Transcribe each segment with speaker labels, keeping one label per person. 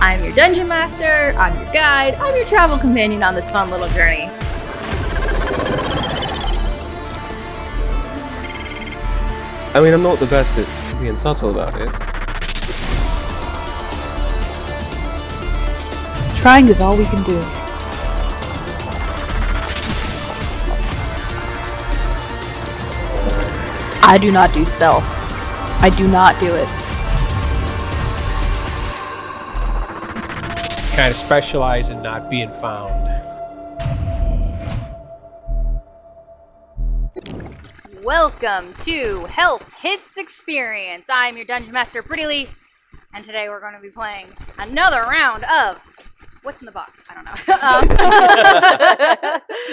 Speaker 1: I'm your dungeon master, I'm your guide, I'm your travel companion on this fun little journey.
Speaker 2: I mean, I'm not the best at being subtle about it.
Speaker 3: Trying is all we can do. I do not do stealth. I do not do it.
Speaker 4: kind of specialize in not being found.
Speaker 5: Welcome to Health Hits Experience. I'm your Dungeon Master, Pretty Lee, and today we're going to be playing another round of What's in the Box? I don't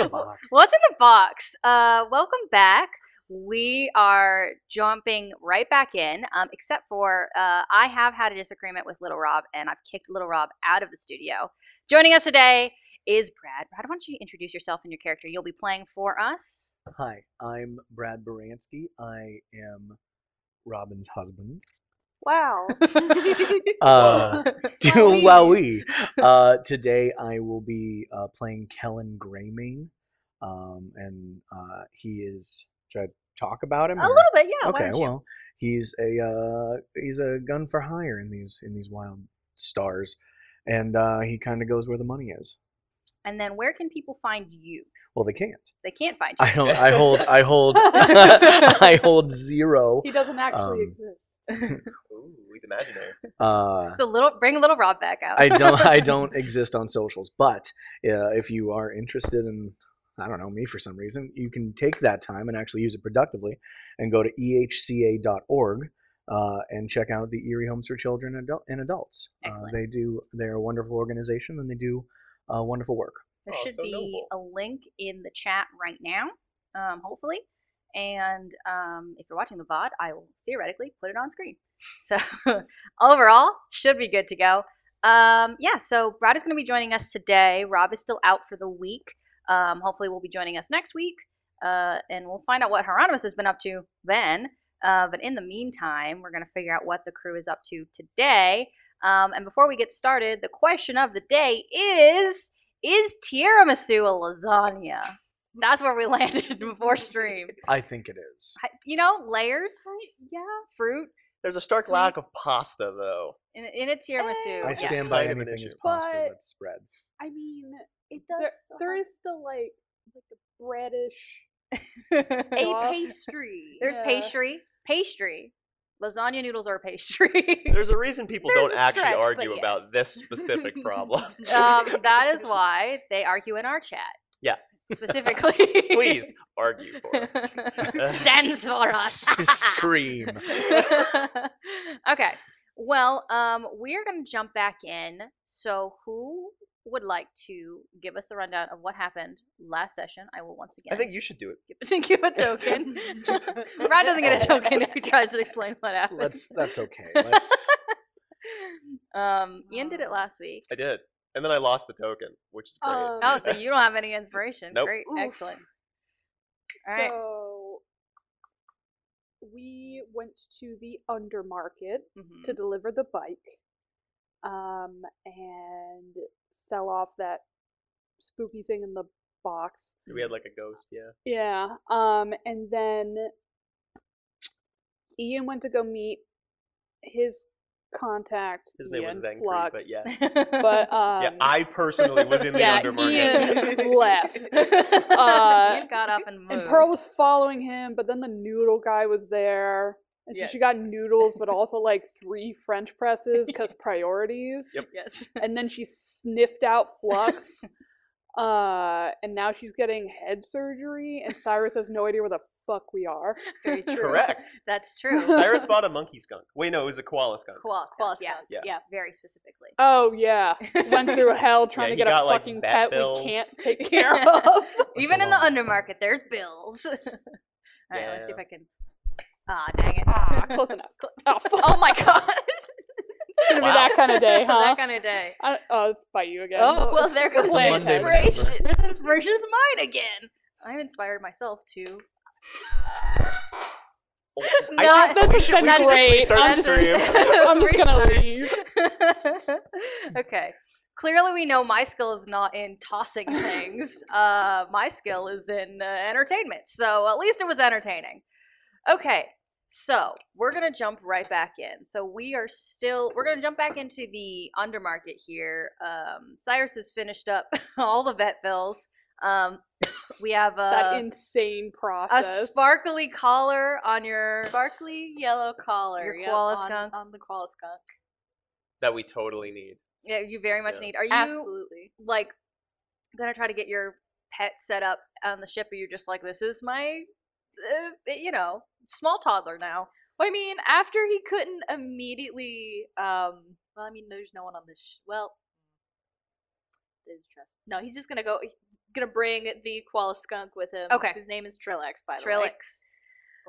Speaker 5: know. Um, What's in the Box? Uh, welcome back. We are jumping right back in, um, except for uh, I have had a disagreement with Little Rob, and I've kicked Little Rob out of the studio. Joining us today is Brad. Brad, why don't you introduce yourself and your character you'll be playing for us?
Speaker 6: Hi, I'm Brad Baranski. I am Robin's husband.
Speaker 5: Wow.
Speaker 6: Uh,
Speaker 5: Wowee.
Speaker 6: wowee. Uh, today I will be uh, playing Kellen Greymane, um, and uh, he is. Should I talk about him?
Speaker 5: A
Speaker 6: or-
Speaker 5: little bit, yeah. why
Speaker 6: Okay,
Speaker 5: don't you?
Speaker 6: well, he's a uh, he's a gun for hire in these in these wild stars, and uh, he kind of goes where the money is.
Speaker 5: And then where can people find you?
Speaker 6: Well, they can't.
Speaker 5: They can't find you.
Speaker 6: I don't. I hold. I hold. I hold zero.
Speaker 3: He doesn't
Speaker 6: actually Um,
Speaker 3: exist.
Speaker 2: Ooh, he's imaginary.
Speaker 6: Uh,
Speaker 5: So little, bring little Rob back out.
Speaker 6: I don't I don't exist on socials, but uh, if you are interested in I don't know me for some reason, you can take that time and actually use it productively, and go to E ehca.org uh, and check out the Erie Homes for Children and Adul- and Adults. Uh,
Speaker 5: Excellent.
Speaker 6: they do they're a wonderful organization and they do uh, wonderful work.
Speaker 5: There
Speaker 2: Oh,
Speaker 5: should
Speaker 2: so
Speaker 5: be
Speaker 2: noble.
Speaker 5: a link in the chat right now, um, hopefully. And um, if you're watching the VOD, I will theoretically put it on screen. So overall, should be good to go. Um, yeah, so Brad is going to be joining us today. Rob is still out for the week. Um, hopefully, will be joining us next week. Uh, and we'll find out what Hieronymus has been up to then. Uh, but in the meantime, we're going to figure out what the crew is up to today. Um, and before we get started, the question of the day is is tiramisu a lasagna? That's where we landed before stream.
Speaker 6: I think it is.
Speaker 5: I- You know, layers,
Speaker 3: yeah.
Speaker 5: fruit
Speaker 2: There's a stark
Speaker 5: Sweet.
Speaker 2: lack of pasta, though.
Speaker 5: in, a- in a tiramisu.
Speaker 6: I
Speaker 5: yes.
Speaker 2: Kind
Speaker 6: stand by
Speaker 2: of an
Speaker 6: anything
Speaker 2: issue.
Speaker 6: is pasta
Speaker 3: But-
Speaker 6: that's spread.
Speaker 3: I mean,
Speaker 7: It does.
Speaker 3: there,
Speaker 7: still
Speaker 3: there
Speaker 2: Uh-huh.
Speaker 7: have
Speaker 3: is still like like a breadish.
Speaker 5: a
Speaker 3: stuff.
Speaker 7: pastry.
Speaker 5: There's
Speaker 3: Yeah.
Speaker 5: pastry, pastry, lasagna noodles are pastry.
Speaker 2: There's a reason people
Speaker 5: There's
Speaker 2: don't
Speaker 5: a
Speaker 2: actually
Speaker 5: stretch, but
Speaker 2: argue about
Speaker 5: yes.
Speaker 2: this specific problem.
Speaker 5: um, that is why they argue in our chat
Speaker 2: yes.
Speaker 5: specifically.
Speaker 2: Please argue for us.
Speaker 5: Dens for us.
Speaker 6: Scream.
Speaker 5: okay. Well, um, we're going to jump back in. So, who would like to give us the rundown of what happened last session? I will once again
Speaker 2: I think you should do it.
Speaker 5: give, give a token. Brad doesn't get a token if he tries to explain what happened.
Speaker 6: Let's that's okay. Let's
Speaker 5: um, Ian
Speaker 3: Oh.
Speaker 5: did it last week.
Speaker 2: I did. And then I lost the token, which is great.
Speaker 3: Um,
Speaker 5: Oh, so you don't have any inspiration.
Speaker 2: Nope.
Speaker 5: Great.
Speaker 7: Oof.
Speaker 5: Excellent. All right.
Speaker 3: So we went to the undermarket
Speaker 5: Mhm.
Speaker 2: Mm-hmm.
Speaker 3: to deliver the bike, um, and sell off that spooky thing in the box.
Speaker 2: we had like a ghost, yeah.
Speaker 3: Yeah. Um, and then Ian went to go meet his contact.
Speaker 2: His name was
Speaker 3: Ian
Speaker 2: Zengri,
Speaker 3: Flux,
Speaker 2: but yes.
Speaker 3: But um,
Speaker 2: yeah, I personally was in the
Speaker 3: yeah,
Speaker 2: undermarket.
Speaker 3: Ian left. Uh,
Speaker 5: Ian got up and moved.
Speaker 3: And Pearl was following him, but then the noodle guy was there. And so
Speaker 5: Yeah.
Speaker 3: she got noodles, but also like three French presses because priorities.
Speaker 2: Yep.
Speaker 5: Yes.
Speaker 3: And then she sniffed out flux. uh, and now she's getting head surgery, and Cyrus has no idea where the fuck we are.
Speaker 5: Very true.
Speaker 2: Correct.
Speaker 5: That's true.
Speaker 2: Cyrus bought a monkey skunk. Wait, no, it was a koala skunk.
Speaker 5: Koala
Speaker 7: Koala
Speaker 5: yeah.
Speaker 7: skunks,
Speaker 5: yeah.
Speaker 2: Yeah.
Speaker 5: Very specifically.
Speaker 3: Oh, yeah. Went through hell trying
Speaker 2: Yeah,
Speaker 3: to
Speaker 2: he
Speaker 3: get a
Speaker 2: got, like,
Speaker 3: fucking
Speaker 2: vet
Speaker 3: pet
Speaker 2: bills.
Speaker 3: we can't take care of.
Speaker 5: Even
Speaker 6: a
Speaker 5: in the
Speaker 6: long-
Speaker 5: undermarket, there's bills. All right, let me see if
Speaker 2: Yeah.
Speaker 5: I can. Ah, dang it.
Speaker 3: ah, close enough. Oh, fuck.
Speaker 5: Oh my god.
Speaker 3: It's gonna be that kind of day, huh?
Speaker 5: that kind of day.
Speaker 3: I, oh, by you again.
Speaker 5: Oh, well, there goes my
Speaker 3: playing
Speaker 6: Monday with
Speaker 5: inspiration. inspiration is mine again. I'm inspired myself to. Not-
Speaker 3: that's
Speaker 1: we should, we should just
Speaker 3: great.
Speaker 1: restart the
Speaker 3: I'm
Speaker 1: stream.
Speaker 3: just- I'm just gonna leave.
Speaker 5: okay. Clearly, we know my skill is not in tossing things. Uh, my skill is in uh, entertainment. So at least it was entertaining. Okay. So we're gonna jump right back in. So we are still we're gonna jump back into the undermarket here. Um, Cyrus has finished up all the vet bills. Um, we have uh,
Speaker 3: That
Speaker 1: Uh,
Speaker 5: a,
Speaker 3: insane
Speaker 5: a
Speaker 3: process.
Speaker 5: sparkly collar on your
Speaker 1: Sparkly yellow collar.
Speaker 5: Your
Speaker 1: yep,
Speaker 5: koala
Speaker 1: on,
Speaker 5: skunk.
Speaker 1: on the koala skunk.
Speaker 2: that we totally need.
Speaker 5: yeah you very much
Speaker 2: Yeah.
Speaker 5: need. Are you
Speaker 1: Absolutely.
Speaker 5: like gonna try to get your pet set up on the ship or you're just like this is my uh, you know small toddler now
Speaker 1: Well, I mean, after he couldn't immediately, um, well, I mean, there's no one on this. Sh- well, is trust. No, he's just gonna go. He's gonna bring the koala skunk with him.
Speaker 5: Okay.
Speaker 1: whose name is Trillix, by the way.
Speaker 5: Trillix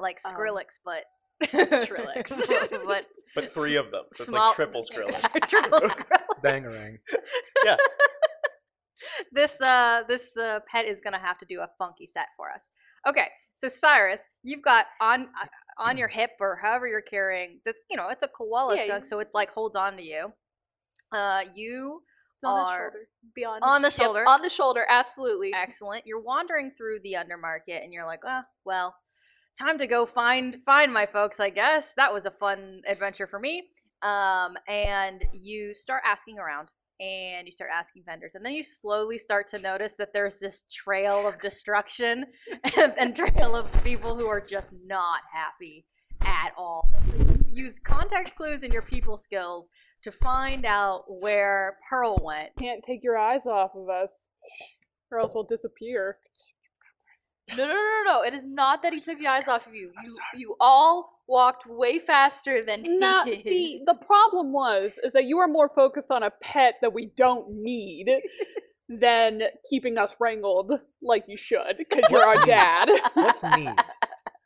Speaker 5: like
Speaker 1: Um,
Speaker 5: Skrillex but
Speaker 1: Trillix.
Speaker 5: but- but
Speaker 2: But three of them. So it's
Speaker 5: Small-
Speaker 2: like triple Skrillex.
Speaker 5: triple Skrillex.
Speaker 6: Bangarang.
Speaker 5: this uh this uh, pet is gonna have to do a funky set for us okay so Cyrus you've got on uh, on your hip or however you're carrying this you know it's a koala
Speaker 1: Yeah,
Speaker 5: skunk so it
Speaker 1: he's-
Speaker 5: like holds on to you uh you
Speaker 1: It's on his
Speaker 5: are
Speaker 1: shoulder. Uh, Beyond
Speaker 5: on
Speaker 1: his-
Speaker 5: the
Speaker 1: yep,
Speaker 5: shoulder.
Speaker 1: on the shoulder. Absolutely.
Speaker 5: excellent you're wandering through the undermarket and you're like oh well time to go find find my folks i guess that was a fun adventure for me um, and you start asking around and you start asking vendors and then you slowly start to notice that there's this trail of destruction and, and trail of people who are just not happy at all use context clues and your people skills to find out where pearl went
Speaker 3: Can't take your eyes off of us, or else we'll disappear.
Speaker 1: No, no, no, no, no. It is not that he took the eyes off of you. You, you all walked way faster than he
Speaker 3: No,
Speaker 1: did.
Speaker 3: see, the problem was is that you were more focused on a pet that we don't need than keeping us wrangled like you should, because you're
Speaker 6: What's
Speaker 3: our
Speaker 6: neat?
Speaker 3: dad.
Speaker 6: What's need?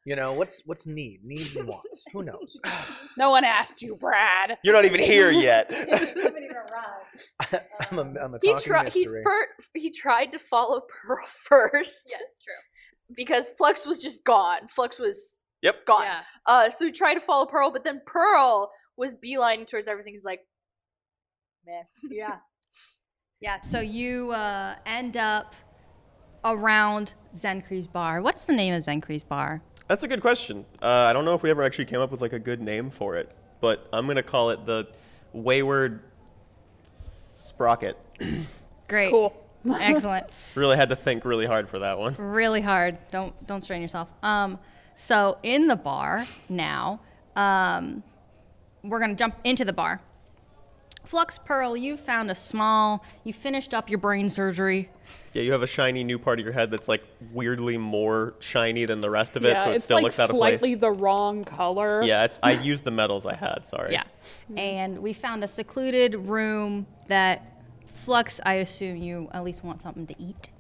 Speaker 6: You know, what's what's need? Needs and wants. Who knows?
Speaker 3: No one asked you, Brad.
Speaker 2: You're not even here yet.
Speaker 6: I'm a, I'm a
Speaker 1: he
Speaker 6: talking
Speaker 1: tried. He,
Speaker 6: mystery.
Speaker 1: fir- he tried to follow Pearl first.
Speaker 5: yes true
Speaker 1: because Flux was just gone. Flux was
Speaker 2: Yep.
Speaker 1: gone. Uh, so he tried to follow Pearl, but then Pearl was beelining towards everything. He's like, man, yeah,
Speaker 5: Yeah, so you uh, end up around Zenkri's bar. What's the name of Zenkri's bar?
Speaker 2: That's a good question. Uh, I don't know if we ever actually came up with like a good name for it, but I'm gonna call it the Wayward Sprocket.
Speaker 5: Great.
Speaker 3: Cool.
Speaker 5: Excellent.
Speaker 2: Really had to think really hard for that one.
Speaker 5: Really hard. Don't don't strain yourself. Um, so in the bar now, um, we're gonna jump into the bar. Flux Pearl, you found a small. You finished up your brain surgery.
Speaker 2: Yeah, you have a shiny new part of your head that's like weirdly more shiny than the rest of it,
Speaker 3: yeah,
Speaker 2: so it
Speaker 3: it's
Speaker 2: still
Speaker 3: like
Speaker 2: looks out of place.
Speaker 3: slightly the wrong color.
Speaker 2: yeah, it's I used the metals I had. Sorry.
Speaker 5: Yeah.
Speaker 1: Mm-hmm.
Speaker 5: And we found a secluded room that Flux. I assume you at least want something to eat.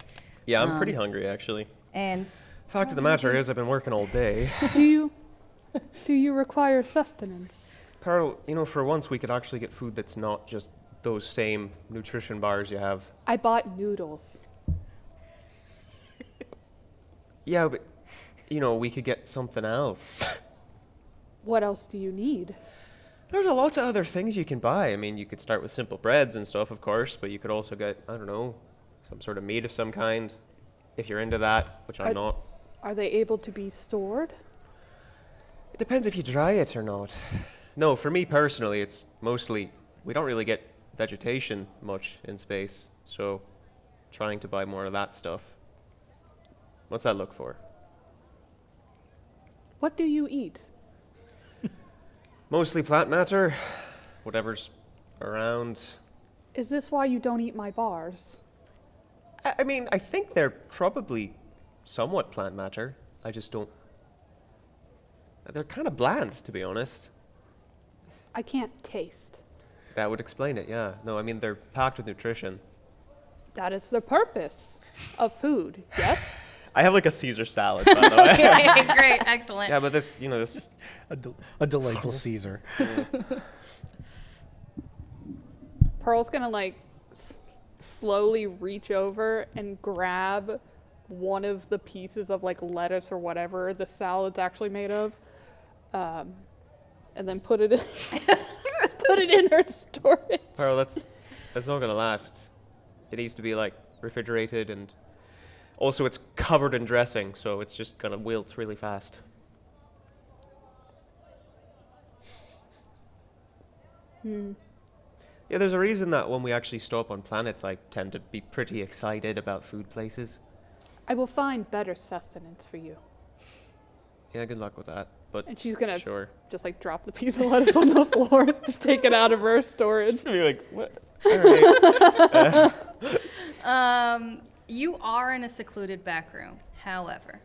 Speaker 2: Yeah, I'm
Speaker 5: Um,
Speaker 2: pretty hungry actually.
Speaker 5: And
Speaker 2: Fact of the matter is, I've been working all day.
Speaker 3: Do you do you require sustenance?
Speaker 2: Pearl, you know, for once we could actually get food that's not just those same nutrition bars you have.
Speaker 3: I bought noodles.
Speaker 2: Yeah, but you know, we could get something else.
Speaker 3: What else do you need?
Speaker 2: There's a lot of other things you can buy. I mean, you could start with simple breads and stuff, of course, but you could also get, I don't know, some sort of meat of some kind, if you're into that, which I'm
Speaker 3: I-
Speaker 2: not.
Speaker 3: Are they able to be stored?
Speaker 2: It depends if you dry it or not. No, for me personally, it's mostly we don't really get vegetation much in space, so trying to buy more of that stuff. What's that look for?
Speaker 3: What do you eat?
Speaker 2: Mostly plant matter, whatever's around.
Speaker 3: Is this why you don't eat my bars?
Speaker 2: I, I mean, I think they're probably somewhat plant matter. I just don't. They're kind of bland, to be honest.
Speaker 3: I can't taste.
Speaker 2: That would explain it, yeah. No, I mean, they're packed with nutrition.
Speaker 3: That is the purpose of food, yes?
Speaker 2: I have like a Caesar salad, by the way.
Speaker 5: great, excellent.
Speaker 2: Yeah, but this, you know, this.
Speaker 6: A, del- a delightful Caesar.
Speaker 3: Pearl's gonna like s- slowly reach over and grab one of the pieces of like lettuce or whatever the salad's actually made of um, and then put it in, put it in her storage.
Speaker 2: Pearl, that's that's not gonna last. It needs to be like refrigerated and also it's covered in dressing, so it's just gonna wilt really fast. Yeah, there's a reason that when we actually stop on planets, I tend to be pretty excited about food places.
Speaker 3: I will find better sustenance for you.
Speaker 2: Yeah, good luck with that. But
Speaker 3: And she's gonna
Speaker 2: sure.
Speaker 3: just like drop the piece of lettuce on the floor, take it out of her storage.
Speaker 2: Be like, what? All right.
Speaker 1: Um, you are in a secluded back room. However,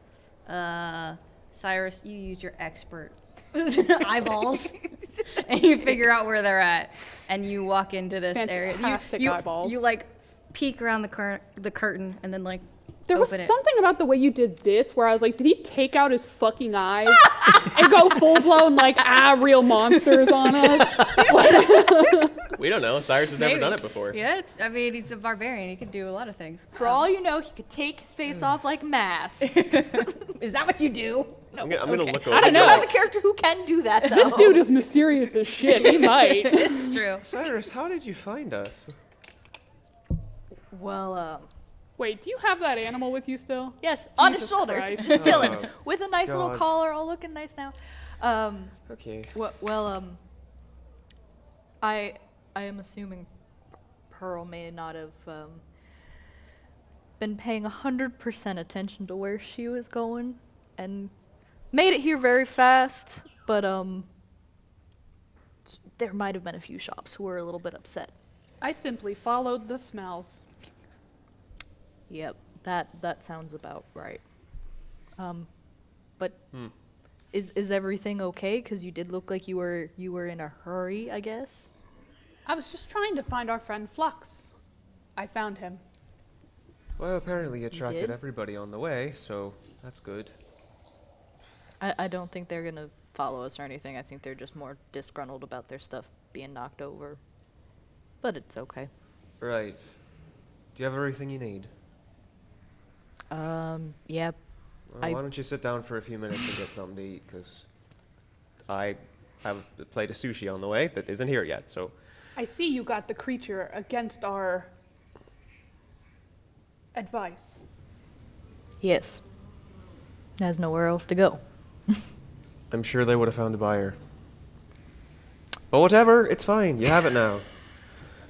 Speaker 1: uh, Cyrus, you use your expert eyeballs and you figure out where they're at, and you walk into this area. You-
Speaker 3: Fantastic
Speaker 1: You,
Speaker 3: eyeballs.
Speaker 1: You like peek around the curtain, the curtain, and then like
Speaker 3: There was
Speaker 1: open it.
Speaker 3: something about the way you did this where I was like, did he take out his fucking eyes and go full blown like ah real monsters on us?
Speaker 2: we don't know. Cyrus has never
Speaker 1: Maybe.
Speaker 2: done it before.
Speaker 1: Yeah, it's, I mean, he's a barbarian. He can do a lot of things.
Speaker 8: For all you know, he could take his face
Speaker 1: Mm.
Speaker 8: off like mass.
Speaker 1: Is that what you do?
Speaker 2: I'm gonna, I'm gonna look over.
Speaker 8: I don't know.
Speaker 2: you.
Speaker 8: I have a character who can do that though.
Speaker 3: This dude is mysterious as shit. He might.
Speaker 1: It's true.
Speaker 2: Cyrus, how did you find us?
Speaker 8: Well, um,
Speaker 3: Wait, do you have that animal with you still?
Speaker 8: yes, on his
Speaker 3: Jesus
Speaker 8: shoulder,
Speaker 3: Christ.
Speaker 8: just chilling
Speaker 2: Oh,
Speaker 8: with a nice little
Speaker 2: God.
Speaker 8: collar, all looking nice now. Um,
Speaker 2: Okay.
Speaker 8: Well, well, um, I I am assuming Pearl may not have um, been paying hundred percent attention to where she was going, and made it here very fast. But um, there might have been a few shops who were a little bit upset.
Speaker 3: I simply followed the smells.
Speaker 8: Yep, that that sounds about right. Um, but is is everything okay? Because you did look like you were you were in a hurry, I guess.
Speaker 3: I was just trying to find our friend Flux. I found him.
Speaker 2: Well, apparently you
Speaker 8: did?
Speaker 2: attracted everybody on the way, so that's good.
Speaker 8: I, I don't think they're gonna follow us or anything. I think they're just more disgruntled about their stuff being knocked over. But it's okay.
Speaker 2: Right. Do you have everything you need?
Speaker 8: Um, yeah,
Speaker 2: Well,
Speaker 8: I-
Speaker 2: Why don't you sit down for a few minutes and get something to eat? Because I have a plate of sushi on the way that isn't here yet, so
Speaker 3: I see you got the creature against our advice.
Speaker 8: yes. Has nowhere else to go.
Speaker 2: I'm sure they would have found a buyer. But whatever, it's fine. You have it now.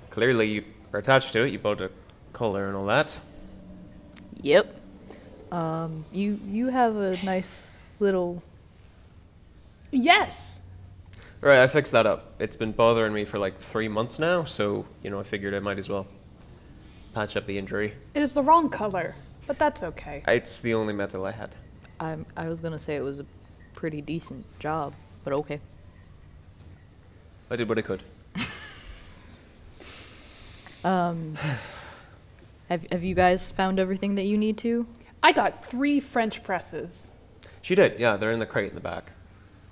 Speaker 2: Clearly, you are attached to it. You bought a collar and all that.
Speaker 8: Yep. Um, you you have a nice little.
Speaker 3: Yes.
Speaker 2: Right, I fixed that up. It's been bothering me for like three months now, so you know I figured I might as well patch up the injury.
Speaker 3: It is the wrong color, but that's okay.
Speaker 2: It's the only metal I had.
Speaker 8: I'm I was gonna say it was a pretty decent job, but okay.
Speaker 2: I did what I could.
Speaker 8: Um, have have you guys found everything that you need to?
Speaker 3: I got three French presses.
Speaker 2: She did, yeah. They're in the crate in the back.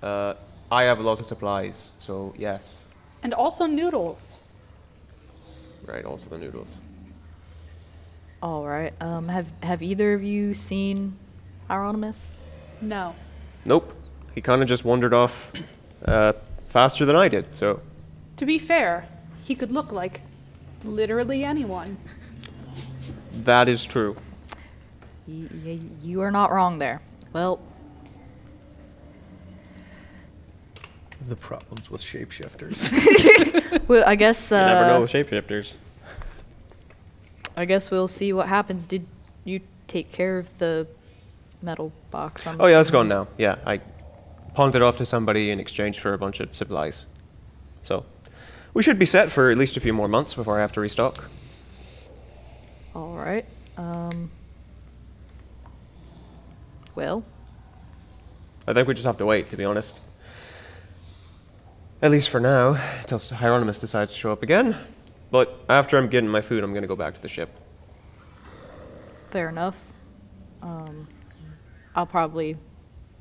Speaker 2: Uh, I have a lot of supplies, so yes.
Speaker 3: And also noodles.
Speaker 2: Right, also the noodles.
Speaker 8: All right. Um, have have either of you seen Hieronymus?
Speaker 3: No.
Speaker 2: Nope. He kind of just wandered off uh, faster than I did, so
Speaker 3: To be fair, he could look like literally anyone.
Speaker 2: that is true.
Speaker 8: Y- y- you are not wrong there. Well,
Speaker 6: The problems with shapeshifters.
Speaker 8: well I guess uh,
Speaker 2: You never know with shapeshifters.
Speaker 8: I guess we'll see what happens. Did you take care of the metal box? I'm
Speaker 2: Oh, yeah,
Speaker 8: assuming?
Speaker 2: that's gone now. Yeah, I pawned it off to somebody in exchange for a bunch of supplies. So we should be set for at least a few more months before I have to restock.
Speaker 8: All right. Um, well,
Speaker 2: I think we just have to wait, to be honest. At least for now, until Hieronymus decides to show up again. But after I'm getting my food, I'm going to go back to the ship.
Speaker 8: fair enough. Um, I'll probably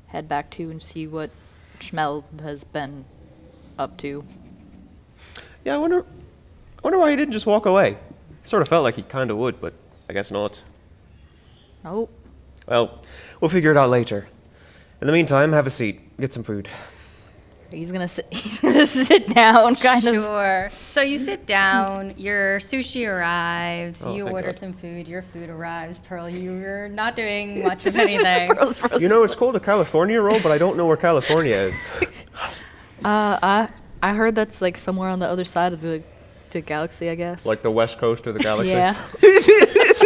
Speaker 8: head back to and see what Schmel has been up to.
Speaker 2: Yeah, I wonder, I wonder why he didn't just walk away. Sort of felt like he kind of would, but I guess not.
Speaker 8: Nope.
Speaker 2: Well, we'll figure it out later. In the meantime, have a seat, get some food.
Speaker 8: He's gonna sit. He's gonna sit down, kind
Speaker 9: sure.
Speaker 8: of.
Speaker 9: So you sit down, your sushi arrives,
Speaker 2: Oh,
Speaker 9: you
Speaker 2: thank
Speaker 9: order
Speaker 2: God.
Speaker 9: some food, your food arrives. Pearl, you're not doing much of anything.
Speaker 8: Pearl's really-
Speaker 2: You know, it's called a California roll, but I don't know where California is.
Speaker 8: Uh, I I heard that's like somewhere on the other side of the, the galaxy, I guess.
Speaker 2: like the west coast of the galaxy.
Speaker 8: yeah.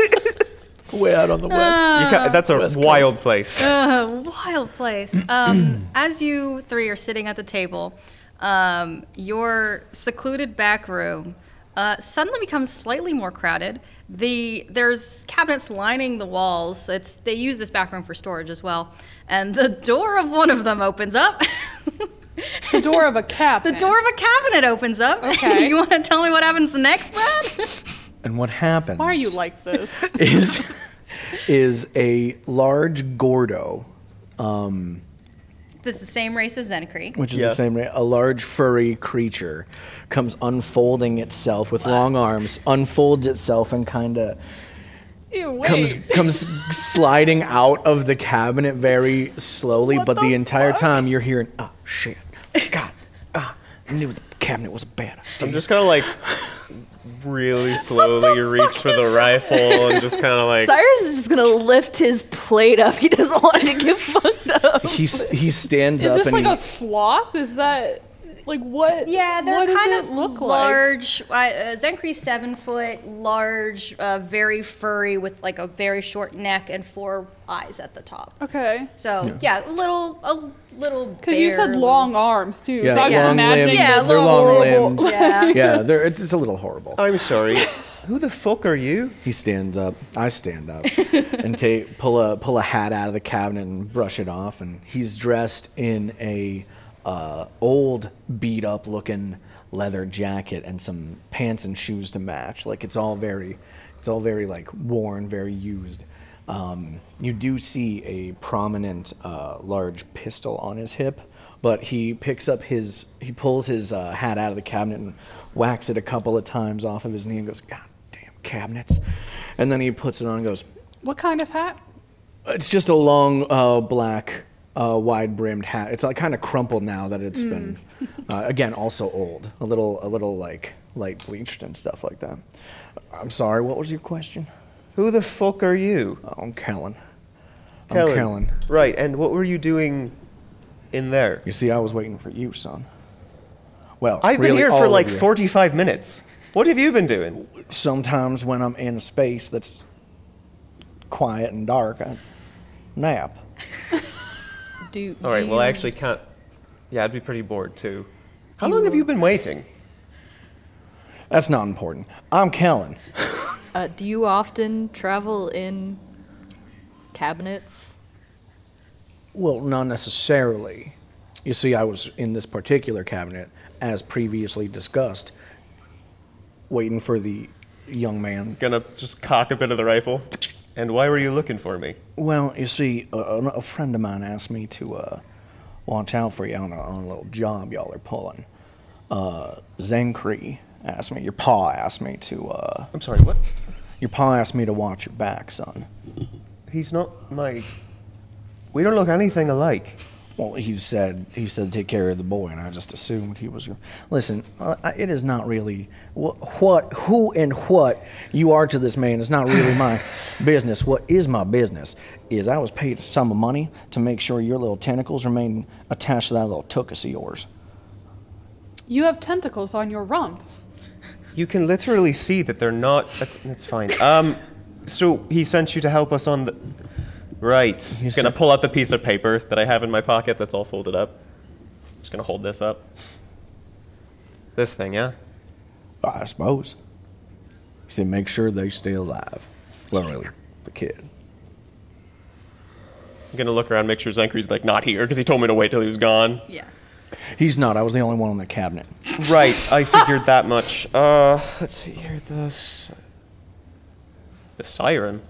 Speaker 6: Way out on the
Speaker 3: Uh,
Speaker 6: west.
Speaker 2: You ca- that's a
Speaker 6: West
Speaker 2: wild
Speaker 6: coast.
Speaker 2: place.
Speaker 9: Uh, wild place. Um, as you three are sitting at the table, um, your secluded back room uh, suddenly becomes slightly more crowded. The there's cabinets lining the walls. It's they use this back room for storage as well, and the door of one of them opens up.
Speaker 3: The door of a cap.
Speaker 9: The door of a cabinet opens up.
Speaker 3: Okay.
Speaker 9: you want to tell me what happens next, Brad?
Speaker 6: And what happens?
Speaker 3: Why are you like this?
Speaker 6: is is a large gordo, um,
Speaker 9: this is the same race as Zencree.
Speaker 6: which is
Speaker 2: Yeah.
Speaker 6: the same. ra- A large furry creature comes unfolding itself with long arms, unfolds itself and kind of
Speaker 3: Ew, wait.
Speaker 6: comes comes sliding out of the cabinet very slowly. but the, entire time you're hearing, oh shit, God, ah, I knew the cabinet was bad.
Speaker 2: I'm just kind of like really slowly reach for the rifle and just kind of like.
Speaker 8: Cyrus is just gonna lift his plate up. He doesn't want to get fucked up.
Speaker 6: He s- he stands
Speaker 3: Is
Speaker 6: up
Speaker 3: this
Speaker 6: and
Speaker 3: like
Speaker 6: he,
Speaker 3: a sloth? Is that like what?
Speaker 9: Yeah, they're
Speaker 3: what does
Speaker 9: kind
Speaker 3: it
Speaker 9: of
Speaker 3: look like?
Speaker 9: large. I- Uh, Zenkri's seven foot, large, uh, very furry, with like a very short neck and four eyes at the top.
Speaker 3: Okay,
Speaker 9: So yeah, a little, a little.
Speaker 3: because you said
Speaker 9: bear-
Speaker 3: long arms too.
Speaker 6: Yeah,
Speaker 3: so I was
Speaker 6: long
Speaker 3: imagining
Speaker 6: limbed.
Speaker 3: those
Speaker 6: They're long
Speaker 3: horrible-
Speaker 6: limbed.
Speaker 9: Yeah.
Speaker 6: yeah, they're, it's, it's a little horrible.
Speaker 2: I'm sorry. Who the fuck are you?
Speaker 6: He stands up. I stand up and take pull a pull a hat out of the cabinet and brush it off. And he's dressed in a uh, old beat up looking leather jacket and some pants and shoes to match. Like it's all very, it's all very like worn, very used. Um, you do see a prominent uh, large pistol on his hip, but he picks up his he pulls his uh, hat out of the cabinet and whacks it a couple of times off of his knee and goes, God damn cabinets. And then he puts it on and goes,
Speaker 3: What kind of hat?
Speaker 6: It's just a long, uh, black, uh, wide brimmed hat. It's like kind of crumpled now that it's been, uh, again, also old. A little, a little like light bleached and stuff like that. I'm sorry, what was your question?
Speaker 2: Who the fuck are you?
Speaker 6: Oh, I'm Kellen. I'm Kellen.
Speaker 2: Right, and what were you doing in there?
Speaker 6: You see, I was waiting for you, son. Well,
Speaker 2: I've been
Speaker 6: really
Speaker 2: here
Speaker 6: all
Speaker 2: for
Speaker 6: of
Speaker 2: like
Speaker 6: you.
Speaker 2: 45 minutes. What have you been doing?
Speaker 6: Sometimes when I'm in a space that's quiet and dark, I nap.
Speaker 8: Do,
Speaker 2: All right, well, I actually can't. Yeah, I'd be pretty bored too. How long have you been waiting?
Speaker 6: That's not important. I'm Kellen.
Speaker 8: uh, do you often travel in cabinets?
Speaker 6: Well, not necessarily. You see, I was in this particular cabinet, as previously discussed, waiting for the young man.
Speaker 2: Gonna just cock a bit of the rifle. And why were you looking for me?
Speaker 6: Well, you see, a, a a friend of mine asked me to uh, watch out for you on a, on a little job y'all are pulling. Uh, Zenkri asked me, your pa asked me to, uh,
Speaker 2: I'm sorry, what?
Speaker 6: your pa asked me to watch your back, son.
Speaker 2: He's not my. We don't look anything alike.
Speaker 6: Well, he said he said take care of the boy, and I just assumed he was. your- Listen, uh, I- it is not really what, what, who, and what you are to this man is not really my business. What is my business is I was paid a sum of money to make sure your little tentacles remain attached to that little tuchus of yours.
Speaker 3: You have tentacles on your rump.
Speaker 2: You can literally see that they're not. That's, that's fine. Um, so he sent you to help us on the. Right.
Speaker 6: Yes,
Speaker 2: gonna
Speaker 6: sir.
Speaker 2: pull out the piece of paper that I have in my pocket that's all folded up. Just gonna hold this up. This thing, yeah?
Speaker 6: I suppose. He said make sure they stay alive. Well, really, the kid.
Speaker 2: I'm gonna look around, make sure Zenkri's like not here because he told me to wait till he was gone.
Speaker 9: Yeah.
Speaker 6: He's not. I was the only one in the cabinet.
Speaker 2: Right, I figured that much. Uh, let's see here. This. The siren.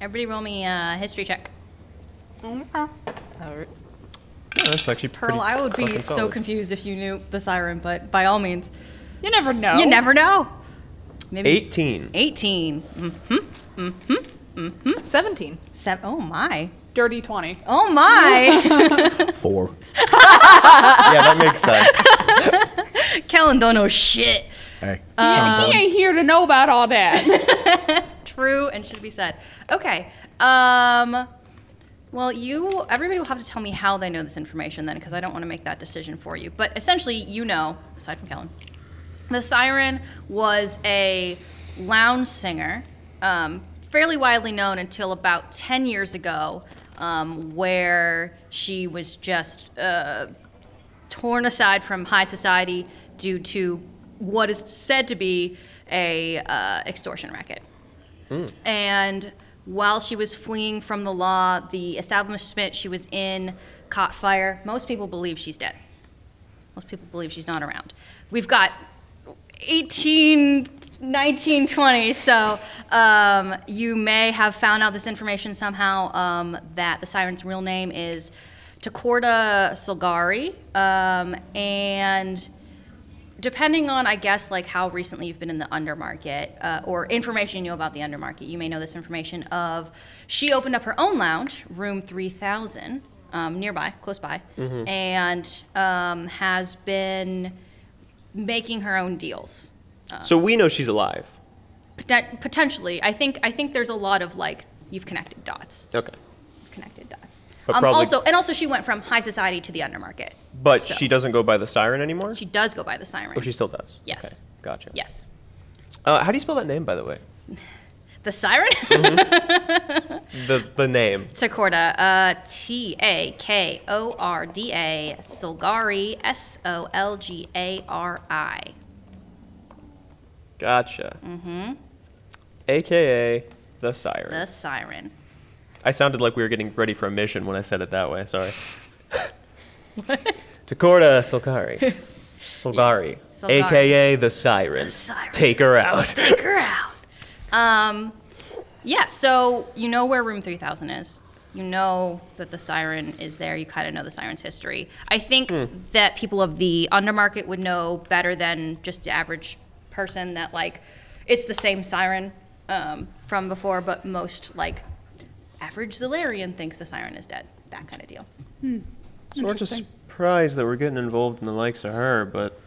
Speaker 9: Everybody, roll me a history check.
Speaker 2: Yeah, that's actually pretty.
Speaker 9: Pearl, I would be
Speaker 2: fucking
Speaker 9: so
Speaker 2: solid.
Speaker 9: confused if you knew the siren, but by all means, Oh.
Speaker 3: You never know.
Speaker 9: you never know. Maybe
Speaker 2: 18.
Speaker 9: 18. Mm-hmm,
Speaker 8: Seventeen.
Speaker 9: Seven, mm-hmm. oh my.
Speaker 3: Dirty 20.
Speaker 9: Oh my!
Speaker 6: Four.
Speaker 2: yeah, that makes sense.
Speaker 9: Uh-huh. Kellen don't know shit.
Speaker 6: Hey.
Speaker 3: he ain't here to know about all that.
Speaker 9: True and should be said. Okay. Um, well, you, everybody will have to tell me how they know this information then, because I don't want to make that decision for you. But essentially, you know, aside from Kellen, the siren was a lounge singer, um, fairly widely known until about 10 years ago, um, where she was just. Uh, torn aside from high society due to what is said to be a uh, extortion racket. And while she was fleeing from the law, the establishment she was in caught fire. Most people believe she's dead. Most people believe she's not around. We've got 18, 19, 20, so um, you may have found out this information somehow um, that the siren's real name is Takorda Silgari, um, and depending on, I guess, like how recently you've been in the undermarket uh, or information you know about the undermarket, you may know this information of she opened up her own lounge, room 3000, um, nearby, close by,
Speaker 2: Mm-hmm.
Speaker 9: and um, has been making her own deals.
Speaker 2: So we know she's alive.
Speaker 9: Poten- potentially, I think I think there's a lot of like you've connected dots,
Speaker 2: Okay.
Speaker 9: you've connected dots.
Speaker 2: But
Speaker 9: um,
Speaker 2: probably-
Speaker 9: also, and also, she went from high society to the undermarket.
Speaker 2: But
Speaker 9: So-
Speaker 2: she doesn't go by the siren anymore?
Speaker 9: She does go by the siren.
Speaker 2: oh, she still does?
Speaker 9: Yes.
Speaker 2: Okay. Gotcha.
Speaker 9: yes.
Speaker 2: Uh, how do you spell that name, by the way?
Speaker 9: The siren?
Speaker 2: The, the name.
Speaker 9: Takorda. Uh, T A K O R D A. Solgari. S O L G A R I.
Speaker 2: Gotcha. Mm-hmm. AKA the siren.
Speaker 9: The siren.
Speaker 2: I sounded like we were getting ready for a mission when I said it that way. Sorry. Takorda Solgari. Solgari.
Speaker 9: Solgari.
Speaker 2: AKA the siren.
Speaker 9: siren.
Speaker 2: Take her out.
Speaker 9: Take her out. Um, yeah, so you know where room 3000 is. You know that the siren is there. You kind of know the siren's history. I think that people of the undermarket would know better than just the average person that, like, it's the same siren um, from before, but most, like, average Zillarian thinks the siren is dead. That kind of deal.
Speaker 2: Sort of surprised that we're getting involved in the likes of her, but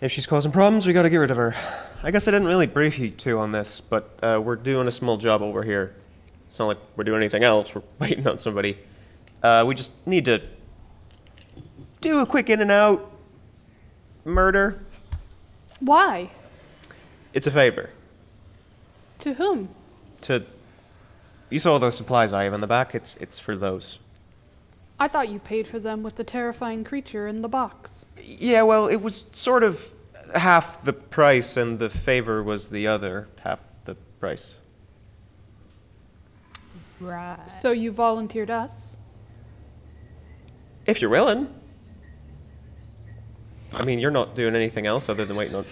Speaker 2: if she's causing problems, we gotta get rid of her. I guess I didn't really brief you two on this, but uh, we're doing a small job over here. It's not like we're doing anything else. We're waiting on somebody. Uh, we just need to do a quick in and out murder.
Speaker 3: Why?
Speaker 2: It's a favor
Speaker 3: To whom?
Speaker 2: to. You saw those supplies I have in the back. It's it's for those.
Speaker 3: I thought you paid for them with the terrifying creature in the box.
Speaker 2: Yeah, well, it was sort of half the price, and the favor was the other half the price.
Speaker 3: So you volunteered us?
Speaker 2: If you're willing. I mean, you're not doing anything else other than waiting on.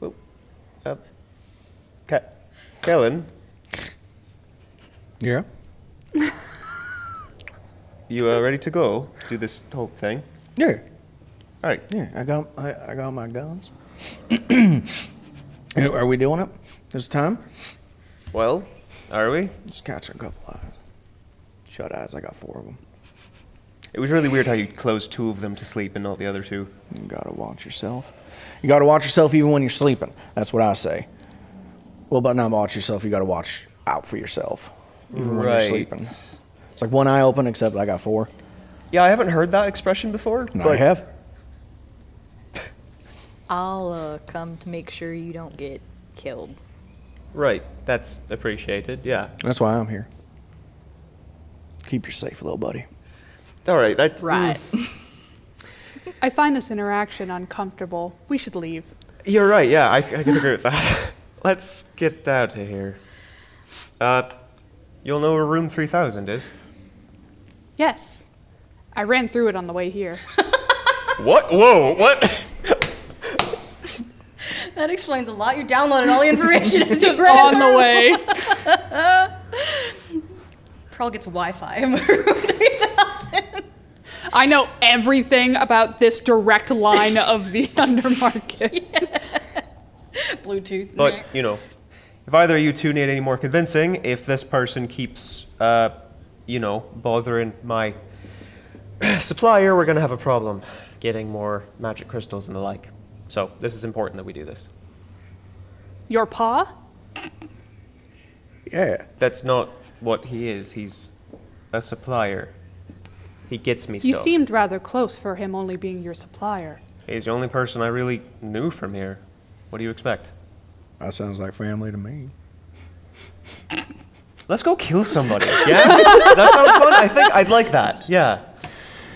Speaker 2: well, uh, Ke- Kellen,
Speaker 6: Yeah.
Speaker 2: you are ready to go do this whole thing?
Speaker 6: Yeah.
Speaker 2: All right.
Speaker 6: Yeah. I got I, I got my guns. Are we doing it this time?
Speaker 2: Well, are we?
Speaker 6: Let's catch a couple eyes. Shut eyes. I got four of them.
Speaker 2: It was really weird how you closed two of them to sleep and not the other two.
Speaker 6: You gotta watch yourself. You gotta watch yourself even when you're sleeping. That's what I say. Well, but not watch yourself. You gotta watch out for yourself even when you're sleeping. It's like one eye open, except I got four.
Speaker 2: Yeah, I haven't heard that expression before.
Speaker 6: No, I
Speaker 2: but
Speaker 6: have.
Speaker 8: I'll uh, come to make sure you don't get killed.
Speaker 2: Right, that's appreciated. Yeah.
Speaker 6: That's why I'm here. Keep your safe, little buddy.
Speaker 2: All right. mm. That's,
Speaker 8: Right.
Speaker 3: I find this interaction uncomfortable. We should leave.
Speaker 2: You're right. Yeah, I, I can agree with that. Let's get out of here. Uh, you'll know where room three thousand is.
Speaker 3: Yes. I ran through it on the way here.
Speaker 2: What? Whoa! What?
Speaker 9: That explains a lot. You downloaded all the information as you read
Speaker 3: on the way.
Speaker 9: Pearl gets Wi Fi in room 3000.
Speaker 3: I know everything about this direct line of the undermarket.
Speaker 8: Bluetooth.
Speaker 2: But, you know, if either of you two need any more convincing, if this person keeps, uh, you know, bothering my supplier, we're going to have a problem getting more magic crystals and the like. So, this is important that we do this.
Speaker 3: Your paw?
Speaker 10: Yeah.
Speaker 2: That's not what he is. He's a supplier. He gets me
Speaker 3: You
Speaker 2: stuff.
Speaker 3: seemed rather close for him only being your supplier.
Speaker 2: He's the only person I really knew from here. What do you expect?
Speaker 10: That sounds like family to me.
Speaker 2: Let's go kill somebody. Yeah? that sounds fun. I think I'd like that. Yeah.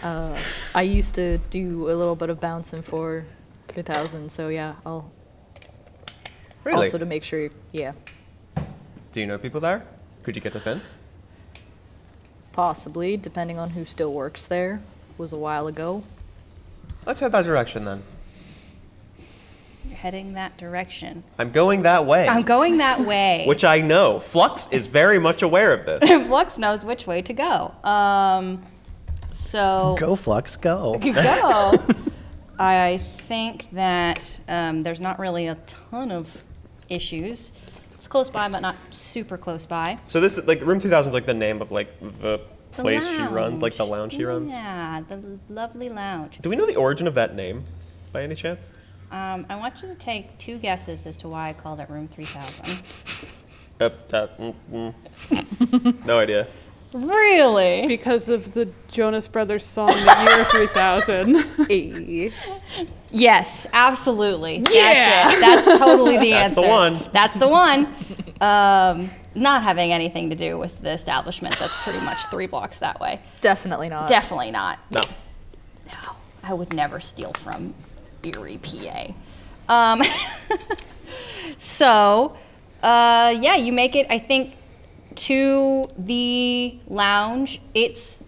Speaker 8: Uh, I used to do a little bit of bouncing for 3000, so yeah, I'll
Speaker 2: Really?
Speaker 8: also to make sure, yeah,
Speaker 2: Do you know people there? Could you get us in?
Speaker 8: possibly, depending on who still works there. Was a while ago.
Speaker 2: Let's head that direction then.
Speaker 9: You're heading that direction.
Speaker 2: I'm going that way.
Speaker 9: I'm going that way.
Speaker 2: Which I know. Flux is very much aware of this.
Speaker 9: Flux knows which way to go. Um, so
Speaker 6: Go, Flux, go.
Speaker 9: go. I think that um, there's not really a ton of issues. It's close by, but not super close by.
Speaker 2: So this is like Room 2000 is like the name of like the
Speaker 9: The
Speaker 2: place she runs, like the lounge she runs.
Speaker 9: Yeah, the lovely lounge.
Speaker 2: Do we know the origin of that name by any chance?
Speaker 9: Um, I want you to take two guesses as to why I called it room 3000.
Speaker 2: Uh, uh, mm, mm. no idea.
Speaker 9: really?
Speaker 3: Because of the Jonas Brothers song, The Year 3000.
Speaker 9: Yes, absolutely.
Speaker 3: Yeah.
Speaker 9: That's it. That's totally the
Speaker 2: That's
Speaker 9: answer.
Speaker 2: the one.
Speaker 9: That's the one. Um, not having anything to do with the establishment that's pretty much three blocks that way.
Speaker 8: Definitely not.
Speaker 9: Definitely not.
Speaker 2: No.
Speaker 9: No, I would never steal from Erie, PA. Um, so, uh, yeah, you make it, I think, to the lounge. It's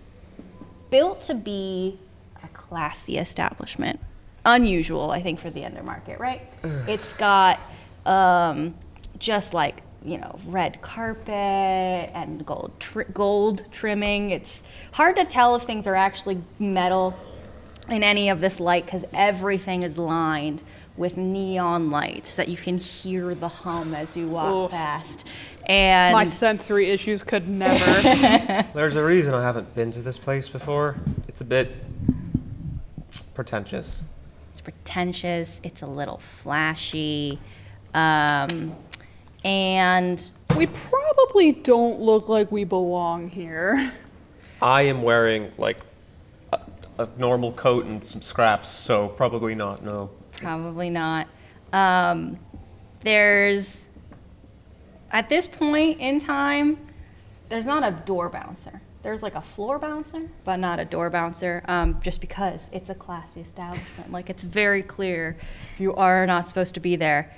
Speaker 9: built to be a classy establishment. Unusual, I think, for the undermarket, right? it's got um, just like you know red carpet and gold tri- gold trimming. It's hard to tell if things are actually metal in any of this light because everything is lined with neon lights that you can hear the hum as you walk
Speaker 3: Oof.
Speaker 9: past. And
Speaker 3: My sensory issues could never.
Speaker 2: There's a reason I haven't been to this place before. It's a bit pretentious.
Speaker 9: It's pretentious. It's a little flashy. Um, and
Speaker 3: we probably don't look like we belong here.
Speaker 2: I am wearing like a, a normal coat and some scraps, so probably not. No.
Speaker 9: probably not. Um, there's at this point in time, there's not a door bouncer. There's like a floor bouncer, but not a door bouncer, um, just because it's a classy establishment. Like it's very clear you are not supposed to be there.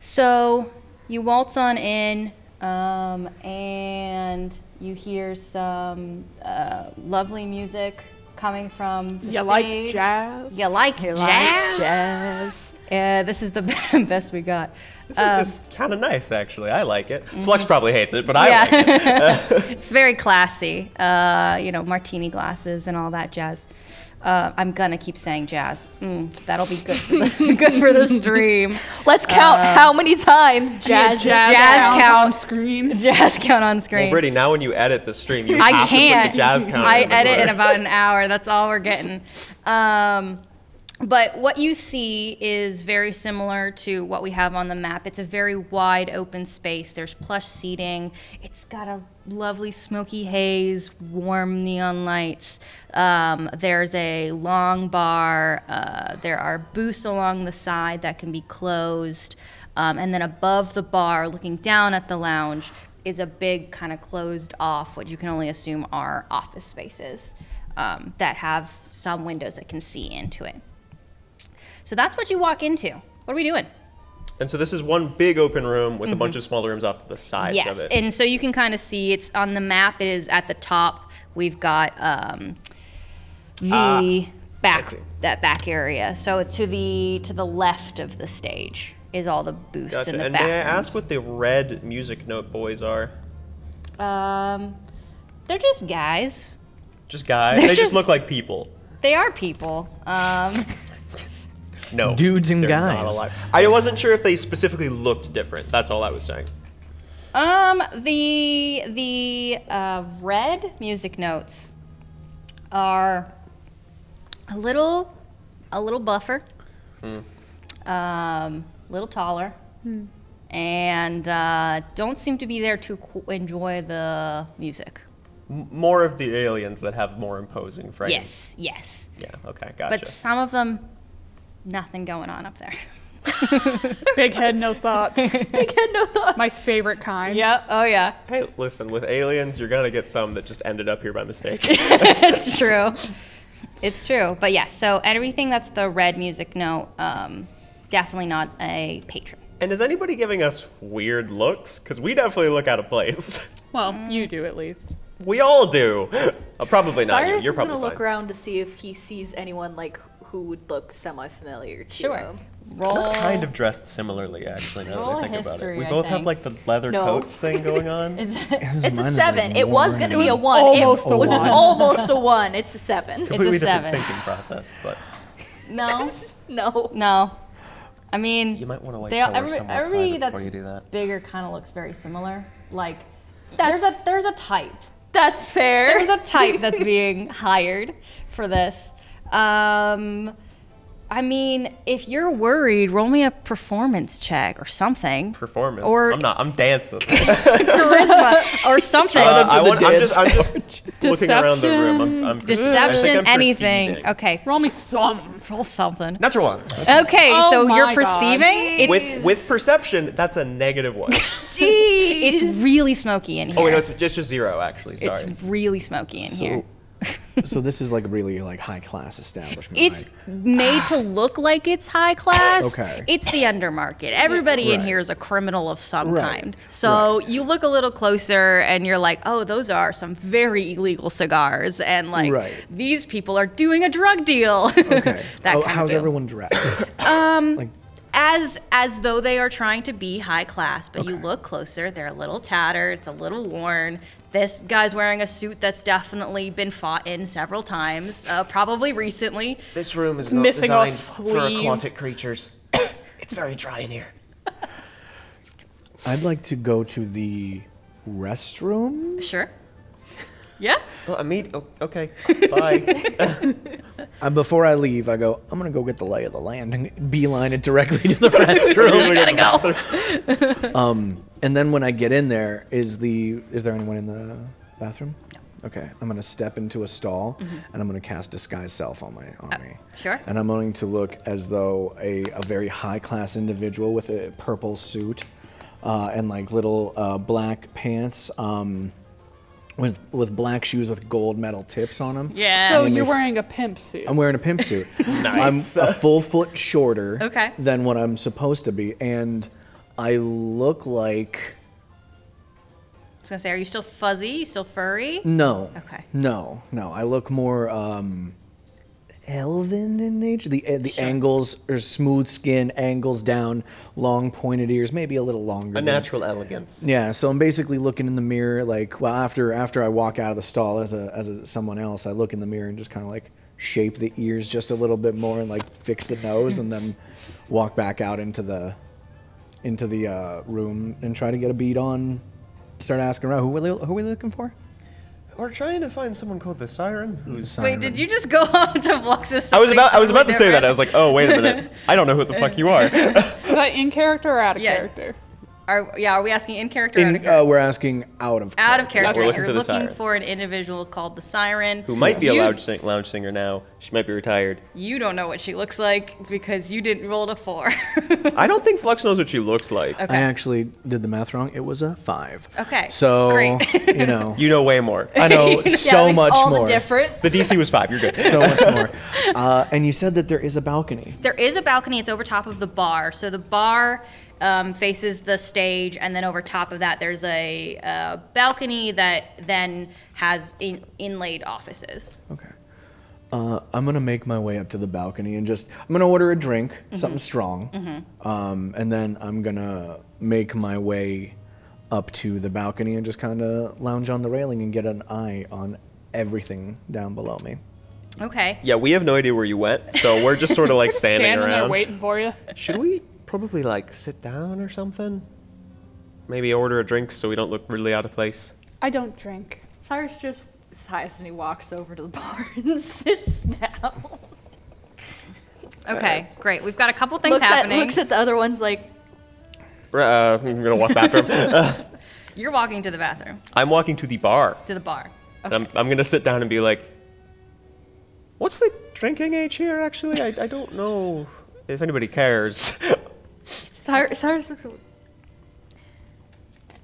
Speaker 9: So you waltz on in, um, and you hear some uh, lovely music coming from the
Speaker 3: You like
Speaker 9: stage.
Speaker 3: jazz?
Speaker 9: You like jazz?
Speaker 8: Jazz.
Speaker 9: Yeah, this is the best we got.
Speaker 2: This is,
Speaker 9: Oh.
Speaker 2: kind of nice, actually. I like it.
Speaker 9: Mm-hmm.
Speaker 2: Flux probably hates it, but I like it.
Speaker 9: it's very classy. Uh, you know, martini glasses and all that jazz. Uh, I'm gonna keep saying jazz. Mm, that'll be good. For the, good for the stream.
Speaker 8: Let's count how many times Uh, jazz.
Speaker 3: jazz,
Speaker 9: jazz
Speaker 3: count
Speaker 9: count.
Speaker 3: on screen.
Speaker 9: Jazz count on screen.
Speaker 2: Well, Brittany, now when you edit the stream, you
Speaker 9: I
Speaker 2: have
Speaker 9: can't.
Speaker 2: to put the jazz counter.
Speaker 9: I
Speaker 2: in the
Speaker 9: edit in
Speaker 2: blur.
Speaker 9: about an hour. That's all we're getting. Um, but what you see is very similar to what we have on the map. It's a very wide open space. There's plush seating. It's got a lovely smoky haze, warm neon lights. Um, there's a long bar. Uh, there are booths along the side that can be closed. Um, and then above the bar, looking down at the lounge, is a big kind of closed off, what you can only assume are office spaces um, that have some windows that can see into it. So that's what you walk into. What are we doing?
Speaker 2: And so this is one big open room with a bunch of smaller rooms off to the sides of
Speaker 9: Mm-hmm. yes,
Speaker 2: it.
Speaker 9: and so you can kind of see it's on the map. It is at the top. We've got um, the back
Speaker 2: Ah, see.
Speaker 9: that back area. So to the to the left of the stage is all the booths
Speaker 2: Gotcha.
Speaker 9: and the
Speaker 2: And
Speaker 9: back.
Speaker 2: may I ask what the red music note boys are?
Speaker 9: Um, they're just guys.
Speaker 2: Just guys. they
Speaker 9: They're
Speaker 2: just
Speaker 9: just-
Speaker 2: look like people.
Speaker 9: They are people. Um,
Speaker 2: No.
Speaker 6: Dudes and
Speaker 2: they're not
Speaker 6: guys.
Speaker 2: alike. I wasn't sure if they specifically looked different. That's all I was saying.
Speaker 9: Um, the the uh, red music notes are a little a little buffer, um, a little taller, and uh, don't seem to be there to qu- enjoy the music.
Speaker 2: M- more of the aliens that have more imposing frames.
Speaker 9: Yes, yes,
Speaker 2: Yeah. Okay. Gotcha.
Speaker 9: but some of them, nothing going on up there.
Speaker 3: Big head, no thoughts. Big head, no thoughts. My favorite kind.
Speaker 9: Yep. Oh yeah.
Speaker 2: hey, listen. With aliens, you're gonna get some that just ended up here by mistake.
Speaker 9: it's true. It's true. But yes, so everything that's the red music note, um, definitely not a patron.
Speaker 2: and is anybody giving us weird looks? Because we definitely look out of place.
Speaker 3: Well, you do at least.
Speaker 2: we all do. Uh, probably not
Speaker 5: Cyrus
Speaker 2: you. You're
Speaker 5: is gonna
Speaker 2: probably
Speaker 5: look
Speaker 2: fine.
Speaker 5: around to see if he sees anyone like who would look semi-familiar to him.
Speaker 9: Roll.
Speaker 2: Kind of dressed similarly, actually. Now that
Speaker 9: Roll
Speaker 2: I think about it,
Speaker 9: history,
Speaker 2: we
Speaker 9: I
Speaker 2: both have
Speaker 9: think.
Speaker 2: like the leather
Speaker 5: No.
Speaker 2: coats thing going on.
Speaker 5: It's,
Speaker 6: mine is
Speaker 5: a
Speaker 6: like
Speaker 5: seven. it was
Speaker 6: one.
Speaker 5: gonna
Speaker 6: It
Speaker 5: be a
Speaker 6: was
Speaker 5: one.
Speaker 3: almost
Speaker 5: it
Speaker 3: a
Speaker 5: was
Speaker 3: one.
Speaker 5: almost a one. It's a seven.
Speaker 2: Completely different
Speaker 9: seven.
Speaker 2: thinking process, but
Speaker 9: No,
Speaker 5: No.
Speaker 9: no. I
Speaker 2: you
Speaker 9: mean,
Speaker 2: might want to wait
Speaker 9: They-
Speaker 2: till we're
Speaker 9: every-
Speaker 2: somewhat
Speaker 9: every
Speaker 2: private
Speaker 9: that's-
Speaker 2: before you do that.
Speaker 9: bigger kind of looks very similar. Like, there's
Speaker 5: That's-
Speaker 9: a there's a type.
Speaker 5: That's fair.
Speaker 9: There's a type that's being hired for this. Um, I mean, if you're worried, roll me a performance check or something,
Speaker 2: Performance.
Speaker 9: Or-
Speaker 2: I'm not. I'm dancing.
Speaker 9: charisma or something.
Speaker 2: Uh, I
Speaker 6: the
Speaker 2: want, I'm
Speaker 6: dance
Speaker 2: just, I'm just looking around the room. I'm, I'm perce- I think
Speaker 9: Deception,
Speaker 2: I'm
Speaker 9: anything.
Speaker 2: perceiving.
Speaker 9: Okay,
Speaker 3: Roll me some.
Speaker 9: roll something.
Speaker 2: Natural one.
Speaker 9: Okay,
Speaker 3: Oh
Speaker 9: so
Speaker 3: my
Speaker 9: you're
Speaker 3: God.
Speaker 9: perceiving. It's
Speaker 2: With with perception, that's a negative one.
Speaker 9: it's really smoky in here.
Speaker 2: oh wait, no, it's just a zero actually. Sorry.
Speaker 9: It's really smoky in here.
Speaker 6: so this is like a really like high class establishment.
Speaker 9: It's
Speaker 6: right? Ah.
Speaker 9: made to look like it's high class.
Speaker 6: Okay.
Speaker 9: It's the undermarket. Everybody in
Speaker 6: Right.
Speaker 9: here is a criminal of some
Speaker 6: Right.
Speaker 9: kind. So you look a little closer and you're like, oh, those are some very illegal cigars. And like,
Speaker 6: Right.
Speaker 9: these people are doing a drug deal.
Speaker 6: okay.
Speaker 9: that
Speaker 6: Oh,
Speaker 9: kind of
Speaker 6: how's
Speaker 9: deal. Um,
Speaker 6: everyone dressed?
Speaker 9: as as though they are trying to be high class, but you look closer, they're a little tattered, it's a little worn. This guy's wearing a suit that's definitely been fought in several times, uh, probably recently.
Speaker 2: this room is not
Speaker 3: missing a sleeve.
Speaker 2: creatures. it's very dry in here.
Speaker 6: I'd like to go to the restroom.
Speaker 9: Sure. Yeah.
Speaker 2: Well, I mean, oh, okay. Bye.
Speaker 6: Uh, before I leave, I go. I'm gonna go get the lay of the land and beeline it directly to the restroom. Um,
Speaker 2: gotta go.
Speaker 6: And then when I get in there, is the is there anyone in the bathroom? No. Okay, I'm gonna step into a stall and I'm gonna cast disguise self on my on me.
Speaker 9: Mm-hmm. Uh, sure.
Speaker 6: And I'm going to look as though a, a very high class individual with a purple suit uh, and like little uh, black pants um, with with black shoes with gold metal tips on them.
Speaker 9: Yeah.
Speaker 3: So you're wearing a pimp suit.
Speaker 6: I'm wearing a pimp suit. nice. I'm a full foot shorter
Speaker 9: Okay.
Speaker 6: than what I'm supposed to be, and I look like.
Speaker 9: I was gonna say, are you still fuzzy? You still furry?
Speaker 6: No.
Speaker 9: Okay.
Speaker 6: No, no. I look more um, elven in nature. The eh, the angles are smooth skin, angles down, long pointed ears, maybe a little longer.
Speaker 2: A
Speaker 6: than-
Speaker 2: natural elegance.
Speaker 6: Yeah. So I'm basically looking in the mirror, like, well, after after I walk out of the stall as a as a, someone else, I look in the mirror and just kind of like shape the ears just a little bit more and like fix the nose, and then walk back out into the into the uh, room and try to get a beat on. Start asking around. Who we who we looking for?
Speaker 2: We're trying to find someone called the Siren, who's.
Speaker 9: Wait, did you just go on to Blux's?
Speaker 2: I was about. I was about to say that. I was like, oh wait a minute. I don't know who the fuck you are.
Speaker 3: Is that in character or out of
Speaker 9: Yeah.
Speaker 3: character?
Speaker 9: Are, yeah. Are we asking in character? or out of
Speaker 6: In,
Speaker 9: character?
Speaker 6: uh, we're asking out of
Speaker 9: out of character.
Speaker 2: uh, we're looking
Speaker 9: You're
Speaker 2: for the
Speaker 9: looking
Speaker 2: siren.
Speaker 9: for an individual called the Siren.
Speaker 2: Who might be a
Speaker 9: You-
Speaker 2: lounge, sing- lounge singer now? She might be retired.
Speaker 9: You don't know what she looks like because you didn't roll a four.
Speaker 2: I don't think Flux knows what she looks like.
Speaker 6: I actually did the math wrong. It was a five.
Speaker 9: Okay,
Speaker 6: So
Speaker 9: great.
Speaker 6: you know,
Speaker 2: You know way more.
Speaker 6: I know so much
Speaker 5: all
Speaker 6: more.
Speaker 5: the difference.
Speaker 2: The DC was five. You're good.
Speaker 6: so much more. Uh, and you said that there is a balcony.
Speaker 9: there is a balcony. It's over top of the bar. So the bar um, faces the stage, and then over top of that, there's a uh, balcony that then has in- inlaid offices.
Speaker 6: Okay. Uh, I'm gonna make my way up to the balcony and just I'm gonna order a drink, something strong, um, and then I'm gonna make my way up to the balcony and just kind of lounge on the railing and get an eye on everything down below me.
Speaker 9: Okay.
Speaker 2: Yeah, we have no idea where you went, so we're just sort of like standing,
Speaker 3: Standing there
Speaker 2: around.
Speaker 3: waiting for you.
Speaker 2: Should we probably like sit down or something? Maybe order a drink so we don't look really out of place.
Speaker 3: I don't drink.
Speaker 8: Cyrus just sighs and he walks over to the bar and sits down.
Speaker 9: Okay. Great. We've got a couple things
Speaker 8: Looks at,
Speaker 9: happening.
Speaker 8: looks at the other ones like,
Speaker 2: R- Uh, I'm gonna walk bathroom. Uh,
Speaker 9: You're walking to the bathroom,
Speaker 2: I'm walking to the bar.
Speaker 9: to the bar.
Speaker 2: And I'm, I'm gonna sit down and be like, "What's the drinking age here? Actually, I, I don't know if anybody cares."
Speaker 8: Cyrus, Cyrus looks over.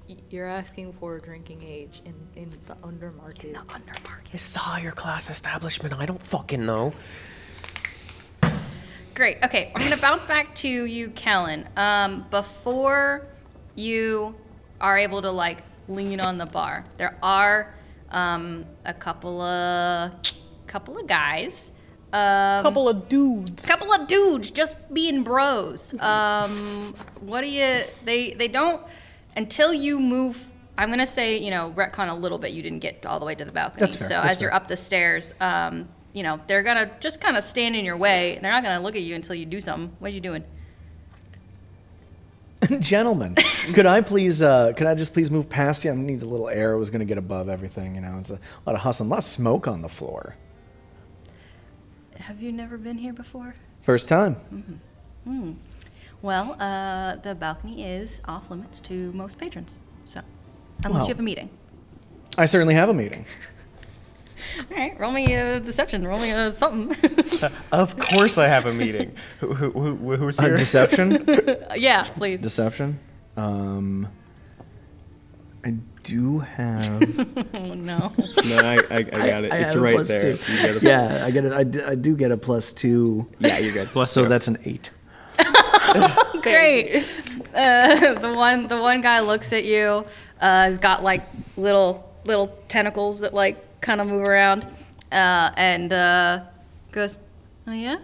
Speaker 8: "Y- You're asking for a drinking age in, in the undermarket.
Speaker 2: I saw your class establishment. I don't fucking know.
Speaker 9: Great. Okay, I'm gonna bounce back to you, Kellen. Um, before you are able to like lean on the bar, there are um, a couple of couple of guys, um,
Speaker 3: Couple of dudes.
Speaker 9: couple of dudes just being bros. Um, what do you? They they don't until you move. I'm gonna say you know retcon a little bit. You didn't get all the way to the balcony,
Speaker 10: That's fair,
Speaker 9: so
Speaker 10: that's
Speaker 9: as you're up the stairs, um, you know they're gonna just kind of stand in your way. They're not gonna look at you until you do something. What are you doing?
Speaker 6: Gentlemen, could I please? Uh, could I just please move past you? I need a little air. I was gonna get above everything, you know. It's a lot of hustling, a lot of smoke on the floor.
Speaker 9: Have you never been here before?
Speaker 6: First time.
Speaker 9: Well, uh, the balcony is off limits to most patrons, so unless
Speaker 6: Wow.
Speaker 9: you have a meeting.
Speaker 6: I certainly have a meeting.
Speaker 9: All right, roll me a deception. Roll me a something.
Speaker 2: Of course, I have a meeting. who, who, who, who's
Speaker 6: Uh,
Speaker 2: here?
Speaker 6: deception.
Speaker 9: yeah, please.
Speaker 6: deception. Um, I do have.
Speaker 9: Oh no.
Speaker 11: No, I, I, I got it.
Speaker 6: I
Speaker 11: it's
Speaker 6: have a
Speaker 11: right
Speaker 6: plus
Speaker 11: there.
Speaker 6: two.
Speaker 11: You get a-
Speaker 6: Yeah, I get it. I, d- I do get a plus two.
Speaker 11: yeah, you got plus.
Speaker 6: So
Speaker 11: two.
Speaker 6: that's an eight.
Speaker 9: Great. Uh, the one the one guy looks at you. Uh, he's got like little little tentacles that like kind of move around, uh, and uh, goes, "Oh yeah."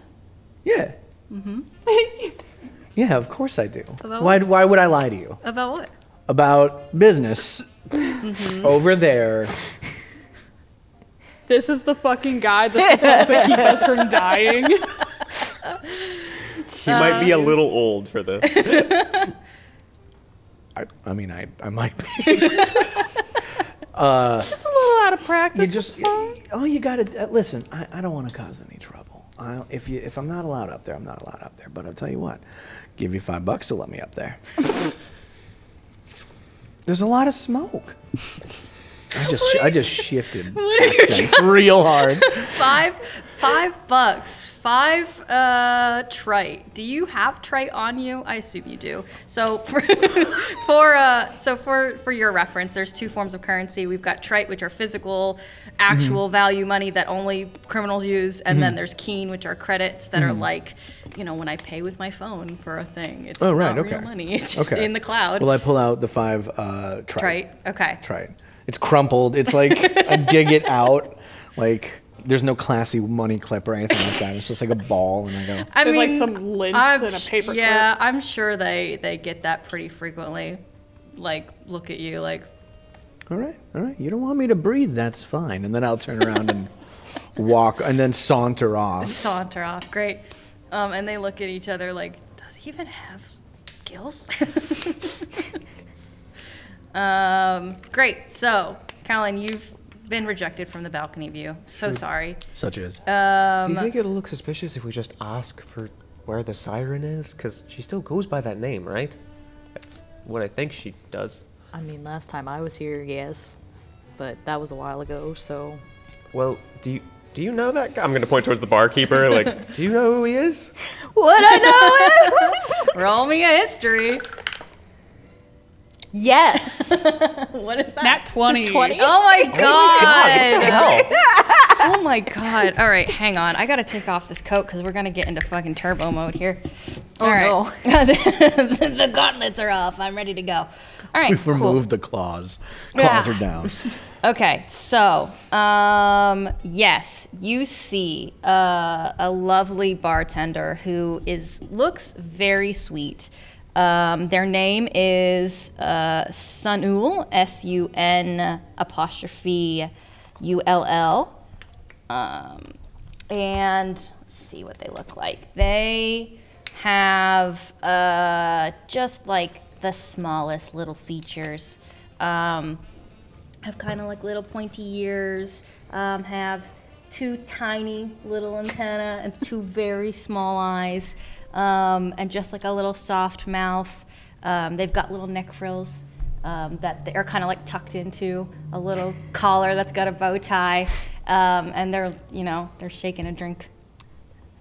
Speaker 6: Yeah. Mm-hmm. yeah, of course I do.
Speaker 9: About
Speaker 6: Why, why would I lie to you?
Speaker 9: About what?
Speaker 6: About business over there.
Speaker 3: This is the fucking guy that's supposed to keep us from dying.
Speaker 2: He might be a little old for this.
Speaker 6: I, I mean, I, I might be.
Speaker 3: Just a little out of
Speaker 6: you
Speaker 3: practice.
Speaker 6: just, oh, you got to, uh, listen, I, I don't want to cause any trouble. I'll, if, you, if I'm not allowed up there, I'm not allowed up there. But I'll tell you what, give you five bucks to let me up there. There's a lot of smoke. I just, I just shifted accents real hard.
Speaker 9: Five five bucks. Five uh, trite. Do you have trite on you? I assume you do. So for for uh, so for for your reference, there's two forms of currency. We've got trite, which are physical, actual value money that only criminals use, and then there's keen, which are credits that are like, you know, when I pay with my phone for a thing, it's
Speaker 6: Oh, right,
Speaker 9: not
Speaker 6: okay.
Speaker 9: real money. It's just
Speaker 6: Okay.
Speaker 9: in the cloud.
Speaker 6: Well, I pull out the five uh, trite.
Speaker 9: trite. Okay.
Speaker 6: Trite. It's crumpled. It's like I dig it out. Like there's no classy money clip or anything like that. It's just like a ball, and I go.
Speaker 9: I
Speaker 3: There's, like,
Speaker 9: mean,
Speaker 3: some lint and a
Speaker 9: sh-
Speaker 3: paper
Speaker 9: Yeah, I'm sure they they get that pretty frequently. Like, look at you, like,
Speaker 6: All right, all right. You don't want me to breathe. That's fine. And then I'll turn around and walk, and then saunter off.
Speaker 9: saunter off. Great. Um, and they look at each other like, does he even have gills? um, great. So, Callan, you've been rejected from the balcony view. So sorry.
Speaker 6: Such as
Speaker 2: Do you think it'll look suspicious if we just ask for where the siren is? Because she still goes by that name, right? That's what I think she does.
Speaker 8: I mean, last time I was here, yes, but that was a while ago, so
Speaker 2: Well, do you do you know that guy? I'm gonna point towards the barkeeper. Like, do you know who he is?
Speaker 9: What I know is roll me a history.
Speaker 8: yes.
Speaker 9: What is that?
Speaker 3: Nat 20.
Speaker 9: Oh my god! oh my god! All right, hang on. I gotta take off this coat because we're gonna get into fucking turbo mode here. All right. the, gauntlets are off. I'm ready to go. All right,
Speaker 6: we've
Speaker 9: cool.
Speaker 6: removed the claws. Claws
Speaker 9: Yeah.
Speaker 6: are down.
Speaker 9: Okay, so um, yes, you see uh, a lovely bartender who is looks very sweet. Um, their name is uh, Sunul, S U N apostrophe U L L. Um, and let's see what they look like. They have uh, just like the smallest little features. Um, have kind of like little pointy ears. Um, have two tiny little antenna and two very small eyes, um, and just like a little soft mouth. Um, they've got little neck frills um, that they are kind of like tucked into a little collar that's got a bow tie, um, and they're you know they're shaking a drink.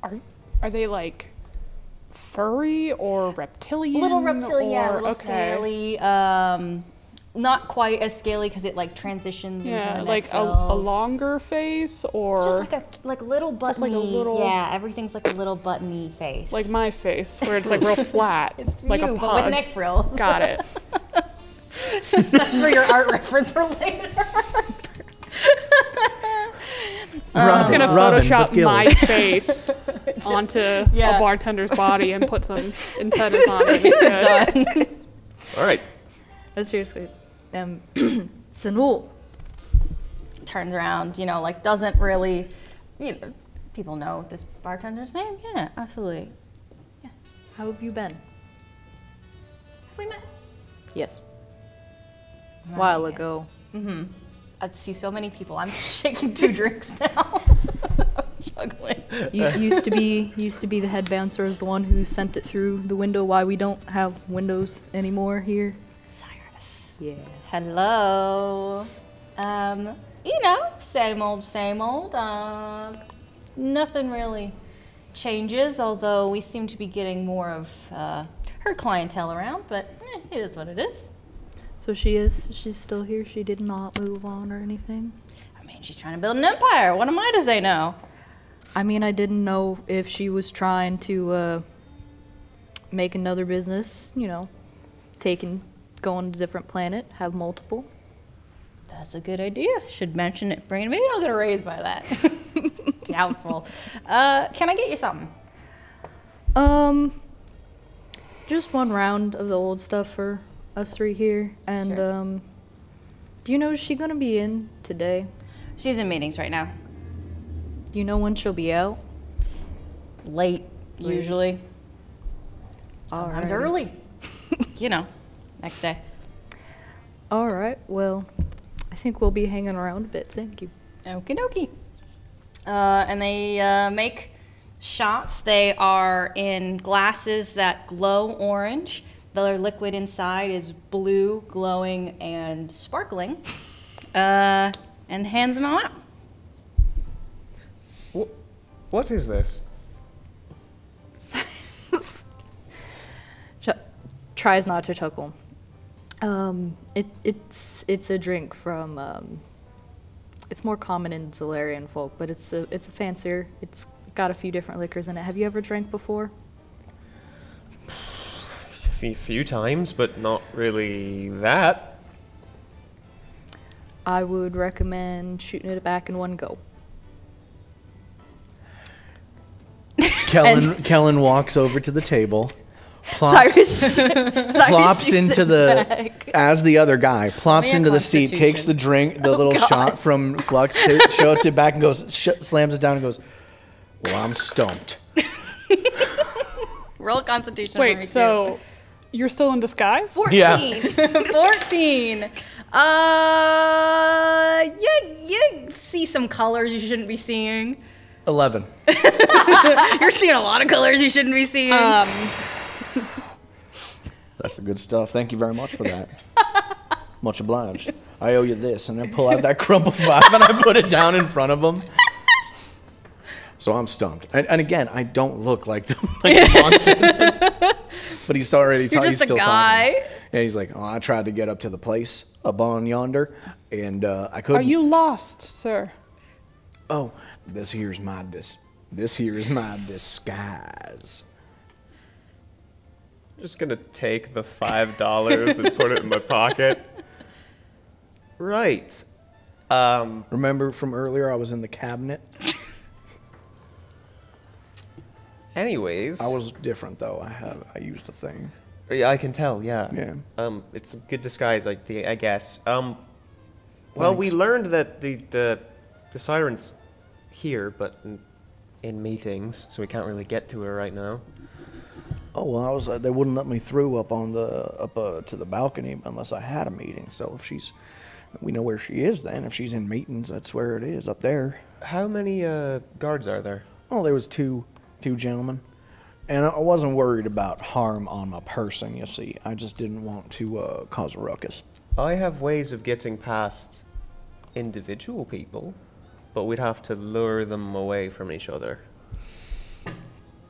Speaker 3: Are are they like furry or reptilian?
Speaker 9: little reptilian, yeah,
Speaker 3: Mm, or-
Speaker 9: little scaly. Um, not quite as scaly because it like transitions. into
Speaker 3: Yeah,
Speaker 9: a
Speaker 3: like
Speaker 9: neck
Speaker 3: a,
Speaker 9: bill.
Speaker 3: a longer face or
Speaker 9: Just like a like little
Speaker 3: Just
Speaker 9: buttony.
Speaker 3: like a little-
Speaker 9: yeah, everything's like a little buttony face.
Speaker 3: like my face where it's like real flat,
Speaker 9: It's
Speaker 3: like
Speaker 9: you,
Speaker 3: a
Speaker 9: but
Speaker 3: pug.
Speaker 9: with neck frills.
Speaker 3: Got it.
Speaker 9: That's for your art reference for later.
Speaker 3: I'm just
Speaker 9: Robin-
Speaker 3: gonna
Speaker 9: Robin,
Speaker 3: Photoshop
Speaker 9: but gills.
Speaker 3: my face onto
Speaker 9: Yeah.
Speaker 3: a bartender's body and put some antennas on it. It's good.
Speaker 2: All right.
Speaker 8: But Uh, seriously, um, Sanul.
Speaker 9: Turns around, you know, like doesn't really, you know, people know this bartender's name. Yeah, absolutely.
Speaker 8: How have you been?
Speaker 9: We met.
Speaker 8: Yes. A
Speaker 9: Right.
Speaker 8: while ago.
Speaker 9: Mm-hmm. I see so many people. I'm shaking two drinks now. Juggling.
Speaker 8: You used to be used to be the head bouncer is the one who sent it through the window. Why we don't have windows anymore here?
Speaker 9: Cyrus.
Speaker 8: Yeah.
Speaker 9: Hello. Um, you know, same old, same old. Uh, nothing really changes, although we seem to be getting more of uh, her clientele around, but eh, it is what it is.
Speaker 8: So she is. She's still here. She did not move on or anything.
Speaker 9: I mean, she's trying to build an empire. What am I to say no?
Speaker 8: I mean, I didn't know if she was trying to uh, make another business. You know, taking, going to a different planet, have multiple.
Speaker 9: That's a good idea. Should mention it. Bring it. Maybe I'll get a raise by that. Doubtful. Uh, can I get you something?
Speaker 8: Um, just one round of the old stuff for us three here. And um, do you know is she gonna be in today?
Speaker 9: She's in meetings right now.
Speaker 8: Do you know when she'll be out?
Speaker 9: Late,
Speaker 8: Late.
Speaker 9: usually. Sometimes
Speaker 8: Alrighty.
Speaker 9: early. you know, next day.
Speaker 8: All right. Well, I think we'll be hanging around a bit. Thank you.
Speaker 9: Okie dokie. Uh, and they uh, make shots. They are in glasses that glow orange. The liquid inside is blue, glowing, and sparkling. Uh, and hands them all out.
Speaker 2: What is this?
Speaker 8: Ch- tries not to chuckle. Um, it, it's it's a drink from. Um, it's more common in Zolarian folk, but it's a it's a fancier. It's got a few different liquors in it. Have you ever drank before?
Speaker 2: A few, few times, but not really that.
Speaker 8: I would recommend shooting it back in one go.
Speaker 6: Kellen Kellen walks over to the table, plops,
Speaker 8: Cyrus, Cyrus
Speaker 6: plops
Speaker 8: shoots
Speaker 6: into
Speaker 8: it
Speaker 6: the
Speaker 8: back.
Speaker 6: as the other guy plops
Speaker 8: a
Speaker 6: into the seat, takes the drink, the little shot from Flux, t- shows it back, and goes sh- slams it down and goes. Well, I'm stumped.
Speaker 9: Roll Constitution.
Speaker 3: Wait, so you're still in disguise?
Speaker 9: 14.
Speaker 6: Yeah.
Speaker 9: 14. Uh, you, you see some colors you shouldn't be seeing.
Speaker 6: Eleven.
Speaker 9: You're seeing a lot of colors you shouldn't be seeing.
Speaker 6: That's the good stuff. Thank you very much for that. much obliged. I owe you this, and I pull out that crumple five and I put it down in front of him. So I'm stumped, and, and again, I don't look like the like the monster. but he's already
Speaker 9: You're
Speaker 6: ta- he's
Speaker 9: just a
Speaker 6: still
Speaker 9: guy.
Speaker 6: talking. And he's like, "Oh, I tried to get up to the place up on yonder, and uh, I
Speaker 3: Are
Speaker 6: couldn't.
Speaker 3: you lost, sir?
Speaker 6: Oh, this here's my dis. This here is my disguise."
Speaker 2: just gonna take the five dollars and put it in my pocket. Right. Um,
Speaker 6: Remember from earlier, I was in the cabinet.
Speaker 2: anyways,
Speaker 6: I was different though. I have I used a thing.
Speaker 2: Yeah, I can tell. Yeah.
Speaker 6: Yeah.
Speaker 2: Um, it's a good disguise, I, thi- I guess. Um, well, we learned that the the the sirens here, but n- in meetings, so we can't really get to her right now.
Speaker 6: Oh well, I was. Uh, they wouldn't let me through up on the up uh, to the balcony unless I had a meeting. So if she's, we know where she is. Then if she's in meetings, that's where it is up there.
Speaker 2: How many uh, guards are there?
Speaker 6: Oh, there was two two gentlemen, and I- I wasn't worried about harm on my person. You see, I just didn't want to uh, cause a ruckus.
Speaker 2: I have ways of getting past individual people, but we'd have to lure them away from each other.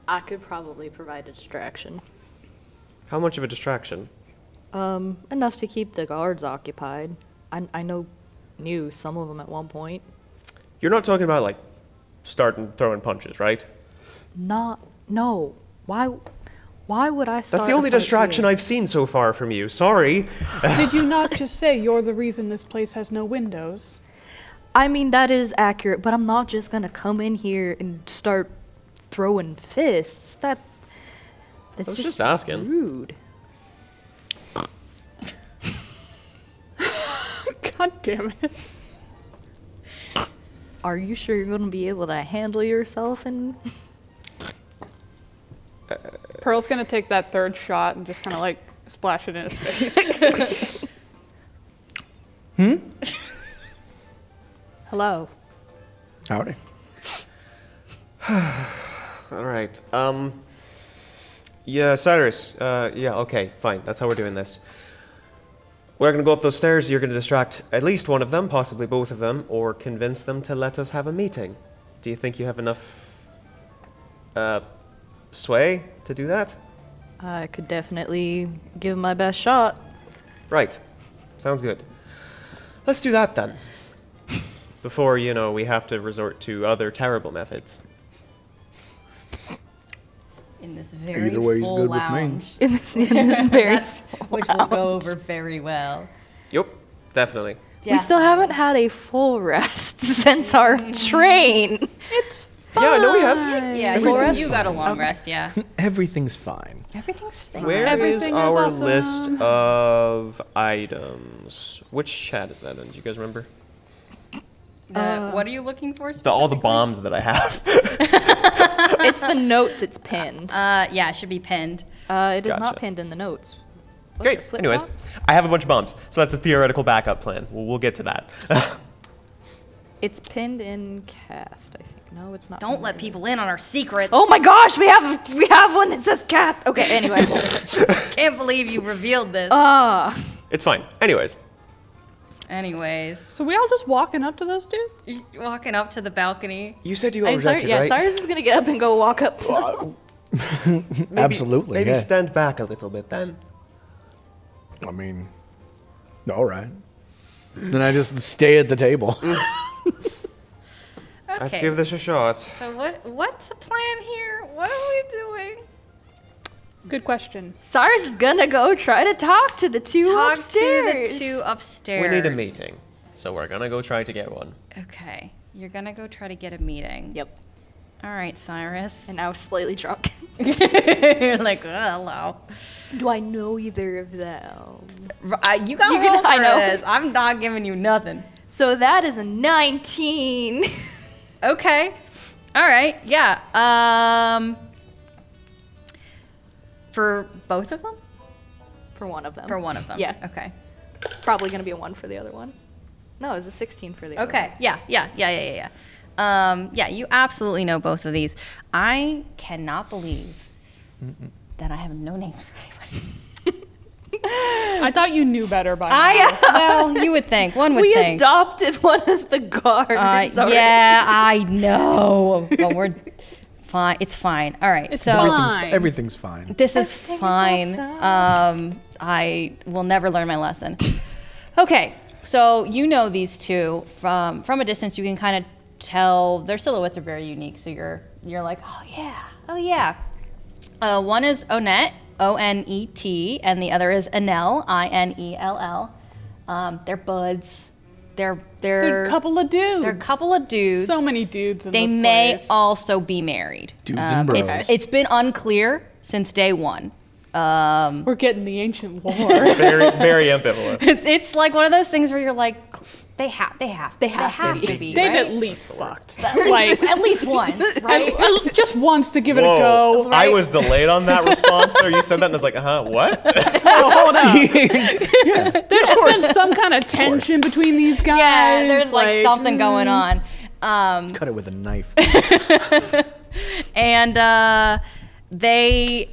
Speaker 8: I could probably provide a distraction.
Speaker 2: How much of a distraction?
Speaker 8: Um, enough to keep the guards occupied. I, I know, knew some of them at one point.
Speaker 2: You're not talking about like starting throwing punches, right?
Speaker 8: Not no. Why? Why would I start?
Speaker 2: That's the only distraction I've seen so far from you. Sorry.
Speaker 3: Did you not just say you're the reason this place has no windows?
Speaker 8: I mean that is accurate, but I'm not just gonna come in here and start throwing fists. That.
Speaker 2: I
Speaker 8: That's
Speaker 2: was just asking.
Speaker 8: Rude. God damn it. Are you sure you're gonna be able to handle yourself and?
Speaker 3: Pearl's gonna take that third shot and just kind of like splash it in his face.
Speaker 6: Hmm.
Speaker 8: Hello.
Speaker 6: Howdy.
Speaker 2: All right. Um. Yeah, Cyrus. Uh, yeah. Okay. Fine. That's how we're doing this. We're gonna go up those stairs. You're gonna distract at least one of them, possibly both of them, or convince them to let us have a meeting. Do you think you have enough uh, sway to do that?
Speaker 8: I could definitely give my best shot.
Speaker 2: Right. Sounds good. Let's do that then. Before, you know, we have to resort to other terrible methods.
Speaker 9: in this very
Speaker 2: Either way, he's
Speaker 9: full
Speaker 2: good with me.
Speaker 9: lounge.
Speaker 8: In this, in this very
Speaker 9: That's, which will go over very well.
Speaker 2: Yep, definitely.
Speaker 9: Yeah.
Speaker 8: We still haven't had a full rest since our train. It's
Speaker 2: Yeah, no, we have.
Speaker 9: Yeah,
Speaker 8: Full
Speaker 9: you,
Speaker 8: rest?
Speaker 9: you got a long
Speaker 8: Okay.
Speaker 9: rest. Yeah,
Speaker 6: Everything's fine.
Speaker 9: everything's fine.
Speaker 2: Where is our list of items? Which chat is that in? Do you guys remember?
Speaker 9: The- what are you looking for?
Speaker 2: The, all the bombs that I have.
Speaker 8: it's the notes. It's pinned.
Speaker 9: Uh, yeah, it should be pinned.
Speaker 8: Uh, it is not
Speaker 2: Gotcha.
Speaker 8: pinned in the notes.
Speaker 2: Great.
Speaker 8: flip
Speaker 2: Anyways,
Speaker 8: flop?
Speaker 2: I have a bunch of bombs, so that's a theoretical backup plan. We'll, we'll get to that.
Speaker 8: It's pinned in cast. I think. No, it's not.
Speaker 9: Don't let people in on our secrets.
Speaker 8: Oh my gosh, we have we have one that says cast. Okay. Anyway.
Speaker 9: Can't believe you revealed this.
Speaker 8: Ah.
Speaker 2: it's fine. Anyways,
Speaker 9: Anyways,
Speaker 3: so we all just walking up to those dudes?
Speaker 9: you walking up to the balcony.
Speaker 2: you said you
Speaker 8: I
Speaker 2: got
Speaker 8: mean, Cyrus-
Speaker 2: rejected,
Speaker 8: yeah,
Speaker 2: right?
Speaker 8: Cyrus is gonna get up and go walk up to them.
Speaker 2: Maybe-
Speaker 6: Absolutely,
Speaker 2: Maybe
Speaker 6: yeah.
Speaker 2: stand back a little bit then.
Speaker 6: I mean, all right. Then I just stay at the table.
Speaker 9: Uh, Okay.
Speaker 2: Let's give this a shot.
Speaker 9: So what? What's the plan here? What are we doing?
Speaker 3: Good question.
Speaker 8: Cyrus is gonna go try to talk to the two
Speaker 9: Talk
Speaker 8: upstairs.
Speaker 9: to the two upstairs.
Speaker 2: We need a meeting, so we're gonna go try to get one.
Speaker 9: Okay, you're gonna go try to get a meeting.
Speaker 8: Yep.
Speaker 9: All right, Cyrus.
Speaker 8: And I was slightly drunk.
Speaker 9: You're like, oh,
Speaker 8: Do I know either of them?
Speaker 9: hello. R- I- You got
Speaker 8: You
Speaker 9: you
Speaker 8: can-
Speaker 9: roll for
Speaker 8: I know.
Speaker 9: this. I'm not giving you nothing.
Speaker 8: So that is a 19.
Speaker 9: Okay. All right. Yeah. Um. For both of them?
Speaker 8: for one of them.
Speaker 9: For one of them.
Speaker 8: Yeah.
Speaker 9: Okay.
Speaker 8: Probably going to be a 1 for the other one. No, it was a 16 for the other
Speaker 9: Okay. Yeah. Yeah. Yeah. Yeah. Yeah. Yeah. Um, yeah. You absolutely know both of these. I cannot believe that I have no name for anybody.
Speaker 3: I thought you knew better by now.
Speaker 9: I well, you would think one would
Speaker 8: We
Speaker 9: think.
Speaker 8: adopted one of the guards.
Speaker 9: Uh,
Speaker 8: already.
Speaker 9: yeah, I know, but we're fine. It's fine. All right. so
Speaker 6: everything's, everything's fine.
Speaker 9: This is fine. Um, I will never learn my lesson. Okay, so you know these two from from a distance. You can kind of tell their silhouettes are very unique. So you're you're like, oh yeah, oh yeah. Uh, one is Onet, O N E T, and the other is Anel, I N E L L. Um, they're buds. They're they're
Speaker 3: They're a couple of dudes.
Speaker 9: They're a couple of dudes.
Speaker 3: So many dudes in
Speaker 9: They
Speaker 3: this
Speaker 9: may
Speaker 3: place.
Speaker 9: also be married.
Speaker 6: Dudes and
Speaker 9: It's,
Speaker 6: bros.
Speaker 9: it's been unclear since day one. Um,
Speaker 3: We're getting the ancient lore.
Speaker 2: Very, very ambivalent.
Speaker 9: it's, it's like one of those things where you're like,
Speaker 1: They have. They have.
Speaker 3: They have,
Speaker 1: have
Speaker 3: to,
Speaker 1: to
Speaker 3: be.
Speaker 1: be,
Speaker 3: They've
Speaker 1: right?
Speaker 3: at least fucked.
Speaker 1: But at least- at least once,
Speaker 3: At-
Speaker 1: right?
Speaker 3: at- just once to give it a
Speaker 2: Whoa,
Speaker 3: go.
Speaker 2: I was delayed on that response there. You said that and I was like, uh huh, what?
Speaker 3: Oh, hold up. There's just been some kind of tension between these guys.
Speaker 1: Yeah, there's like, something going on. Um,
Speaker 6: Cut it with a knife.
Speaker 1: and uh, they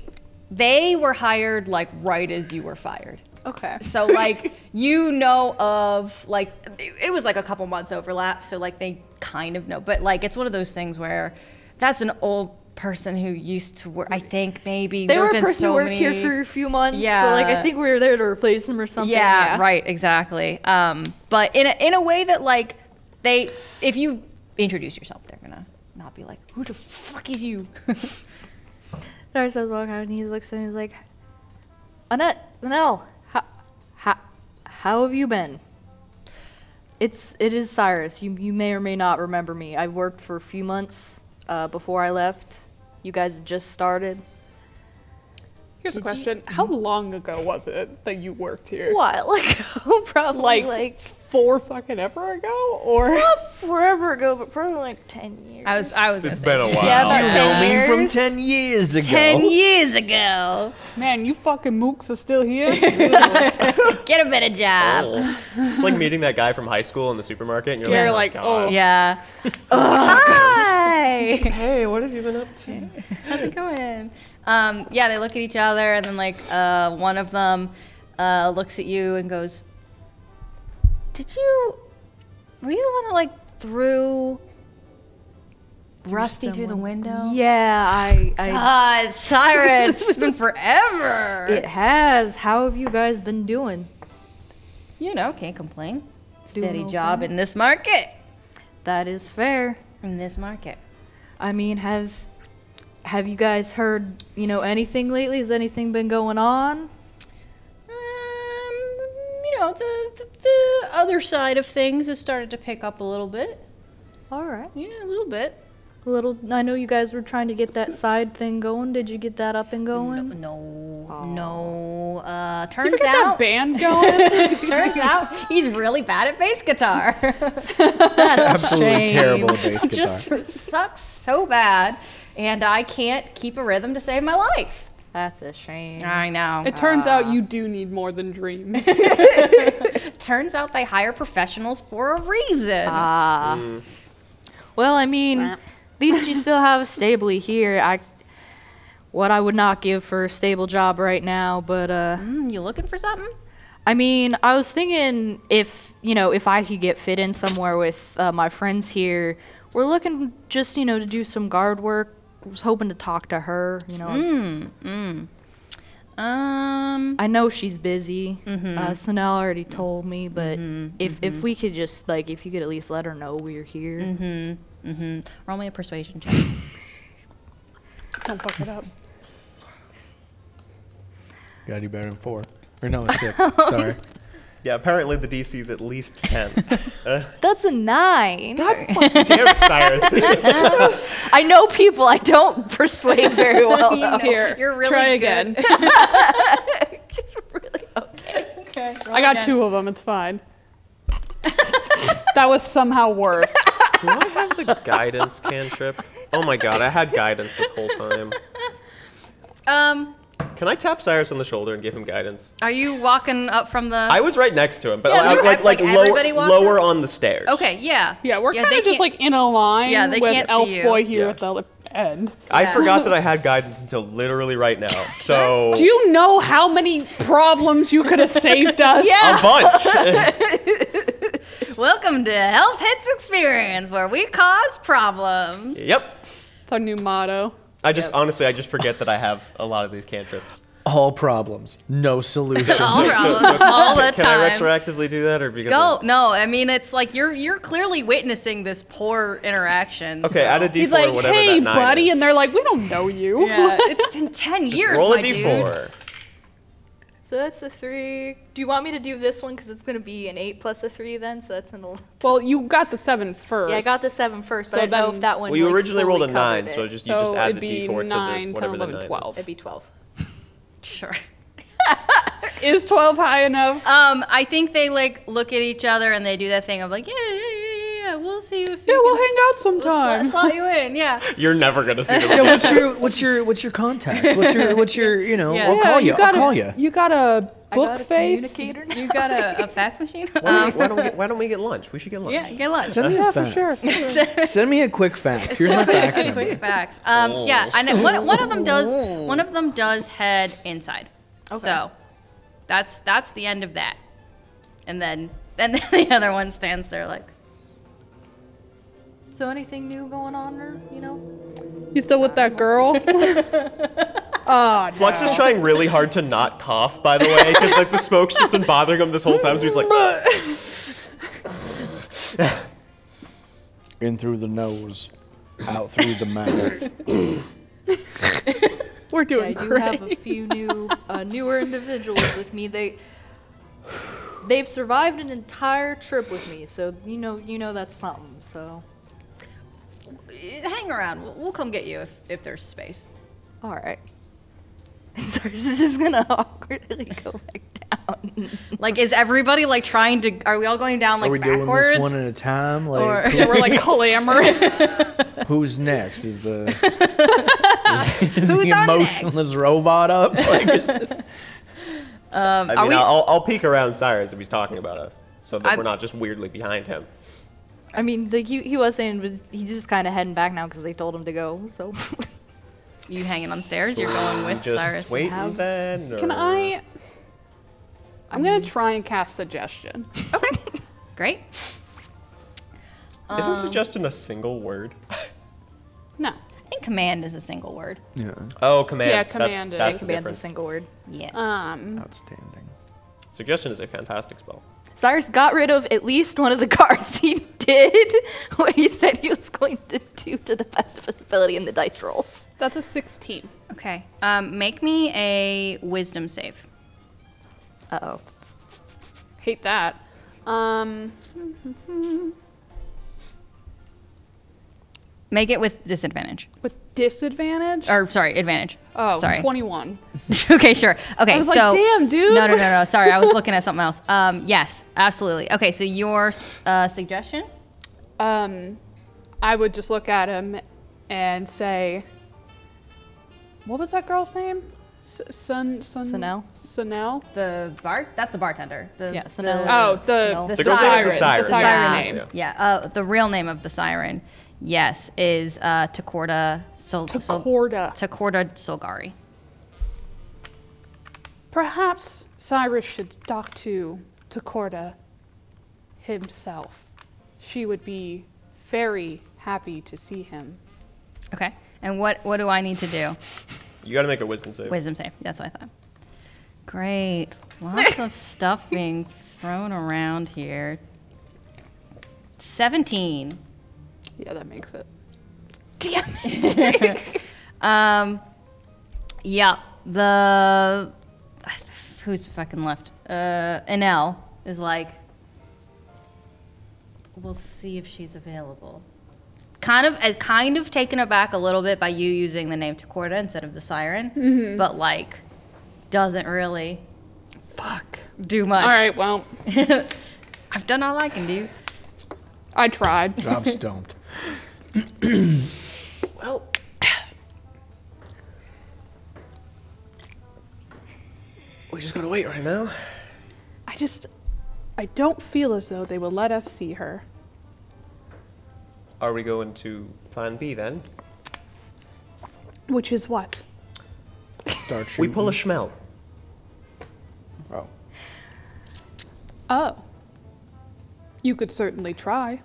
Speaker 1: they were hired like right as you were fired.
Speaker 12: Okay.
Speaker 1: So like you know of like it it was like a couple months overlap, so like they kind of know, but like it's one of those things where that's an old person who used to work. I think maybe
Speaker 8: They
Speaker 1: there
Speaker 8: were
Speaker 1: have
Speaker 8: a
Speaker 1: been
Speaker 8: person
Speaker 1: so
Speaker 8: who worked
Speaker 1: many-
Speaker 8: here for a few months,
Speaker 1: Yeah,
Speaker 8: but like I think we were there to replace him or something.
Speaker 1: yeah, right, exactly. Um, but in a, in a way that like they, if you introduce yourself, they're gonna not be like, who the fuck is you?
Speaker 8: Dara says walk out and he looks at me and he's like, Annette, Annelle, how, how, how have you been? It's it is Cyrus. You you may or may not remember me. I worked for a few months uh, before I left. You guys had just started.
Speaker 3: Here's a
Speaker 9: Mm-hmm.
Speaker 3: question: How long ago was it that you worked here?
Speaker 8: What? Like probably
Speaker 3: like,
Speaker 8: like-
Speaker 3: four fucking ever ago, or
Speaker 8: Not forever ago, but probably like ten years.
Speaker 1: I was I was.
Speaker 2: It's been a while.
Speaker 8: Yeah, about ten
Speaker 6: me
Speaker 8: years.
Speaker 6: from 10 years ago.
Speaker 1: years ago.
Speaker 3: Man, you fucking mooks are still here.
Speaker 1: Get a better job.
Speaker 2: Oh. It's like meeting that guy from high school in the supermarket and you're
Speaker 3: You're
Speaker 2: like,
Speaker 3: like,
Speaker 2: God.
Speaker 3: oh.
Speaker 1: Yeah. Hi.
Speaker 2: Hey, what have you been up to?
Speaker 1: How's it going? Um, yeah, they look at each other and then like uh, one of them uh, looks at you and goes, "Did you? Were you the one that like threw Rusty through the window?"
Speaker 8: Yeah, I. I
Speaker 1: God, Cyrus, it's been forever.
Speaker 8: it has. How have you guys been doing?
Speaker 1: You know, can't complain.
Speaker 8: Doing
Speaker 1: Steady job
Speaker 8: okay.
Speaker 1: in this market.
Speaker 8: That is fair.
Speaker 1: In this market.
Speaker 8: I mean, have have you guys heard you know anything lately? Has anything been going on?
Speaker 1: You know, the, the, the other side of things has started to pick up a little bit.
Speaker 8: All right,
Speaker 1: Yeah, a little bit.
Speaker 8: a little. I know you guys were trying to get that side thing going. Did you get that up and going?
Speaker 1: No, no. Uh, turns
Speaker 3: Get that
Speaker 1: out,
Speaker 3: band going.
Speaker 1: turns out, he's really bad at bass guitar.
Speaker 6: Absolutely terrible at bass guitar.
Speaker 1: Just it sucks so bad, and I can't keep a rhythm to save my life.
Speaker 8: That's a shame.
Speaker 1: I know.
Speaker 3: it turns out you do need more than dreams.
Speaker 1: turns out they hire professionals for a reason.
Speaker 8: Ah. Well, I mean, at least you still have a stably here. I what I would not give for a stable job right now, but uh.
Speaker 1: Mm, you looking for something?
Speaker 8: I mean, I was thinking if you know if I could get fit in somewhere with uh, my friends here. We're looking just you know to do some guard work. Was hoping to talk to her. You know,
Speaker 1: Mm, mm. Um.
Speaker 8: I know she's busy.
Speaker 5: Mm-hmm.
Speaker 8: Uh, Sanel already told me, but if if we could just like if you could at least let her know we're here.
Speaker 1: Mm-hmm. Mm-hmm. Roll me a persuasion check.
Speaker 3: Don't fuck it up.
Speaker 6: Gotta do better than four. Or no, it's six. Sorry.
Speaker 2: Yeah, apparently the DC's at least 10. uh,
Speaker 8: That's a nine.
Speaker 2: damn it, Cyrus.
Speaker 8: I know people. I don't persuade very well.
Speaker 1: You know,
Speaker 8: though.
Speaker 3: Here,
Speaker 1: you're really
Speaker 3: try
Speaker 1: good.
Speaker 3: again.
Speaker 8: Really? Okay.
Speaker 3: I got two of them. It's fine. that was somehow worse.
Speaker 2: Do I have the guidance cantrip? Oh my god, I had guidance this whole time.
Speaker 1: Um.
Speaker 2: Can I tap Cyrus on the shoulder and give him guidance?
Speaker 1: Are you walking up from the?
Speaker 2: I was right next to him, but
Speaker 1: Yeah,
Speaker 2: I- I-
Speaker 1: you-
Speaker 2: like, like,
Speaker 1: like everybody
Speaker 2: lower,
Speaker 1: walked
Speaker 2: lower on the stairs.
Speaker 1: okay. Yeah.
Speaker 3: Yeah, we're
Speaker 1: they
Speaker 3: kind of just
Speaker 1: can't-
Speaker 3: like in a line
Speaker 1: Yeah, they
Speaker 3: with
Speaker 1: can't see
Speaker 3: Elf
Speaker 1: you.
Speaker 3: Boy here
Speaker 2: Yeah.
Speaker 3: at the li- end.
Speaker 2: I
Speaker 1: Yeah.
Speaker 2: forgot that I had guidance until literally right now. So
Speaker 3: Do you know how many problems you could have saved us?
Speaker 2: a bunch.
Speaker 1: Welcome to Health Hits Experience, where we cause problems.
Speaker 2: yep.
Speaker 3: It's our new motto.
Speaker 2: I just honestly I just forget that I have a lot of these cantrips.
Speaker 6: All problems, no solutions.
Speaker 1: All problems, all the
Speaker 2: Can
Speaker 1: time.
Speaker 2: I retroactively do that or because
Speaker 1: Go.
Speaker 2: I'm-
Speaker 1: No, I mean it's like you're you're clearly witnessing this poor interaction.
Speaker 2: Okay,
Speaker 1: so-
Speaker 2: add a D4
Speaker 3: He's like,
Speaker 2: whatever
Speaker 3: hey,
Speaker 2: that nine
Speaker 3: buddy.
Speaker 2: is.
Speaker 3: And they're like, we don't know you.
Speaker 1: Yeah, it's been ten years.
Speaker 2: roll a
Speaker 1: my dude.
Speaker 2: D4.
Speaker 8: So that's a three. Do you want me to do this one because it's gonna be an eight plus a three then? So that's an eleven.
Speaker 3: Well, you got the seven first.
Speaker 8: Yeah, I got the seven first,
Speaker 3: So
Speaker 8: but I don't know
Speaker 3: then-
Speaker 8: if that one.
Speaker 2: Well, you
Speaker 8: like,
Speaker 2: originally
Speaker 8: fully
Speaker 2: rolled a
Speaker 8: covered
Speaker 2: nine,
Speaker 8: it.
Speaker 2: so just you
Speaker 3: So
Speaker 2: just add
Speaker 3: it'd
Speaker 2: the
Speaker 3: be
Speaker 2: D4 to
Speaker 3: 9,
Speaker 2: the
Speaker 3: 10,
Speaker 2: whatever the
Speaker 3: 11,
Speaker 2: nine. is.
Speaker 3: 12.
Speaker 8: It'd be twelve.
Speaker 1: Sure.
Speaker 3: Is 12 high enough?
Speaker 9: Um, I think they like look at each other and they do that thing of like, yeah, yeah, yeah, yeah, yeah, we'll see you if you
Speaker 3: Yeah, we'll
Speaker 9: can
Speaker 3: hang out
Speaker 9: s-
Speaker 3: sometime."
Speaker 9: We'll slot you in, yeah.
Speaker 2: You're never gonna see them.
Speaker 6: yeah, what's your what's your what's your contact? What's your what's your you know?
Speaker 9: Yeah.
Speaker 6: I'll
Speaker 9: Yeah,
Speaker 6: call you.
Speaker 9: you
Speaker 6: I'll
Speaker 9: gotta-
Speaker 6: call you.
Speaker 3: You got a book face?
Speaker 9: You got a, a fax machine?
Speaker 2: Why don't, we, why,
Speaker 9: Um,
Speaker 2: don't we get, why don't we get lunch? We should get lunch.
Speaker 9: yeah, get lunch.
Speaker 6: Send me a fax. Send me a quick fax. Here's my fax number.
Speaker 9: Quick facts. Um, Yeah, I know one, one of them does. One of them does head inside. So that's that's the end of that. And then and then the other one stands there like,
Speaker 5: So anything new going on, or you know?
Speaker 3: You still with that girl? oh,
Speaker 2: Flux is trying really hard to not cough, by the way, because like the smoke's just been bothering him this whole time. So he's like,
Speaker 6: In through the nose, out through the mouth.
Speaker 3: We're
Speaker 5: I
Speaker 3: doing
Speaker 5: do
Speaker 3: great.
Speaker 5: have a few new, uh, newer individuals with me. They, they've survived an entire trip with me, so you know, you know that's something. So,
Speaker 9: hang around. We'll, we'll come get you if, if there's space.
Speaker 5: all right. Cyrus is just gonna awkwardly go back down.
Speaker 9: Like, is everybody like trying to? Are we all going down like
Speaker 6: Are we
Speaker 9: backwards?
Speaker 6: doing this one at a time? Like,
Speaker 9: Or-
Speaker 6: who-
Speaker 9: Yeah, we're like
Speaker 3: clamoring.
Speaker 6: who's next? Is the is the, the emotionless robot up? Like, is-
Speaker 9: Um,
Speaker 2: I
Speaker 9: are
Speaker 2: mean,
Speaker 9: we?
Speaker 2: I'll, I'll peek around Cyrus if he's talking about us, so that
Speaker 5: I'm-
Speaker 2: we're not just weirdly behind him.
Speaker 8: I mean, like he, he was saying, but he's just kind of heading back now because they told him to go. So
Speaker 9: you hanging on stairs? You're going with
Speaker 2: just
Speaker 9: Cyrus.
Speaker 2: Wait
Speaker 9: Have-
Speaker 2: then.
Speaker 3: Can
Speaker 2: or-
Speaker 3: I? I'm gonna try and cast suggestion.
Speaker 9: Great.
Speaker 2: Isn't
Speaker 9: Um,
Speaker 2: suggestion a single word?
Speaker 3: No.
Speaker 9: I think command is a single word.
Speaker 6: yeah.
Speaker 2: Oh, command.
Speaker 3: Yeah,
Speaker 2: That's-
Speaker 3: command is.
Speaker 2: That's, the
Speaker 3: Yeah,
Speaker 8: command's a
Speaker 2: difference.
Speaker 8: single word.
Speaker 9: Yes.
Speaker 3: Um,
Speaker 6: Outstanding.
Speaker 2: Suggestion is a fantastic spell.
Speaker 8: Cyrus got rid of at least one of the cards he did, what he said he was going to do to the best of his ability in the dice rolls.
Speaker 3: that's a 16.
Speaker 9: Okay. Um, make me a wisdom save.
Speaker 8: Uh oh.
Speaker 3: Hate that. Um,
Speaker 9: Make it with disadvantage.
Speaker 3: with disadvantage.
Speaker 9: Or sorry, advantage.
Speaker 3: oh,
Speaker 9: sorry.
Speaker 3: 21.
Speaker 9: okay, sure. Okay,
Speaker 3: was like,
Speaker 9: so
Speaker 3: "Damn, dude."
Speaker 9: No, no, no, no. Sorry, I was looking at something else. Um, yes, absolutely. Okay, so your uh, suggestion.
Speaker 3: Um, I would just look at him and say, "What was that girl's name? S- Sun Sun
Speaker 8: Sunel?
Speaker 3: Sunel.
Speaker 9: The bar. That's the bartender. The,
Speaker 8: Yeah, Sunel.
Speaker 3: Oh, the
Speaker 8: Sunel.
Speaker 2: The girl's name is the
Speaker 3: siren.
Speaker 2: siren.
Speaker 3: The siren
Speaker 9: Yeah,
Speaker 3: name.
Speaker 9: yeah. Uh, the real name of the siren, yes, is uh, Takorda Sol. Sol-
Speaker 3: Takorda.
Speaker 9: Takorda Solgari.
Speaker 3: Perhaps Cyrus should talk to Takorda himself. She would be very happy to see him.
Speaker 9: Okay. And what what do I need to do?
Speaker 2: You got to make a wisdom save.
Speaker 9: Wisdom save. That's what I thought. Great. Lots of stuff being thrown around here. 17.
Speaker 3: Yeah, that makes it.
Speaker 9: Um, yeah. The. Who's fucking left? Uh, Enel is like. We'll see if she's available. Kind of, uh, kind of taken aback a little bit by you using the name Takorda instead of the siren,
Speaker 3: Mm-hmm.
Speaker 9: but like, doesn't really
Speaker 3: Fuck.
Speaker 9: do much.
Speaker 3: All right, well,
Speaker 9: I've done all I can do.
Speaker 3: I tried.
Speaker 6: I'm stumped.
Speaker 2: We just gotta wait right now.
Speaker 3: I just, I don't feel as though they will let us see her.
Speaker 2: Are we going to Plan B then?
Speaker 3: Which is what?
Speaker 6: Start
Speaker 2: We pull a schmelt.
Speaker 6: Oh.
Speaker 3: Oh. You could certainly try.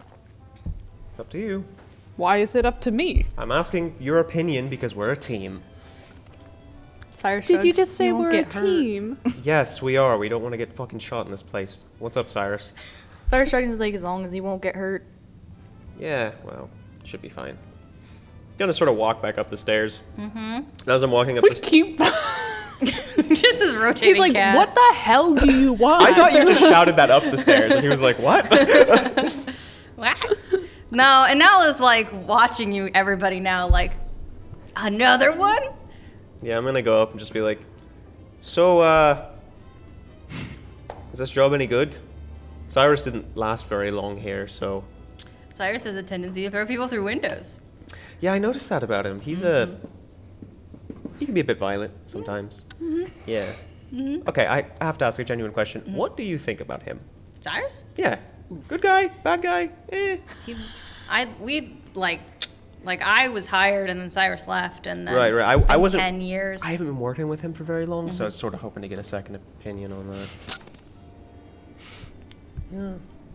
Speaker 2: It's up to you.
Speaker 3: Why is it up to me?
Speaker 2: I'm asking your opinion because we're a team.
Speaker 8: Cyrus
Speaker 3: Did you
Speaker 8: shrugs,
Speaker 3: just say
Speaker 8: "You won't
Speaker 3: we're a
Speaker 8: get hurt."
Speaker 3: team?
Speaker 2: yes, we are. We don't want to get fucking shot in this place. What's up, Cyrus?
Speaker 8: Cyrus shrugging his leg as long as he won't get hurt.
Speaker 2: Yeah, well, should be fine. Gonna sort of walk back up the stairs. Mm-hmm. As I'm walking up the
Speaker 3: We
Speaker 2: stairs,
Speaker 3: keep.
Speaker 9: this is rotating.
Speaker 3: He's like,
Speaker 9: cat.
Speaker 3: what the hell do you want?
Speaker 2: I thought you just shouted that up the stairs, and he was like, "What?"
Speaker 9: What? no, and now is like watching you, everybody now, like, another one?
Speaker 2: yeah, I'm gonna go up and just be like, "So, uh, Is this job any good? Cyrus didn't last very long here, so.
Speaker 1: Cyrus has a tendency to throw people through windows.
Speaker 2: Yeah, I noticed that about him. He's a. He can be a bit violent sometimes.
Speaker 1: Mm-hmm.
Speaker 2: Yeah.
Speaker 1: Mhm.
Speaker 2: Okay, I I have to ask a genuine question. What do you think about him?
Speaker 1: Cyrus?
Speaker 2: Mm-hmm. Yeah. Good guy, bad guy, eh.
Speaker 1: He, I we like like I was hired and then Cyrus left and then
Speaker 2: right, right. I,
Speaker 1: it's
Speaker 2: I
Speaker 1: been
Speaker 2: wasn't.
Speaker 1: ten years.
Speaker 2: I haven't been working with him for very long, so I
Speaker 1: Mhm.
Speaker 2: was sort of hoping to get a second opinion on that.
Speaker 1: Yeah.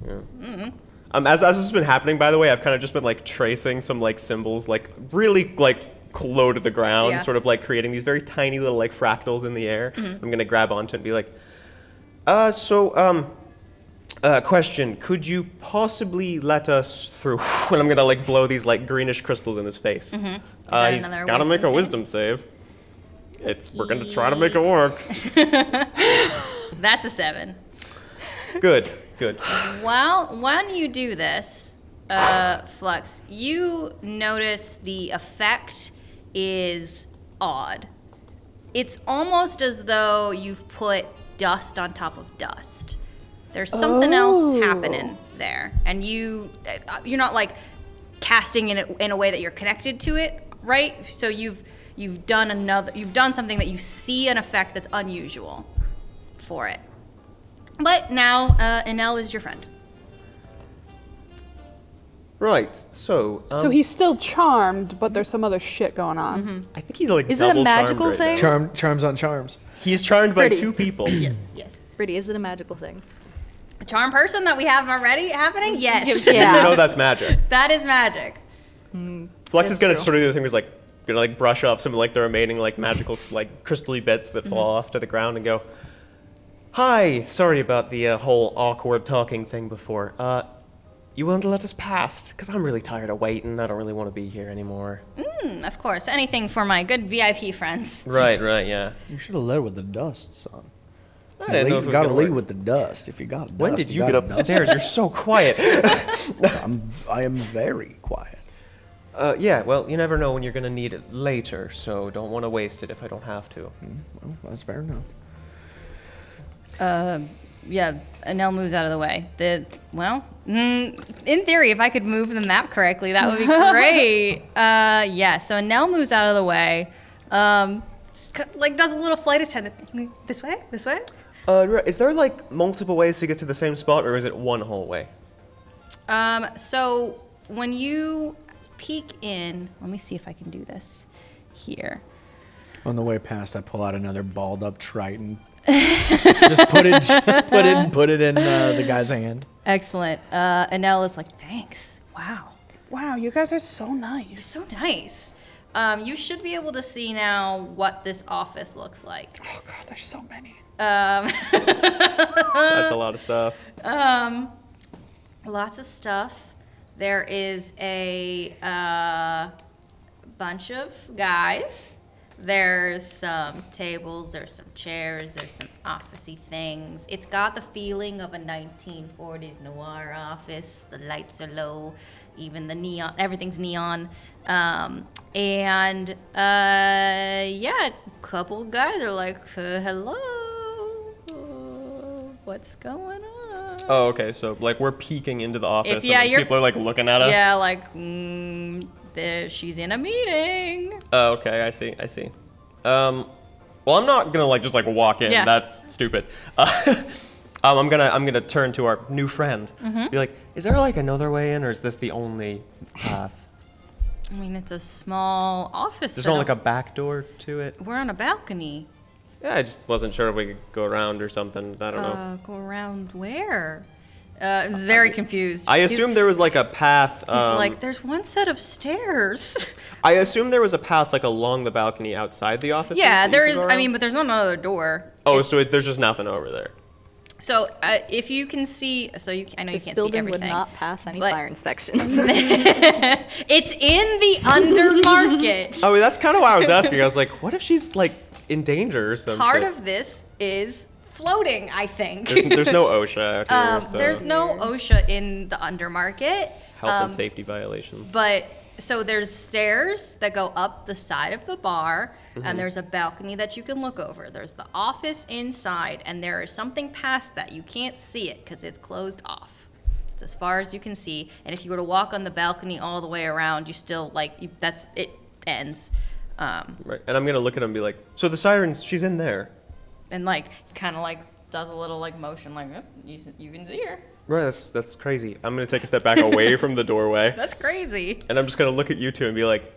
Speaker 1: Mm-hmm.
Speaker 2: Yeah.
Speaker 1: Mm-mm.
Speaker 2: Um, as, as this has been happening, by the way, I've kind of just been like tracing some like symbols, like really like low to the ground,
Speaker 1: Yeah.
Speaker 2: sort of like creating these very tiny little like fractals in the air.
Speaker 1: Mhm.
Speaker 2: I'm gonna grab onto it and be like, uh, so um, uh, question: Could you possibly let us through? and I'm gonna like blow these like greenish crystals in his face.
Speaker 1: Mhm. Is
Speaker 2: Uh,
Speaker 1: that
Speaker 2: he's
Speaker 1: another
Speaker 2: gotta make a
Speaker 1: wisdom
Speaker 2: wisdom save. It's we're gonna try to make it work.
Speaker 1: That's a seven.
Speaker 2: Good, good.
Speaker 1: While when you do this, uh, Flux, you notice the effect is odd. It's almost as though you've put dust on top of dust. There's something else
Speaker 9: Oh.
Speaker 1: happening there, and you uh, you're not like casting in a, in a way that you're connected to it, right? So you've you've done another you've done something that you see an effect that's unusual for it. But now uh, Enel is your friend.
Speaker 2: Right. So. Um,
Speaker 3: so he's still charmed, but there's some other shit going on.
Speaker 9: Mm-hmm.
Speaker 2: I think he's like.
Speaker 3: Is it a
Speaker 2: double charmed
Speaker 3: magical
Speaker 2: right now.
Speaker 3: thing?
Speaker 6: Charm, charms on charms.
Speaker 2: He's charmed by
Speaker 8: Pretty.
Speaker 2: two people.
Speaker 1: Yes.
Speaker 8: Brittany, is it a magical thing?
Speaker 1: A charm person that we have already happening? Yes.
Speaker 2: You know that's magic.
Speaker 1: That is magic.
Speaker 2: Flex
Speaker 1: That's
Speaker 2: is gonna
Speaker 1: true.
Speaker 2: sort of do the thing where he's like gonna like brush off some of like the remaining like magical like crystally bits that fall off to the ground and go. Hi, sorry about the uh, whole awkward talking thing before. Uh, you willing to let us pass? Cause I'm really tired of waiting. I don't really want to be here anymore.
Speaker 1: Mm, of course, anything for my good VIP friends.
Speaker 2: Right, right, yeah.
Speaker 6: You should have led with the dust, son.
Speaker 2: I didn't know if it was
Speaker 6: got to
Speaker 2: gonna
Speaker 6: lead
Speaker 2: work.
Speaker 6: with the dust. If you got dust,
Speaker 2: When did you
Speaker 6: gotta
Speaker 2: get up the
Speaker 6: dust.
Speaker 2: stairs? You're so quiet.
Speaker 6: I'm, I am very quiet.
Speaker 2: Uh, yeah, well, you never know when you're gonna need it later, so don't want to waste it if I don't have to.
Speaker 6: Well, that's fair enough.
Speaker 1: Uh, yeah, Anel moves out of the way. The well, mm, in theory, if I could move the map correctly, that would be great. uh, yeah, so Anel moves out of the way. Um, just cut- like does a little flight attendant thing. This way, this way.
Speaker 2: Uh, right, is there like multiple ways to get to the same spot, or is it one hallway?
Speaker 1: Um, so when you peek in, let me see if I can do this here.
Speaker 6: On the way past, I pull out another balled up Triton. just put it, put it, put it in uh, the guy's hand.
Speaker 1: Excellent. Uh, Anel is like, thanks. Wow.
Speaker 3: Wow, you guys are so nice.
Speaker 1: So nice. Um, you should be able to see now what this office looks like. Oh god,
Speaker 3: there's so many.
Speaker 1: Um,
Speaker 2: That's a lot of stuff.
Speaker 1: Um, lots of stuff. There is a uh, bunch of guys. There's some tables. There's some chairs. There's some officey things. It's got the feeling of a 1940s noir office. The lights are low. Even the neon. Everything's neon. Um, and uh, yeah, a couple guys are like, uh, "Hello, Uh, what's going on?"
Speaker 2: Oh, okay. So like we're peeking into the office,
Speaker 1: yeah,
Speaker 2: and
Speaker 1: you're-
Speaker 2: like, people are like looking at us.
Speaker 1: Yeah, like mm, there, she's in a meeting.
Speaker 2: Oh, okay. I see. I see. Um, well, I'm not gonna like just like walk in.
Speaker 1: Yeah.
Speaker 2: That's stupid. Uh, um, I'm gonna I'm gonna turn to our new friend.
Speaker 1: Mhm.
Speaker 2: Be like, is there like another way in, or is this the only path?
Speaker 1: I mean, it's a small office.
Speaker 2: There's
Speaker 1: so
Speaker 2: not like a back door to it.
Speaker 1: We're on a balcony.
Speaker 2: Yeah, I just wasn't sure if we could go around or something. I don't know.
Speaker 1: Uh, go around where? Uh, I was very confused.
Speaker 2: I um,
Speaker 1: He's-
Speaker 2: assumed there was like a path.
Speaker 1: He's like, there's one set of stairs.
Speaker 2: I assume there was a path like along the balcony outside the office.
Speaker 1: yeah, there is. I mean, but there's not another door.
Speaker 2: Oh, so it, there's just nothing over there.
Speaker 1: So uh, if you can see, so you can, I know
Speaker 8: This
Speaker 1: you can't see
Speaker 8: building
Speaker 1: everything.
Speaker 8: would not pass any
Speaker 1: but-
Speaker 8: fire inspections.
Speaker 1: it's in the undermarket.
Speaker 2: Oh, that's kind of why I was asking. I was like, what if she's like in danger or something?
Speaker 1: Part of this is floating. I think
Speaker 2: There's, there's no OSHA out here,
Speaker 1: Um,
Speaker 2: so
Speaker 1: There's no OSHA in the undermarket.
Speaker 2: health
Speaker 1: um,
Speaker 2: and safety violations.
Speaker 1: But so there's stairs that go up the side of the bar,
Speaker 13: Mhm.
Speaker 1: and there's a balcony that you can look over. There's the office inside, and there is something past that. You can't see it because it's closed off. It's as far as you can see, and if you were to walk on the balcony all the way around, you still like you, that's it ends. Um,
Speaker 2: Right. And I'm gonna look at him and be like, so the sirens, she's in there.
Speaker 1: and like kind of like does a little like motion like "Yep, you, s- you can see her.
Speaker 2: Right. That's that's crazy. I'm gonna take a step back away from the doorway.
Speaker 1: That's crazy.
Speaker 2: And I'm just gonna look at you two and be like,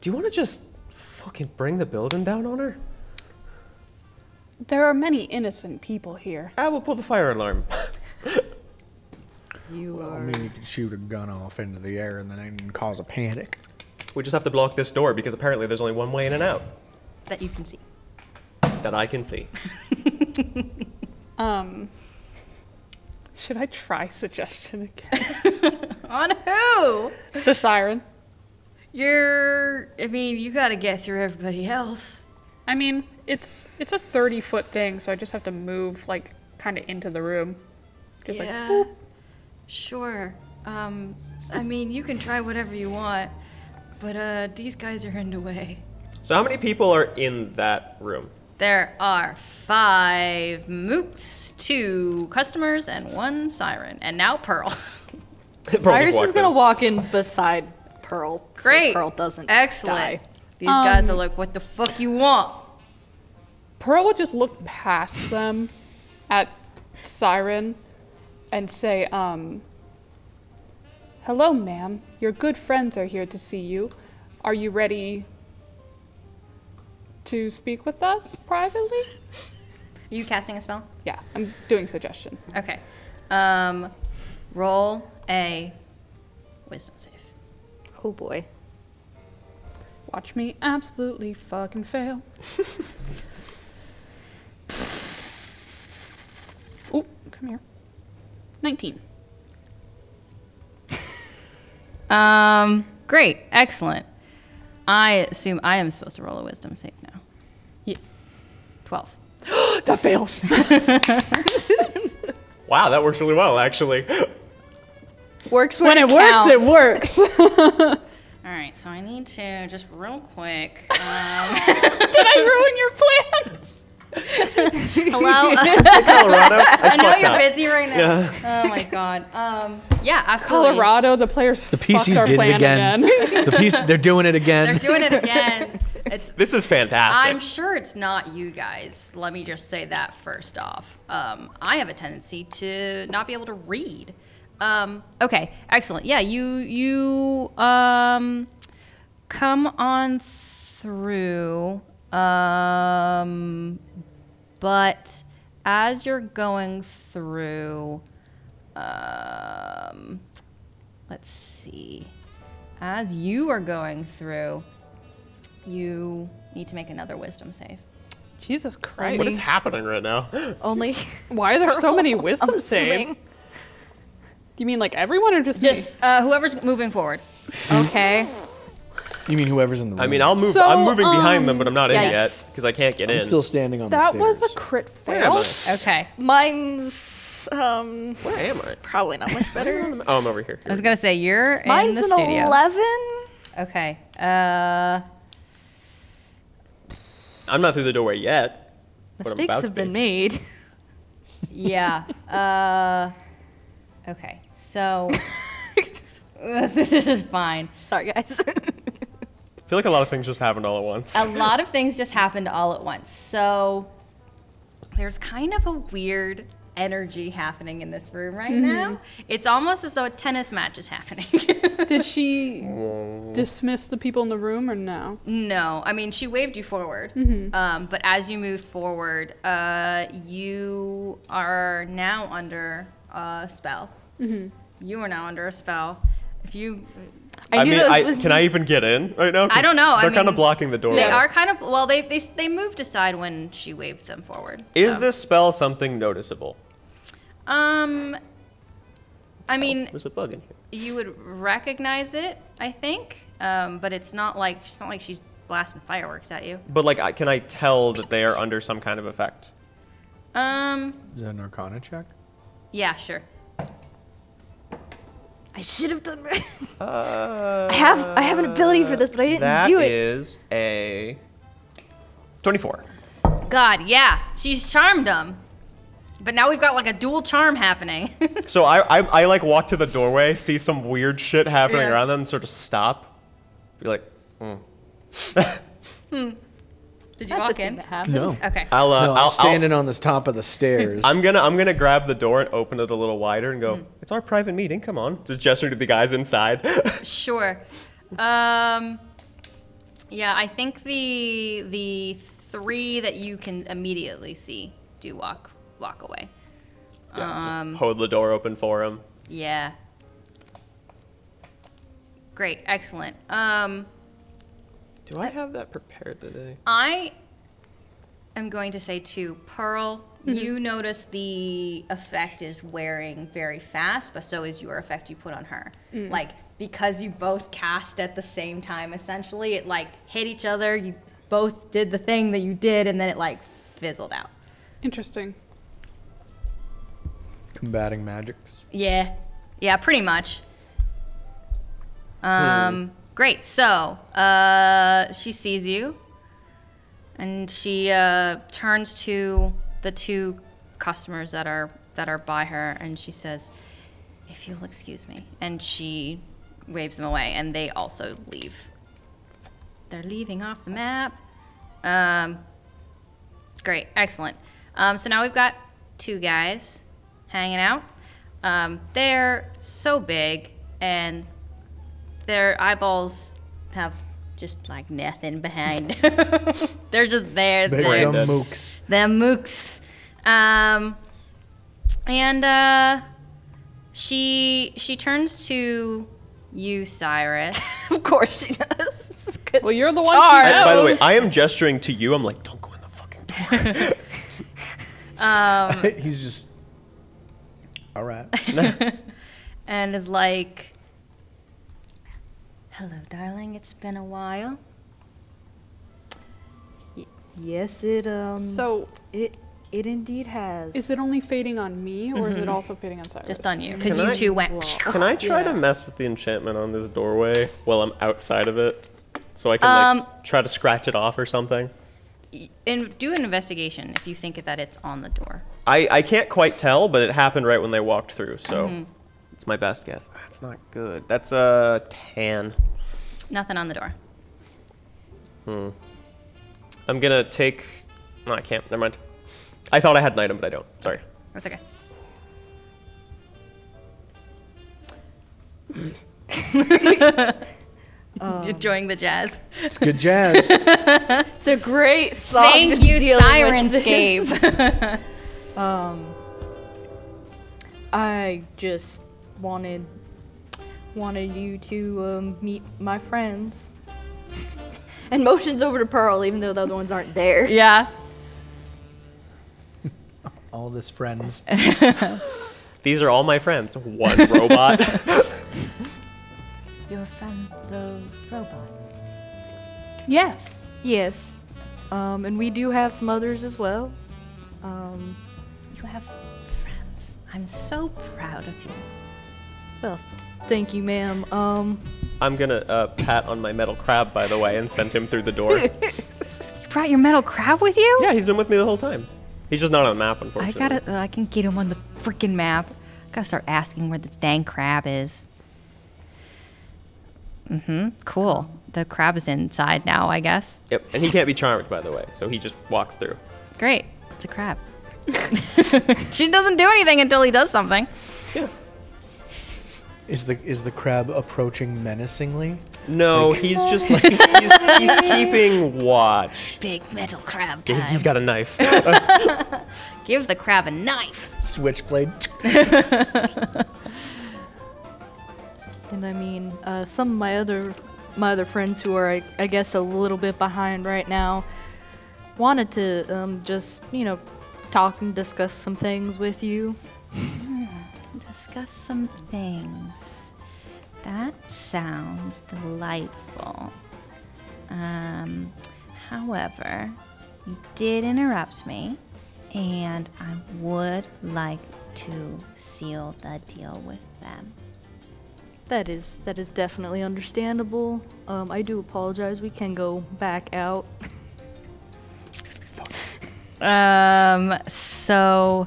Speaker 2: do you want to just fucking bring the building down on her?
Speaker 3: There are many innocent people here.
Speaker 2: I will pull the fire alarm.
Speaker 8: You
Speaker 6: I mean, you could shoot a gun off into the air and then it can cause a panic.
Speaker 2: We just have to block this door because apparently there's only one way in and out
Speaker 1: That you can see.
Speaker 2: that I can see.
Speaker 3: Um, should I try suggestion again?
Speaker 1: On who?
Speaker 3: the siren.
Speaker 1: You're. I mean, you got to get through everybody else.
Speaker 3: I mean, it's it's a thirty foot thing, so I just have to move like kind of into the room. Just
Speaker 1: yeah.
Speaker 3: like boop.
Speaker 1: Sure. Um, I mean, you can try whatever you want, but uh, these guys are in the way.
Speaker 2: So how many people are in that room?
Speaker 1: There are five mooks, two customers, and one siren, and now Pearl.
Speaker 2: Pearl just
Speaker 8: Cyrus
Speaker 2: walks
Speaker 8: is gonna
Speaker 2: in.
Speaker 8: walk in beside Pearl. so
Speaker 1: Great.
Speaker 8: Pearl doesn't
Speaker 1: Excellent.
Speaker 8: die.
Speaker 1: These guys are
Speaker 8: Um,
Speaker 1: like, what the fuck you want?
Speaker 3: Pearl would just look past them at Siren and say, um, Hello, ma'am. Your good friends are here to see you. Are you ready to speak with us privately?
Speaker 1: Are you casting a spell?
Speaker 3: Yeah, I'm doing suggestion.
Speaker 1: Okay. Um, roll a wisdom save.
Speaker 8: Oh boy.
Speaker 3: Watch me absolutely fucking fail. oh, come here. 19.
Speaker 1: Um, great, excellent. I assume I am supposed to roll a wisdom save now.
Speaker 3: Yes.
Speaker 1: Twelve.
Speaker 3: that fails.
Speaker 2: Wow, that works really well, actually.
Speaker 8: Works
Speaker 3: when, it, works,
Speaker 1: counts.
Speaker 3: it works.
Speaker 1: All right, so I need to just real quick.
Speaker 3: um, Did I ruin your plans?
Speaker 1: Hello,
Speaker 3: Colorado, I
Speaker 1: I, know
Speaker 3: fucked
Speaker 1: you're
Speaker 3: up.
Speaker 1: busy right now.
Speaker 3: Yeah.
Speaker 1: Oh my god. Um, yeah, absolutely.
Speaker 3: Colorado, the players. The
Speaker 6: PCs
Speaker 3: our
Speaker 6: did it
Speaker 3: plan
Speaker 6: again. the PC, they're doing it again.
Speaker 1: They're doing it again. It's.
Speaker 2: This is fantastic.
Speaker 1: I'm sure it's not you guys. Let me just say that first off. Um, I have a tendency to not be able to read. Um, okay, excellent. Yeah, you you um, come on through. Um, but as you're going through, um, let's see. As you are going through, you need to make another wisdom save.
Speaker 3: Jesus Christ.
Speaker 2: What is happening right now?
Speaker 8: Only.
Speaker 3: Why are there so many
Speaker 1: I'm
Speaker 3: wisdom saves?
Speaker 1: assuming.
Speaker 3: Do you mean like everyone or just
Speaker 1: Just uh, whoever's moving forward. Okay.
Speaker 6: You mean whoever's in the room?
Speaker 2: I mean, I'll move.
Speaker 1: So,
Speaker 2: I'm moving behind them,
Speaker 1: um,
Speaker 2: but I'm not in
Speaker 1: yikes.
Speaker 2: yet because I can't get
Speaker 6: I'm
Speaker 2: in.
Speaker 6: still standing on
Speaker 14: That
Speaker 6: the
Speaker 14: was
Speaker 6: stairs.
Speaker 14: a crit
Speaker 2: Where am
Speaker 14: fail.
Speaker 2: I?
Speaker 1: Okay.
Speaker 14: Mine's um.
Speaker 2: Where am I?
Speaker 14: Probably not much better.
Speaker 2: Oh, I'm over here.
Speaker 1: I was gonna say you're in
Speaker 14: Mine's
Speaker 1: the
Speaker 14: an
Speaker 1: studio.
Speaker 14: 11.
Speaker 1: Okay. Uh,
Speaker 2: I'm not through the doorway yet. but I'm
Speaker 1: mistakes
Speaker 2: about
Speaker 1: have
Speaker 2: to be.
Speaker 1: been made. yeah. Uh, okay. So this is fine.
Speaker 8: Sorry, guys.
Speaker 2: I feel like a lot of things just happened all at once.
Speaker 1: a lot of things just happened all at once. So there's kind of a weird energy happening in this room right
Speaker 3: Mhm.
Speaker 1: now. It's almost as though a tennis match is happening.
Speaker 3: did she dismiss the people in the room or no?
Speaker 1: No, I mean she waved you forward,
Speaker 9: Mm-hmm.
Speaker 3: Mhm.
Speaker 1: um, but as you moved forward, uh, you are now under a spell.
Speaker 9: Mm-hmm.
Speaker 3: Mhm.
Speaker 1: You are now under a spell. If you,
Speaker 2: I, mean, I, can I even get in right now? 'Cause
Speaker 1: I don't know. I
Speaker 2: They're kind
Speaker 1: mean,
Speaker 2: of blocking the door.
Speaker 1: They are kind of well. They they they moved aside when she waved them forward.
Speaker 2: Is
Speaker 1: so.
Speaker 2: this spell something noticeable?
Speaker 1: Um, I mean,
Speaker 2: There's a bug in here.
Speaker 1: you would recognize it, I think, um, but it's not like it's not like she's blasting fireworks at you.
Speaker 2: But like, I, can I tell that they are under some kind of effect?
Speaker 1: Um,
Speaker 6: Is that an Arcana check?
Speaker 1: yeah, sure.
Speaker 15: I should have done. better.
Speaker 2: Uh,
Speaker 15: I have I have an ability for this, but I didn't do
Speaker 2: That
Speaker 15: it.
Speaker 2: is a 24.
Speaker 9: God, yeah, she's charmed him. But now we've got like a dual charm happening.
Speaker 2: So I, I, I like walk to the doorway, see some weird shit happening
Speaker 9: Yeah.
Speaker 2: around them, sort of stop, be like, hmm.
Speaker 9: hmm. Did you
Speaker 1: That's
Speaker 9: walk
Speaker 1: the
Speaker 9: in?
Speaker 1: thing that
Speaker 6: No.
Speaker 9: Okay.
Speaker 2: I'll, uh,
Speaker 6: no, I'm
Speaker 2: I'll- I'll-
Speaker 6: standing on this top of the stairs.
Speaker 2: I'm gonna I'm gonna grab the door and open it a little wider and go.
Speaker 15: Hmm.
Speaker 2: It's our private meeting. Come on. Just gesture to the guys inside.
Speaker 9: Sure. Um, yeah, I think the the three that you can immediately see do walk walk away.
Speaker 2: yeah,
Speaker 9: um,
Speaker 2: just hold the door open for him.
Speaker 9: yeah. Great, excellent. Um,
Speaker 2: Do I have that prepared today?
Speaker 9: I am going to say too, Pearl, you notice the effect is wearing very fast, but so is your effect you put on her.
Speaker 1: Mm.
Speaker 9: Like because you both cast at the same time, essentially, it like hit each other. You both did the thing that you did, and then it like fizzled out.
Speaker 3: Interesting.
Speaker 6: Combating magics.
Speaker 9: Yeah, yeah, pretty much. Um, great. So, uh, she sees you, and she uh, turns to the two customers that are that are by her, and she says, "If you'll excuse me," and she waves them away, and they also leave. They're leaving off the map. Um, great, excellent. Um, so now we've got two guys hanging out. Um, they're so big, and their eyeballs have just like nothing behind. they're just there.
Speaker 6: Big
Speaker 9: they're-
Speaker 6: dumb mooks.
Speaker 9: them mooks. Um, and uh, she she turns to you, Cyrus. of course she does. Well, you're the
Speaker 2: I- by the way, I am gesturing to you. I'm like, don't go.
Speaker 9: um,
Speaker 6: He's just. All right.
Speaker 9: and is like, "Hello, darling. It's been a while."
Speaker 8: Yes, it
Speaker 9: uh,
Speaker 8: um.
Speaker 3: So-
Speaker 8: it it indeed has.
Speaker 3: Is it only fading on me, or is it
Speaker 8: Mhm.
Speaker 3: also fading on Cyrus?
Speaker 8: Just on you,
Speaker 2: Can I- Can
Speaker 9: Oh,
Speaker 2: I try to mess with the enchantment on this doorway while I'm outside of it, so I can
Speaker 9: Um,
Speaker 2: like try to scratch it off or something?
Speaker 9: And do an investigation if you think that it's on the door.
Speaker 2: I, I can't quite tell, but it happened right when they walked through, so
Speaker 9: Mhm.
Speaker 2: it's my best guess. That's not good. That's a tan.
Speaker 9: Nothing on the door.
Speaker 2: Hmm. I'm gonna take. No, I can't. Never mind. I thought I had an item, but I don't. Sorry.
Speaker 9: That's okay. Enjoying the jazz.
Speaker 6: It's good jazz.
Speaker 8: it's a great song.
Speaker 9: Thank
Speaker 8: to
Speaker 9: you,
Speaker 8: deal with
Speaker 9: Sirenscape.
Speaker 8: this. um, I just wanted wanted you to um, meet my friends. And motions over to Pearl, even though the other ones aren't there.
Speaker 9: Yeah.
Speaker 6: All this friends.
Speaker 2: These are all my friends. One robot.
Speaker 15: You're from the robot.
Speaker 8: Yes. Yes. Um, and we do have some others as well. Um,
Speaker 9: you have friends. I'm so proud of you.
Speaker 8: Well, thank you, ma'am. Um,
Speaker 2: I'm gonna uh, pat on my metal crab, by the way, and send him through the door.
Speaker 9: You brought your metal crab with you?
Speaker 2: Yeah, he's been with me the whole time. He's just not on the map,
Speaker 9: I
Speaker 2: unfortunately.
Speaker 9: gotta. Uh, I can get him on the freaking map. Gotta start asking where this dang crab is. Mm-hmm. Cool. The crab is inside now, I guess.
Speaker 2: Yep, and he can't be charmed, by the way, so he just walks through.
Speaker 9: Great. It's a crab. she doesn't do anything until he does something.
Speaker 6: Is the is the crab approaching menacingly?
Speaker 2: No, he's just like he's, he's keeping watch.
Speaker 9: Big metal crab
Speaker 2: He's-
Speaker 9: time.
Speaker 2: he's got a knife.
Speaker 9: Give the crab a knife.
Speaker 6: Switchblade.
Speaker 8: and I mean, uh, some of my other my other friends who are, I, I guess, a little bit behind right now, wanted to um, just you know talk and discuss some things with you.
Speaker 9: Discuss some things. That sounds delightful. Um, however, you did interrupt me, and I would like to seal the deal with them. That is that is definitely understandable. Um, I do apologize. We can go back out.
Speaker 1: Um. So.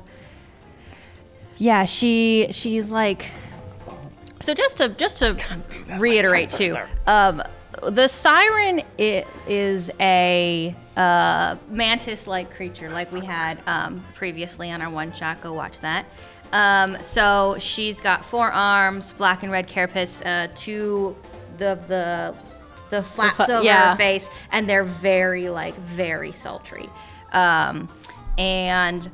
Speaker 1: Yeah, she she's like. So just to just to reiterate too, um, the siren i- is a uh, mantis-like creature, like we had um, previously on our one shot. Go watch that. Um, so she's got four arms, black and red carapace, uh, two the the the flaps
Speaker 16: fa-
Speaker 1: over
Speaker 16: yeah.
Speaker 1: her face, and they're very like very sultry. Um, and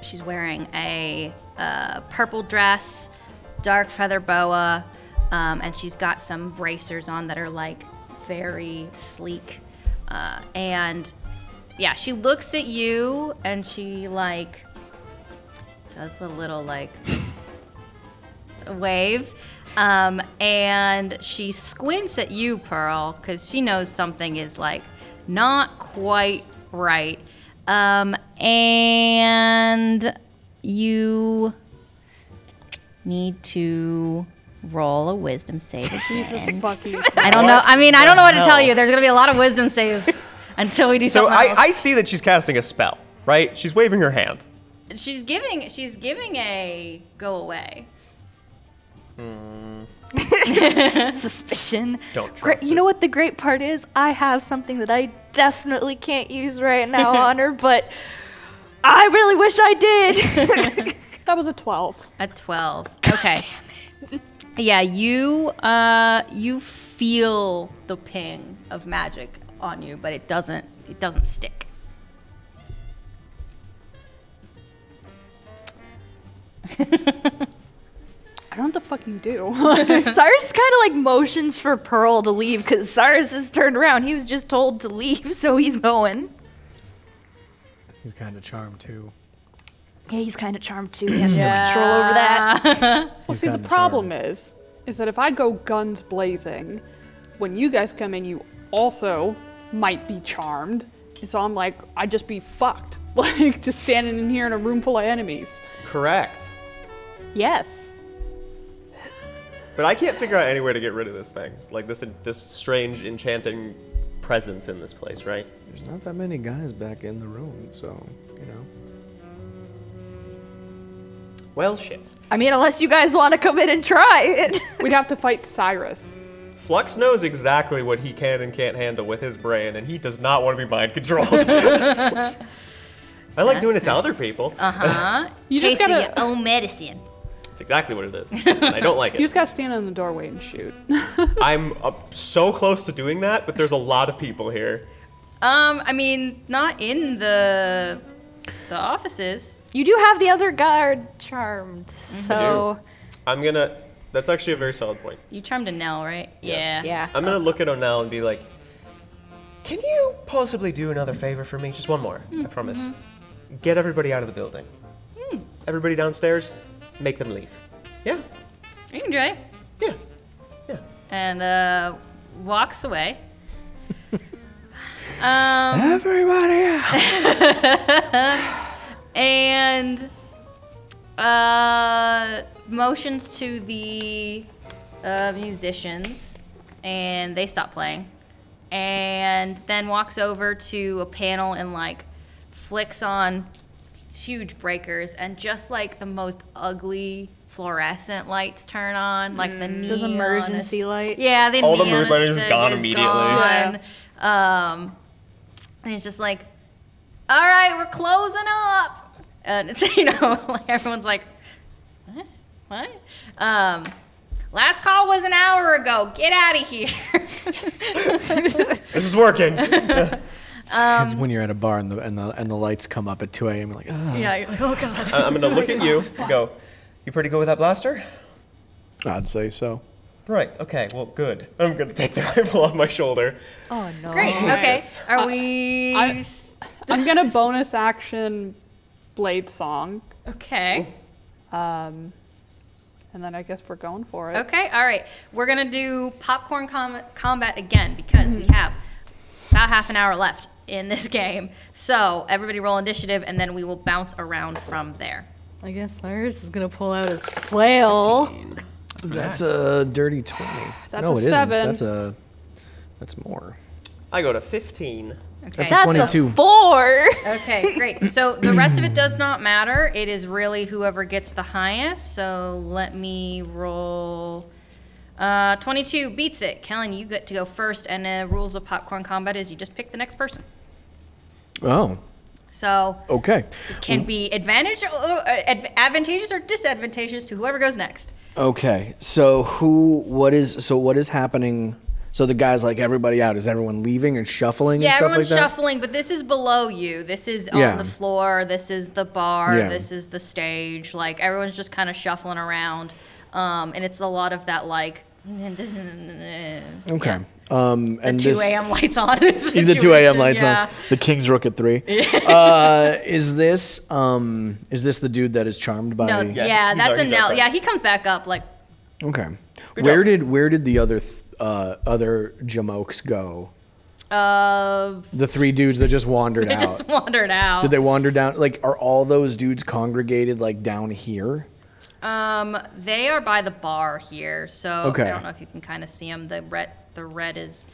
Speaker 1: she's wearing a uh, purple dress, dark feather boa, um, and she's got some bracers on that are like very sleek. Uh, and yeah, she looks at you and she like does a little like wave. Um, and she squints at you, Pearl, because she knows something is like not quite right. Um, and you need to roll a wisdom save.
Speaker 3: Jesus
Speaker 1: again.
Speaker 3: fucking
Speaker 1: I don't know. I mean, I don't know what to tell
Speaker 2: hell?
Speaker 1: you. There's gonna be a lot of wisdom saves until we do
Speaker 2: So
Speaker 1: something.
Speaker 2: I,
Speaker 1: else.
Speaker 2: I see that she's casting a spell, right? She's waving her hand.
Speaker 1: She's giving. She's giving a go away.
Speaker 2: Hmm.
Speaker 9: Suspicion.
Speaker 2: Don't
Speaker 9: Great. You know what the great part is? I have something that I definitely can't use right now on her, but I really wish I did.
Speaker 3: that was a twelve.
Speaker 1: A twelve. Okay. Yeah, you uh, you feel the ping of magic on you, but it doesn't. It doesn't stick.
Speaker 3: I don't know what to fucking do.
Speaker 9: Cyrus kind of like motions for Pearl to leave because Cyrus has turned around. He was just told to leave, so he's going.
Speaker 17: He's kind of charmed too.
Speaker 9: Yeah, he's kind of charmed too. He has
Speaker 3: Yeah.
Speaker 9: no control over that.
Speaker 3: Well, see, the
Speaker 17: kinda
Speaker 3: problem is, is that if I go guns blazing, when you guys come in, you also might be charmed. And so I'm like, I'd just be fucked. Like, just standing in here in a room full of enemies.
Speaker 2: Correct.
Speaker 9: Yes.
Speaker 2: But I can't figure out any way to get rid of this thing. Like this this strange enchanting presence in this place, right?
Speaker 6: There's not that many guys back in the room, so you know.
Speaker 2: Well, shit.
Speaker 9: I mean, unless you guys want to come in and try it.
Speaker 3: We'd have to fight Cyrus.
Speaker 2: Flux knows exactly what he can and can't handle with his brain, and he does not want to be mind controlled. I like doing it to other people.
Speaker 1: Uh huh.
Speaker 3: You just
Speaker 1: Tasting
Speaker 3: gotta-
Speaker 1: your own medicine.
Speaker 2: It's exactly what it is. and I don't like
Speaker 3: You
Speaker 2: it.
Speaker 3: just gotta stand in the doorway and shoot.
Speaker 2: I'm uh, so close to doing that, but there's a lot of people here.
Speaker 1: Um, I mean, not in the the offices.
Speaker 9: You do have the other guard charmed, so.
Speaker 2: Mm-hmm. I'm gonna. That's actually a very solid point.
Speaker 1: You charmed a Nell, right? Yeah.
Speaker 2: I'm gonna look at O'Neill and be like, "Can you possibly do another favor for me? Just one more, I promise.
Speaker 1: mhm.
Speaker 2: Get everybody out of the building. Everybody downstairs, make them leave. Yeah.
Speaker 1: You can try. Yeah. Yeah. And uh, walks away. um,
Speaker 18: Everybody
Speaker 1: and uh, motions to the uh, musicians, and they stop playing. And then walks over to a panel and like flicks on huge breakers, and just like the most ugly fluorescent lights turn on, like the neon.
Speaker 9: Those emergency lights.
Speaker 1: Yeah, the
Speaker 2: All the
Speaker 1: neon
Speaker 2: mood lighting is
Speaker 1: stick
Speaker 2: gone immediately.
Speaker 1: gone. Um, and it's just like, all right, we're closing up. And it's, you know, like everyone's like, what? What? Um, last call was an hour ago. Get out of here.
Speaker 2: This is working.
Speaker 1: Um,
Speaker 18: when you're at a bar and the, and the and the lights come up at 2 a.m. You're like, ah.
Speaker 1: yeah, you're like, oh God.
Speaker 2: I- I'm gonna look at you and go, "You pretty good with that blaster?
Speaker 6: I'd say so.
Speaker 2: Right. Okay. Well, good. I'm gonna take the rifle off my shoulder.
Speaker 9: Oh no.
Speaker 1: Great. Okay.
Speaker 2: Uh,
Speaker 1: Are we?
Speaker 3: I, I'm gonna bonus action Blade Song.
Speaker 2: Oh.
Speaker 1: okay.
Speaker 3: Um, and then I guess we're going for it.
Speaker 1: Okay, all right. We're gonna do popcorn com- combat again because we have about half an hour left in this game. So everybody roll initiative, and then we will bounce around from there.
Speaker 9: I guess Cyrus is gonna pull out his flail.
Speaker 6: That's a dirty 20.
Speaker 3: That's
Speaker 6: no,
Speaker 3: a
Speaker 6: it isn't.
Speaker 3: seven.
Speaker 6: That's a. That's more.
Speaker 2: I go to 15.
Speaker 6: That's a 22.
Speaker 8: four.
Speaker 1: okay, great. So the rest of it does not matter. It is really whoever gets the highest. So let me roll. Uh, 22 beats it. Kellen, you get to go first. And uh, rules of popcorn combat is you just pick the next person.
Speaker 6: Oh,
Speaker 1: So
Speaker 6: okay.
Speaker 1: it can be advantage, or, uh, adv- advantageous or disadvantageous to whoever goes next.
Speaker 6: Okay. So who? What is? So what is happening? So the guys like everybody out. Is everyone leaving and shuffling?
Speaker 1: Yeah,
Speaker 6: and stuff
Speaker 1: everyone's
Speaker 6: like that?
Speaker 1: shuffling, but this is below you. This is on
Speaker 6: Yeah.
Speaker 1: the floor. This is the bar.
Speaker 6: Yeah.
Speaker 1: This is the stage. Like everyone's just kind of shuffling around, um, and it's a lot of that like.
Speaker 6: Okay. Um, and
Speaker 1: The 2
Speaker 6: this-
Speaker 1: a.m. lights on is
Speaker 6: the 2 a.m.
Speaker 1: situation,
Speaker 6: lights
Speaker 1: yeah.
Speaker 6: on. The King's Rook at three.
Speaker 1: Yeah.
Speaker 6: uh, is this um, is this the dude that is charmed by?
Speaker 1: no, yeah, that's a now. Yeah, he comes back up. Like
Speaker 6: Okay. where did where did the other th- uh, other jamokes go?
Speaker 1: uh,
Speaker 6: The three dudes that just wandered
Speaker 1: they
Speaker 6: out.
Speaker 1: just wandered out.
Speaker 6: Did they wander down? Like, are all those dudes congregated like down here?
Speaker 1: Um, they are by the bar here, so
Speaker 6: Okay.
Speaker 1: I don't know if you can kind of see them. The red, the red is.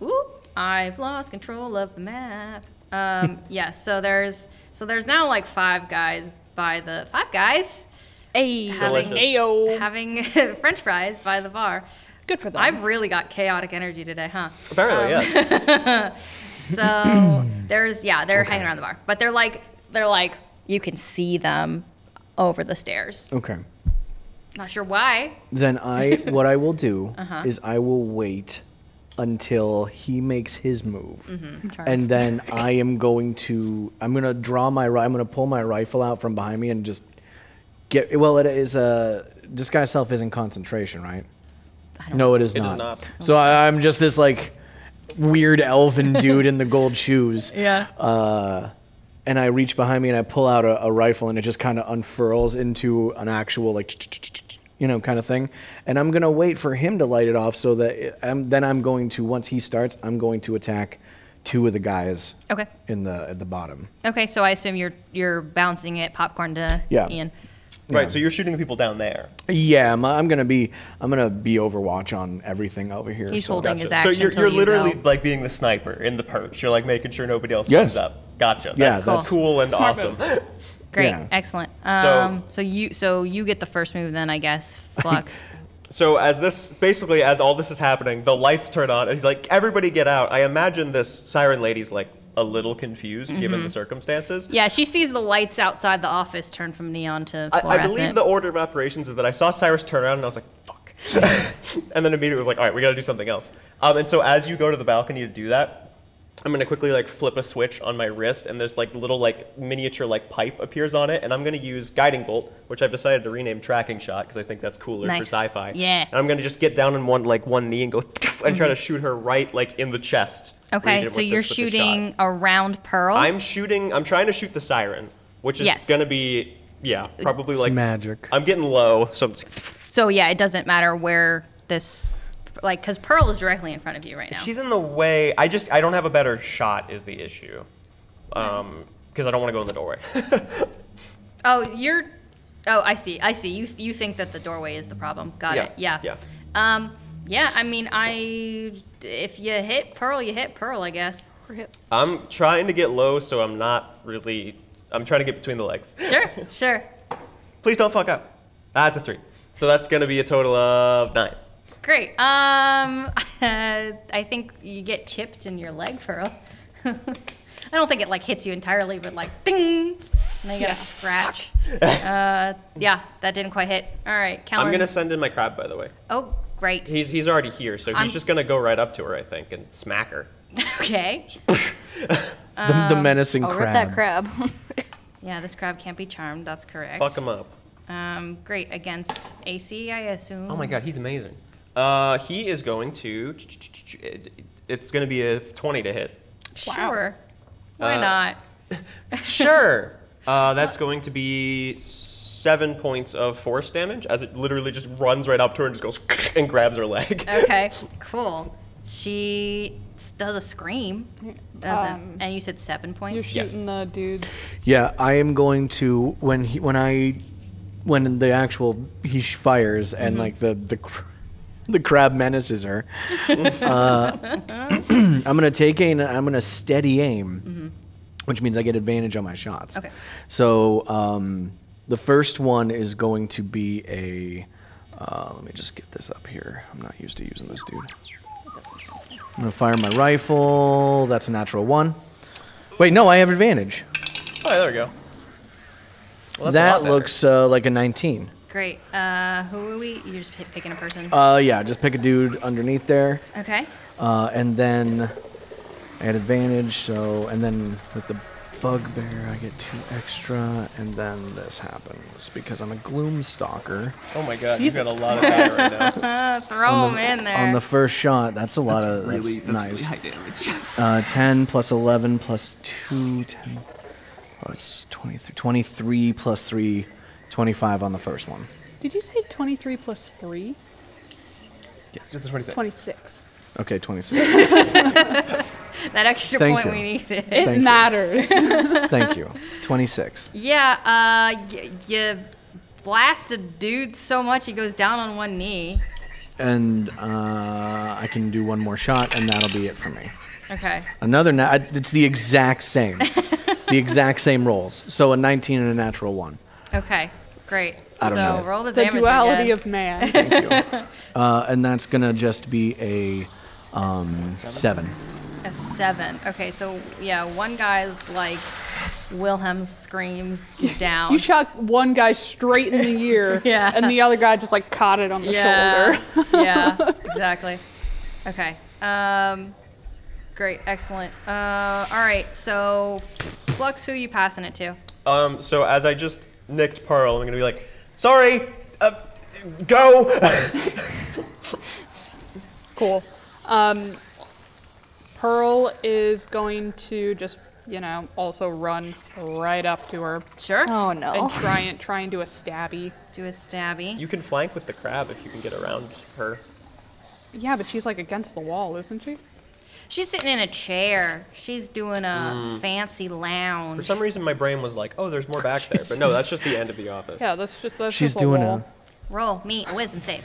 Speaker 1: Ooh, I've lost control of the map. Um, yeah, so there's so there's now like five guys by the five guys.
Speaker 8: Hey,
Speaker 1: having
Speaker 8: Delicious.
Speaker 1: having French fries by the bar.
Speaker 3: Good for them.
Speaker 1: I've really got chaotic energy today, huh?
Speaker 2: Apparently, yeah.
Speaker 1: So there's yeah, they're hanging around the bar, but they're like they're like you can see them over the stairs.
Speaker 6: Okay.
Speaker 1: Not sure why.
Speaker 6: Then I what I will do
Speaker 1: Uh-huh.
Speaker 6: is I will wait until he makes his move.
Speaker 1: Mhm. Sure.
Speaker 6: And then I am going to I'm going to draw my ri- I'm going to pull my rifle out from behind me and just get well it is a disguise self isn't concentration, right? No, it is
Speaker 2: It is
Speaker 6: not.
Speaker 2: not.
Speaker 6: So I, I'm just this like weird elven dude in the gold shoes.
Speaker 1: Yeah.
Speaker 6: Uh, and I reach behind me and I pull out a, a rifle and it just kind of unfurls into an actual like you know kind of thing. And I'm gonna wait for him to light it off so that it, i then I'm going to once he starts I'm going to attack two of the guys
Speaker 1: Okay.
Speaker 6: in the at the bottom.
Speaker 1: Okay, so I assume you're you're bouncing it popcorn to
Speaker 6: Yeah.
Speaker 1: Ian.
Speaker 6: Yeah.
Speaker 2: Right, so you're shooting the people down there.
Speaker 6: Yeah, I'm, I'm gonna be I'm gonna be Overwatch on everything over here.
Speaker 1: He's
Speaker 6: so-
Speaker 1: holding his
Speaker 2: So
Speaker 1: action
Speaker 2: you're,
Speaker 1: till
Speaker 2: you're
Speaker 1: you
Speaker 2: literally
Speaker 1: go.
Speaker 2: like being the sniper in the perch. You're like making sure nobody else
Speaker 6: Yes.
Speaker 2: comes up. Gotcha.
Speaker 6: Yeah,
Speaker 2: That's,
Speaker 6: that's-
Speaker 2: cool and
Speaker 6: Smart
Speaker 2: awesome.
Speaker 1: Great,
Speaker 2: Yeah.
Speaker 1: excellent.
Speaker 2: So-
Speaker 1: Um, so, you so you get the first move then I guess. Flux.
Speaker 2: So as this, basically, as all this is happening, the lights turn on. He's like, "Everybody, get out!" I imagine this siren lady's like a little confused given
Speaker 1: Mhm.
Speaker 2: the circumstances.
Speaker 1: yeah, she sees the lights outside the office turn from neon to
Speaker 2: I, I
Speaker 1: fluorescent.
Speaker 2: believe the order of operations is that I saw Cyrus turn around and I was like, "Fuck," and then immediately was like, "All right, we got to do something else." Um, and so as you go to the balcony to do that, I'm gonna quickly like flip a switch on my wrist, and this like little like miniature like pipe appears on it, and I'm gonna use guiding bolt, which I've decided to rename tracking shot because I think that's cooler for
Speaker 1: Nice.
Speaker 2: sci-fi.
Speaker 1: Yeah. Mm-hmm.
Speaker 2: And I'm gonna just get down on one like one knee and go and try to shoot her right like in the chest.
Speaker 1: okay,
Speaker 2: region
Speaker 1: so
Speaker 2: with
Speaker 1: you're
Speaker 2: this- with the shot.
Speaker 1: shooting around Pearl.
Speaker 2: I'm shooting. I'm trying to shoot the siren, which is
Speaker 1: Yes.
Speaker 2: gonna be yeah, probably
Speaker 4: It's
Speaker 2: like
Speaker 4: magic.
Speaker 2: I'm getting low, so I'm just-
Speaker 1: so yeah, it doesn't matter where this like cuz Pearl is directly in front of you right now.
Speaker 2: she's in the way. I just I don't have a better shot is the issue, um, because I don't want to go in the doorway.
Speaker 1: Oh, you're Oh, I see. I see. You you think that the doorway is the problem. Got
Speaker 2: Yeah,
Speaker 1: it. Yeah.
Speaker 2: yeah.
Speaker 1: Um yeah, I mean, I if you hit Pearl, you hit Pearl, I guess.
Speaker 2: I'm trying to get low, so I'm not really. I'm trying to get between the legs.
Speaker 1: Sure, sure.
Speaker 2: Please don't fuck up. That's a three. So that's gonna be a total of nine.
Speaker 1: Great. Um, I think you get chipped in your leg, Pearl. I don't think it like hits you entirely, but like ding, and then you got a scratch. uh, yeah, that didn't quite hit. All right, Kellen.
Speaker 2: I'm gonna send in my crab, by the way.
Speaker 1: Oh, great.
Speaker 2: He's he's already here, so he's
Speaker 1: I'm-
Speaker 2: just gonna go right up to her, I think, and smack her.
Speaker 1: Okay.
Speaker 6: The- the menacing
Speaker 1: oh,
Speaker 6: crab.
Speaker 1: Rip that crab. yeah, this crab can't be charmed. That's correct.
Speaker 2: Fuck him up.
Speaker 1: Um, great against AC, I assume.
Speaker 2: Oh my god, he's amazing. Uh, he is going to. It's going to be a 20 to hit.
Speaker 1: Sure. Why
Speaker 2: Uh,
Speaker 1: not?
Speaker 2: Sure. Uh, that's going to be seven points of force damage as it literally just runs right up to her and just goes and grabs her leg.
Speaker 1: Okay, cool. She s- does a scream, doesn't?
Speaker 3: Um,
Speaker 1: and you said seven points.
Speaker 3: You're shooting the dudes.
Speaker 6: Yeah, I am going to when he when I when the actual he sh- fires and
Speaker 14: Mhm.
Speaker 6: like the the cr- the crab menaces her, uh, I'm gonna take aim. and I'm gonna steady aim, which means I get advantage on my shots.
Speaker 14: Okay.
Speaker 6: So um, the first one is going to be a. Uh, let me just get this up here. I'm not used to using this dude. I'm gonna fire my rifle. That's a natural one. Wait, no, I have advantage.
Speaker 2: Oh, yeah, there we go. Well, that's a lot
Speaker 6: that
Speaker 2: better.
Speaker 6: looks uh, like a 19.
Speaker 1: Great. Uh, who are we? You're just pi picking a person.
Speaker 6: Uh, yeah, just pick a dude underneath there.
Speaker 1: Okay.
Speaker 6: Uh, and then I had advantage, so and then with the bugbear, I get two extra, and then this happens because I'm a gloom stalker.
Speaker 2: Oh my god, you've got a lot of power right now.
Speaker 1: Throw
Speaker 6: On the-
Speaker 1: him in there.
Speaker 6: On the first shot, that's a lot of
Speaker 2: really-
Speaker 6: that's
Speaker 2: that's really
Speaker 6: nice.
Speaker 2: high damage.
Speaker 6: Uh, 10 plus 11 plus 2, 10 plus 23, 23 plus 3, 25 on the first one.
Speaker 3: Did you say 23 plus 3?
Speaker 6: Yes.
Speaker 2: This is 26.
Speaker 3: 26.
Speaker 6: Okay, 26.
Speaker 3: that
Speaker 1: extra
Speaker 6: Thank point you. we
Speaker 1: needed.
Speaker 3: It
Speaker 6: Thank you.
Speaker 3: matters.
Speaker 6: Thank you. 26.
Speaker 1: Yeah, uh, y- you blasted dude so much he goes down on one knee.
Speaker 6: And uh, I can do one more shot, and that'll be it for me.
Speaker 1: Okay.
Speaker 6: Another, na- I- it's the exact same, the exact same rolls. So a 19 and a natural one.
Speaker 1: Okay. Great.
Speaker 6: I don't
Speaker 1: so
Speaker 6: know.
Speaker 1: roll the,
Speaker 3: The
Speaker 1: damage
Speaker 3: duality
Speaker 1: again.
Speaker 3: of man.
Speaker 1: Thank you.
Speaker 6: Uh, and that's gonna just be a um, seven.
Speaker 1: A seven. Okay, so yeah, one guy's like Wilhelm screams he's down.
Speaker 3: You shot one guy straight in the ear,
Speaker 1: Yeah.
Speaker 3: and the other guy just like caught it on the
Speaker 1: yeah.
Speaker 3: shoulder.
Speaker 1: yeah, exactly. Okay. Um, great. Excellent. Uh, all right. So, Flux, who are you passing it to?
Speaker 2: Um, so as I just nicked Pearl, I'm gonna be like, sorry, uh, go.
Speaker 3: Cool. Um, Pearl is going to just, you know, also run right up to her.
Speaker 1: Sure.
Speaker 8: Oh, no.
Speaker 3: And try and try and do a stabby.
Speaker 1: Do a stabby.
Speaker 2: you can flank with the crab if you can get around her.
Speaker 3: Yeah, but she's like against the wall, isn't she?
Speaker 1: She's sitting in a chair. She's doing a
Speaker 2: Mm.
Speaker 1: fancy lounge.
Speaker 2: For some reason, my brain was like, oh, there's more back there, but no, that's just the end of the office.
Speaker 3: Yeah, that's just that's
Speaker 6: She's
Speaker 3: just
Speaker 6: doing
Speaker 3: a, wall.
Speaker 1: Roll me a wisdom save.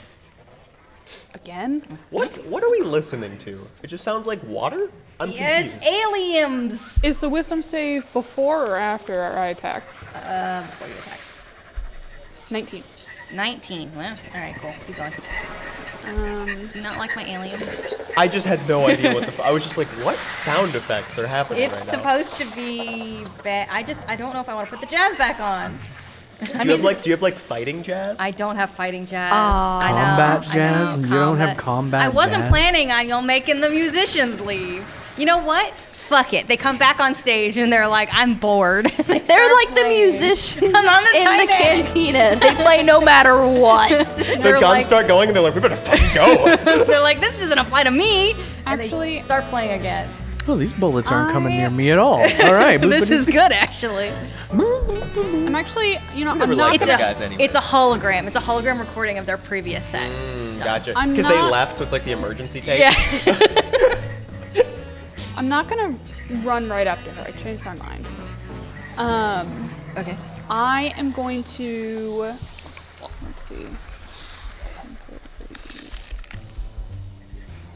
Speaker 3: again.
Speaker 2: What? What are we listening to? It just sounds like water. I'm confused.
Speaker 1: aliens.
Speaker 3: Is the wisdom save before or after I attack?
Speaker 1: Uh, before you attack.
Speaker 3: 19.
Speaker 1: 19. Wow. All right, cool. Keep going.
Speaker 3: Um,
Speaker 1: Do you not like my aliens?
Speaker 2: I just had no idea what the. F- I was just like, what sound effects are happening
Speaker 1: It's
Speaker 2: right now?
Speaker 1: supposed to be bad. I just, I don't know if I want to put the jazz back on.
Speaker 2: do you
Speaker 1: I
Speaker 2: have
Speaker 1: mean,
Speaker 2: like? Do you have like fighting jazz?
Speaker 1: I don't have fighting jazz.
Speaker 13: Aw.
Speaker 1: I know,
Speaker 6: Combat
Speaker 1: I
Speaker 6: jazz?
Speaker 1: know,
Speaker 6: You don't have combat
Speaker 1: I wasn't
Speaker 6: jazz?
Speaker 1: planning on y'all making the musicians leave. You know what? Fuck it. They come back on stage and they're like, I'm bored. They
Speaker 13: They're
Speaker 1: start
Speaker 13: like the
Speaker 1: playing.
Speaker 13: musicians
Speaker 1: I'm on the
Speaker 13: in the
Speaker 1: Titanic.
Speaker 13: cantina. They play no matter what.
Speaker 2: The
Speaker 1: they're
Speaker 2: guns
Speaker 1: like-
Speaker 2: start going, and they're like, we better fucking go.
Speaker 1: they're like, this doesn't apply to me. Actually,
Speaker 3: Actually-
Speaker 1: start playing again.
Speaker 6: Oh, these bullets aren't coming near me at all. All right.
Speaker 1: this is good actually.
Speaker 3: I'm actually, you know, I'm
Speaker 2: never
Speaker 3: not
Speaker 2: liked
Speaker 1: It's
Speaker 2: these
Speaker 1: a,
Speaker 2: guys anyway.
Speaker 1: it's a hologram. It's a hologram recording of their previous set.
Speaker 2: Mm, gotcha.
Speaker 3: I'm
Speaker 2: Because they
Speaker 3: not-
Speaker 2: left, so it's like the emergency tape.
Speaker 1: Yeah.
Speaker 3: I'm not gonna run right up to her. I changed my mind. Um,
Speaker 1: okay.
Speaker 3: I am going to. Let's see.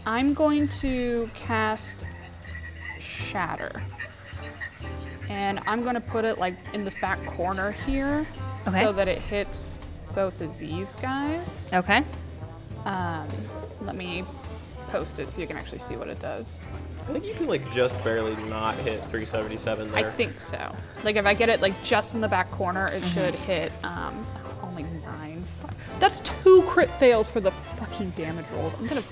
Speaker 3: I'm going to cast Shatter. And I'm going to put it like in this back corner here
Speaker 1: Okay.
Speaker 3: so that it hits both of these guys.
Speaker 1: Okay.
Speaker 3: Um, let me post it so you can actually see what it does.
Speaker 2: I think you can like just barely not hit 377
Speaker 3: I
Speaker 2: there.
Speaker 3: think so. Like if I get it like just in the back corner,
Speaker 1: Mm-hmm.
Speaker 3: it should hit um only nine. Fuck. That's two crit fails for the fucking damage rolls. I'm gonna.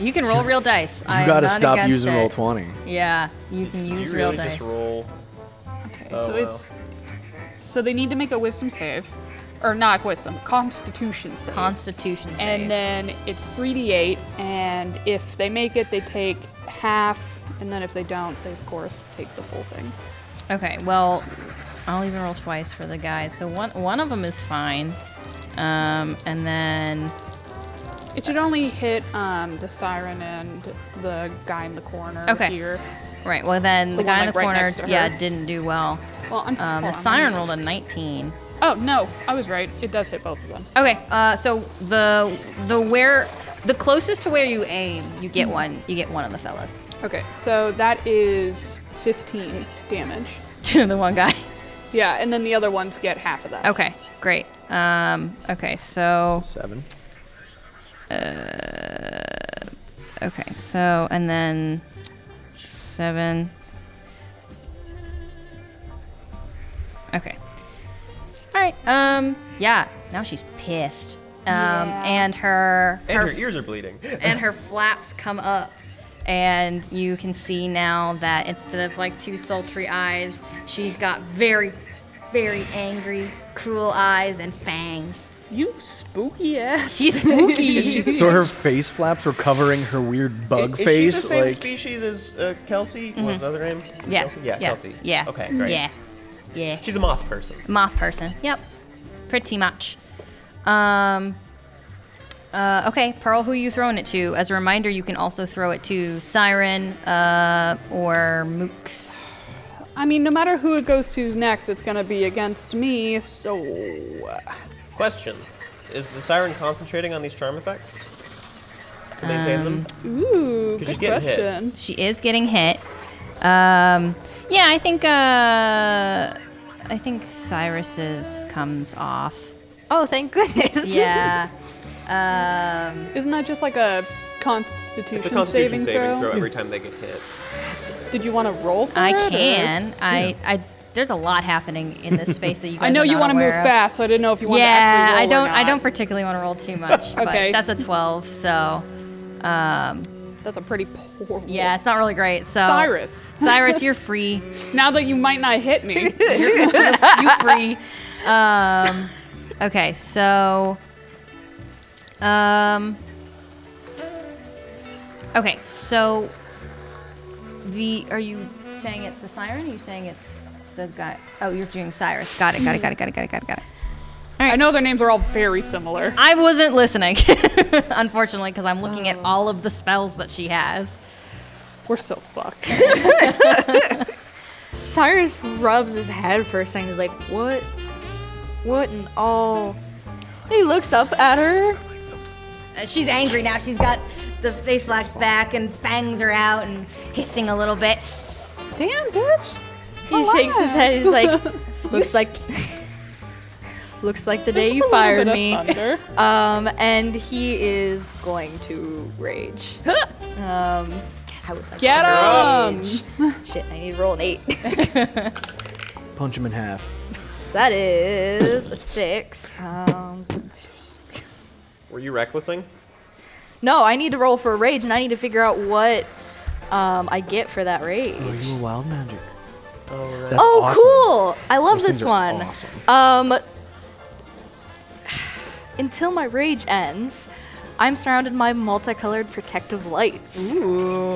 Speaker 1: You can roll real dice. You
Speaker 6: You gotta stop using roll 20.
Speaker 1: Yeah, you can
Speaker 2: Did
Speaker 1: use
Speaker 2: you
Speaker 1: real
Speaker 2: really
Speaker 1: dice.
Speaker 2: just roll?
Speaker 3: Okay,
Speaker 2: Oh,
Speaker 3: so
Speaker 2: wow.
Speaker 3: it's. So they need to make a wisdom save, or not wisdom, constitution save.
Speaker 1: Constitution save.
Speaker 3: And then it's 3d8, and if they make it, they take half, and then if they don't, they of course take the full thing.
Speaker 1: Okay, well, I'll even roll twice for the guys. So one one of them is fine, um, and then
Speaker 3: It should only hit um, the siren and the guy in the corner
Speaker 1: okay,
Speaker 3: here.
Speaker 1: right. Well, then the,
Speaker 3: The
Speaker 1: guy
Speaker 3: one,
Speaker 1: in
Speaker 3: like,
Speaker 1: the
Speaker 3: right
Speaker 1: corner,
Speaker 3: next to
Speaker 1: yeah,
Speaker 3: her.
Speaker 1: didn't do well.
Speaker 3: Well, I'm-
Speaker 1: um,
Speaker 3: hold
Speaker 1: the
Speaker 3: on,
Speaker 1: siren
Speaker 3: I'm-
Speaker 1: rolled a 19.
Speaker 3: Oh no, I was right. It does hit both of them.
Speaker 9: Okay, uh, so the the where the closest to where you aim, you get
Speaker 13: Hmm.
Speaker 9: one. You get one on the fellas.
Speaker 3: Okay, so that is 15 damage.
Speaker 9: To the one guy.
Speaker 3: Yeah, and then the other ones get half of that.
Speaker 9: Okay, great. Um, okay, so
Speaker 19: seven.
Speaker 9: Uh, okay, so and then seven. Okay. All right. Um. Yeah. Now she's pissed. Um.
Speaker 1: Yeah.
Speaker 9: And her.
Speaker 2: And her ears are bleeding.
Speaker 9: and her flaps come up, and you can see now that instead of like two sultry eyes, she's got very, very angry, cruel eyes and fangs.
Speaker 3: You spooky ass.
Speaker 9: She's spooky.
Speaker 6: so her face flaps were covering her weird bug
Speaker 2: is
Speaker 6: face.
Speaker 2: she the same
Speaker 6: like,
Speaker 2: species as uh, Kelsey? What's the other name?
Speaker 9: Yeah.
Speaker 2: Kelsey? Yeah,
Speaker 9: yeah.
Speaker 2: Kelsey.
Speaker 9: Yeah.
Speaker 2: Okay, great.
Speaker 9: Yeah. Yeah.
Speaker 2: She's a moth person.
Speaker 9: Moth person. Yep. Pretty much. Um. Uh, okay, Pearl, who are you throwing it to? As a reminder, you can also throw it to Siren uh, or Mooks.
Speaker 3: I mean, no matter who it goes to next, it's gonna be against me. So
Speaker 2: Question Is the siren concentrating on these charm effects? To maintain them?
Speaker 3: Ooh,
Speaker 2: 'Cause she's getting hit.
Speaker 9: She is getting hit. Um, yeah, I think uh, I think Cyrus's comes off. Oh, thank goodness. Yeah. Um,
Speaker 3: Isn't that just like a Constitution,
Speaker 2: It's a constitution
Speaker 3: saving,
Speaker 2: saving
Speaker 3: throw?
Speaker 2: throw every time they get hit.
Speaker 3: Did you want to roll for
Speaker 9: I
Speaker 3: it? or-
Speaker 9: can. I, I. There's a lot happening in this space that you. Guys
Speaker 3: I know
Speaker 9: are
Speaker 3: you
Speaker 9: not
Speaker 3: want to move
Speaker 9: aware of.
Speaker 3: fast, so I didn't know if you wanted to
Speaker 9: yeah,
Speaker 3: actually roll
Speaker 9: I don't.
Speaker 3: Or
Speaker 9: I
Speaker 3: not.
Speaker 9: don't particularly want to roll too much.
Speaker 3: Okay.
Speaker 9: But that's a 12, so. Um,
Speaker 3: that's a pretty poor. Roll.
Speaker 9: Yeah, it's not really great. So.
Speaker 3: Cyrus.
Speaker 9: Cyrus, you're free.
Speaker 3: now that you might not hit me.
Speaker 9: you free. Um, okay, so. Um, okay, so. The are you saying it's the siren? Or are you saying it's the guy? Oh, you're doing Cyrus. Got it. Got it. Got it. Got it. Got it. Got it. Got it.
Speaker 3: I know their names are all very similar.
Speaker 9: I wasn't listening, unfortunately, because I'm looking at all of the spells that she has.
Speaker 3: We're so fucked.
Speaker 8: Cyrus rubs his head for a second. He's like, "What? What in all?" He looks up at her.
Speaker 20: Uh, she's angry now. She's got the face flash back and fangs are out and hissing a little bit.
Speaker 3: Damn, bitch.
Speaker 8: He shakes his head. He's like, "Looks like." Looks like the day you fired me. Um, and he is going to rage. um, I would like
Speaker 3: Get
Speaker 8: to
Speaker 3: 'em!
Speaker 8: rage. Shit, I need to roll an eight.
Speaker 6: Punch him in half.
Speaker 8: So that is a six. Um,
Speaker 2: Were you recklessing?
Speaker 8: no, I need to roll for a rage, and I need to figure out what um, I get for that rage.
Speaker 6: Are Oh, you a wild magic?
Speaker 2: Oh,
Speaker 6: That's
Speaker 8: oh,
Speaker 6: awesome.
Speaker 8: cool! I love
Speaker 6: Those
Speaker 8: this
Speaker 6: things are
Speaker 8: one. Um, until my rage ends, I'm surrounded by multicolored protective lights. Ooh.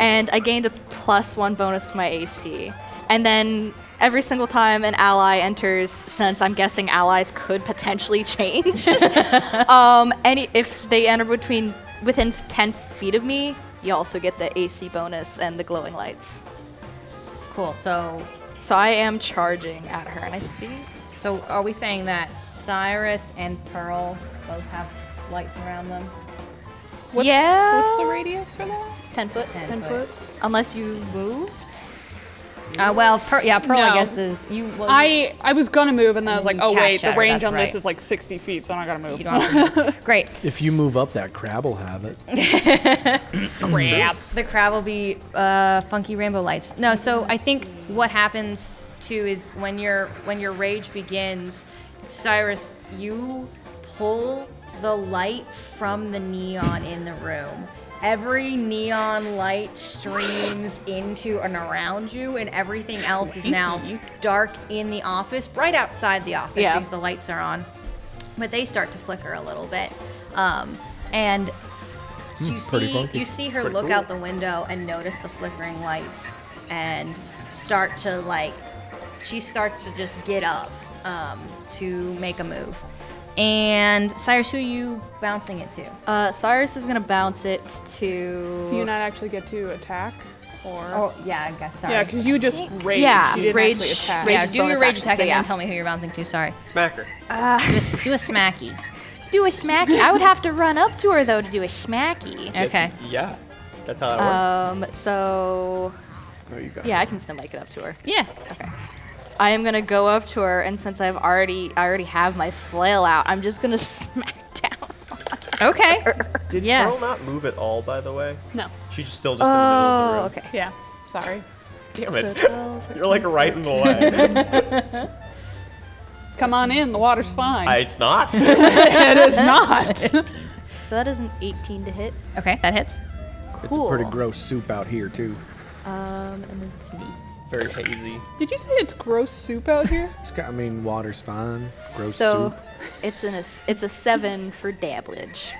Speaker 8: And I gained a plus one bonus to my AC. And then every single time an ally enters, since I'm guessing allies could potentially change, um, any if they enter between within 10 feet of me, you also get the AC bonus and the glowing lights.
Speaker 9: Cool. So.
Speaker 8: So I am charging at her, and I think
Speaker 9: So are we saying that Cyrus and Pearl both have lights around them?
Speaker 8: yeah.
Speaker 3: What's the radius for that?
Speaker 8: Ten foot.
Speaker 9: Ten
Speaker 8: Ten
Speaker 9: foot.
Speaker 8: foot. Unless you move.
Speaker 9: Uh, well, per- yeah, Pearl,
Speaker 3: No.
Speaker 9: I guess is you. Well,
Speaker 3: I I was gonna move, and then I was like,
Speaker 9: you
Speaker 3: oh wait,
Speaker 9: cast
Speaker 3: the
Speaker 9: shatter,
Speaker 3: range
Speaker 9: that's
Speaker 3: on
Speaker 9: right.
Speaker 3: this is like 60 feet, so I'm not gonna move.
Speaker 9: You don't have to move. Great.
Speaker 6: If you move up, that crab will have it.
Speaker 9: crab. The crab will be uh, funky rainbow lights. No, so I think what happens too is when your when your rage begins, Cyrus, you pull the light from the neon in the room. Every neon light streams into and around you, and everything else is now dark in the office, bright outside the office
Speaker 1: Yeah.
Speaker 9: because the lights are on. But they start to flicker a little bit. Um, and you
Speaker 1: Mm, pretty
Speaker 9: see
Speaker 1: funky.
Speaker 9: you see
Speaker 1: It's
Speaker 9: her
Speaker 1: pretty
Speaker 9: look
Speaker 1: cool.
Speaker 9: out the window and notice the flickering lights and start to like she starts to just get up um, to make a move. And Cyrus, who are you bouncing it to?
Speaker 8: Uh, Cyrus is gonna bounce it to.
Speaker 3: Do you not actually get to attack?
Speaker 8: Or
Speaker 9: Oh, yeah, I guess. Sorry.
Speaker 3: Yeah, 'cause you just rage.
Speaker 9: Yeah,
Speaker 3: you didn't
Speaker 9: rage.
Speaker 3: actually attack.
Speaker 9: rage
Speaker 3: Yeah,
Speaker 9: is
Speaker 3: do
Speaker 9: bonus
Speaker 3: your rage
Speaker 9: action,
Speaker 3: attack
Speaker 9: so
Speaker 3: and
Speaker 9: yeah.
Speaker 3: then
Speaker 9: tell me who you're bouncing to. Sorry.
Speaker 2: Smacker.
Speaker 9: Uh, do, a, do a smacky. Do a smacky.
Speaker 8: I would have to run up to her though to do a smacky.
Speaker 2: Yes, yeah. That's how that
Speaker 8: Um. So.
Speaker 2: works. you
Speaker 8: Yeah, I can still make it up to her.
Speaker 9: Yeah.
Speaker 8: Okay. I am gonna go up to her, and since I've already, I already have my flail out, I'm just gonna smack down.
Speaker 9: Okay.
Speaker 2: Did
Speaker 8: yeah.
Speaker 2: Pearl not move at all, by the way?
Speaker 3: No.
Speaker 2: She's still just in the middle of the
Speaker 8: Oh,
Speaker 2: room.
Speaker 8: okay.
Speaker 3: Yeah. Sorry.
Speaker 2: Damn it. You're like right in the way.
Speaker 3: way. Come on in. The water's fine.
Speaker 2: I- it's not.
Speaker 3: it is not.
Speaker 8: So that is an 18 to hit.
Speaker 9: Okay, that hits.
Speaker 6: It's a pretty
Speaker 8: Cool.
Speaker 6: gross soup out here too.
Speaker 8: Um, and then sneak.
Speaker 2: Very hazy.
Speaker 3: Did you say it's gross soup out here?
Speaker 6: It's got- I mean, water's fine. Gross
Speaker 8: So
Speaker 6: soup.
Speaker 8: it's an a, it's a seven for dabblage.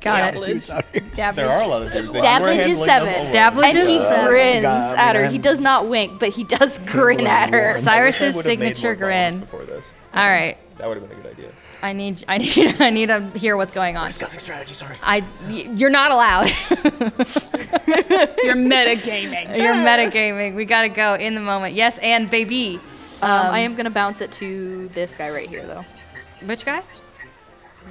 Speaker 6: Got it. Dudes out here.
Speaker 8: Dabblage.
Speaker 6: There are a lot of dudes. We're
Speaker 8: Dabblage
Speaker 6: handling them
Speaker 8: is
Speaker 6: all
Speaker 8: seven.
Speaker 6: over. Dabblage
Speaker 8: and
Speaker 6: is
Speaker 8: he
Speaker 6: seven.
Speaker 8: grins
Speaker 6: God,
Speaker 8: at her. He
Speaker 6: man.
Speaker 8: does not wink, but he does grin at her.
Speaker 9: Cyrus's signature grin.
Speaker 2: Before this.
Speaker 9: All right.
Speaker 2: That would have been a good idea.
Speaker 9: I need I need I need to hear what's going on.
Speaker 2: discussing strategy. Sorry.
Speaker 9: I y- you're not allowed.
Speaker 3: You're metagaming.
Speaker 9: you're metagaming. We gotta go in the moment. Yes, and baby.
Speaker 8: Um, I am gonna bounce it to this guy right here, though.
Speaker 9: Which guy?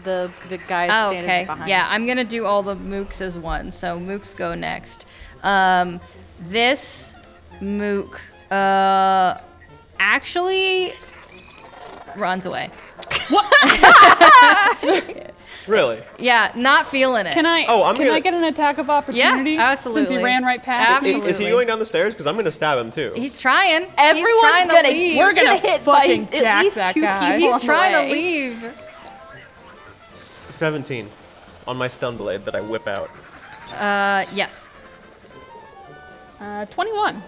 Speaker 8: The the guy
Speaker 9: Oh,
Speaker 8: standing
Speaker 9: okay.
Speaker 8: behind.
Speaker 9: Yeah, I'm gonna do all the mooks as one. So mooks go next. Um, this mook uh, actually runs away.
Speaker 2: Really?
Speaker 9: Yeah, not feeling it.
Speaker 3: Can I?
Speaker 2: Oh, I'm
Speaker 3: can I
Speaker 2: gonna-
Speaker 3: get an attack of opportunity? Since
Speaker 9: absolutely.
Speaker 3: he ran right past.
Speaker 2: I- Is he going down the stairs? Because I'm going to stab him too.
Speaker 9: He's trying.
Speaker 8: Everyone's
Speaker 9: He's trying to
Speaker 8: gonna-
Speaker 9: leave.
Speaker 8: we're We're gonna gonna hit fucking by at jack least that two guy. people
Speaker 9: He's
Speaker 8: on the
Speaker 9: trying
Speaker 8: way.
Speaker 9: to leave.
Speaker 2: 17 on my stun blade that I whip out.
Speaker 9: Uh, yes.
Speaker 3: Uh, 21.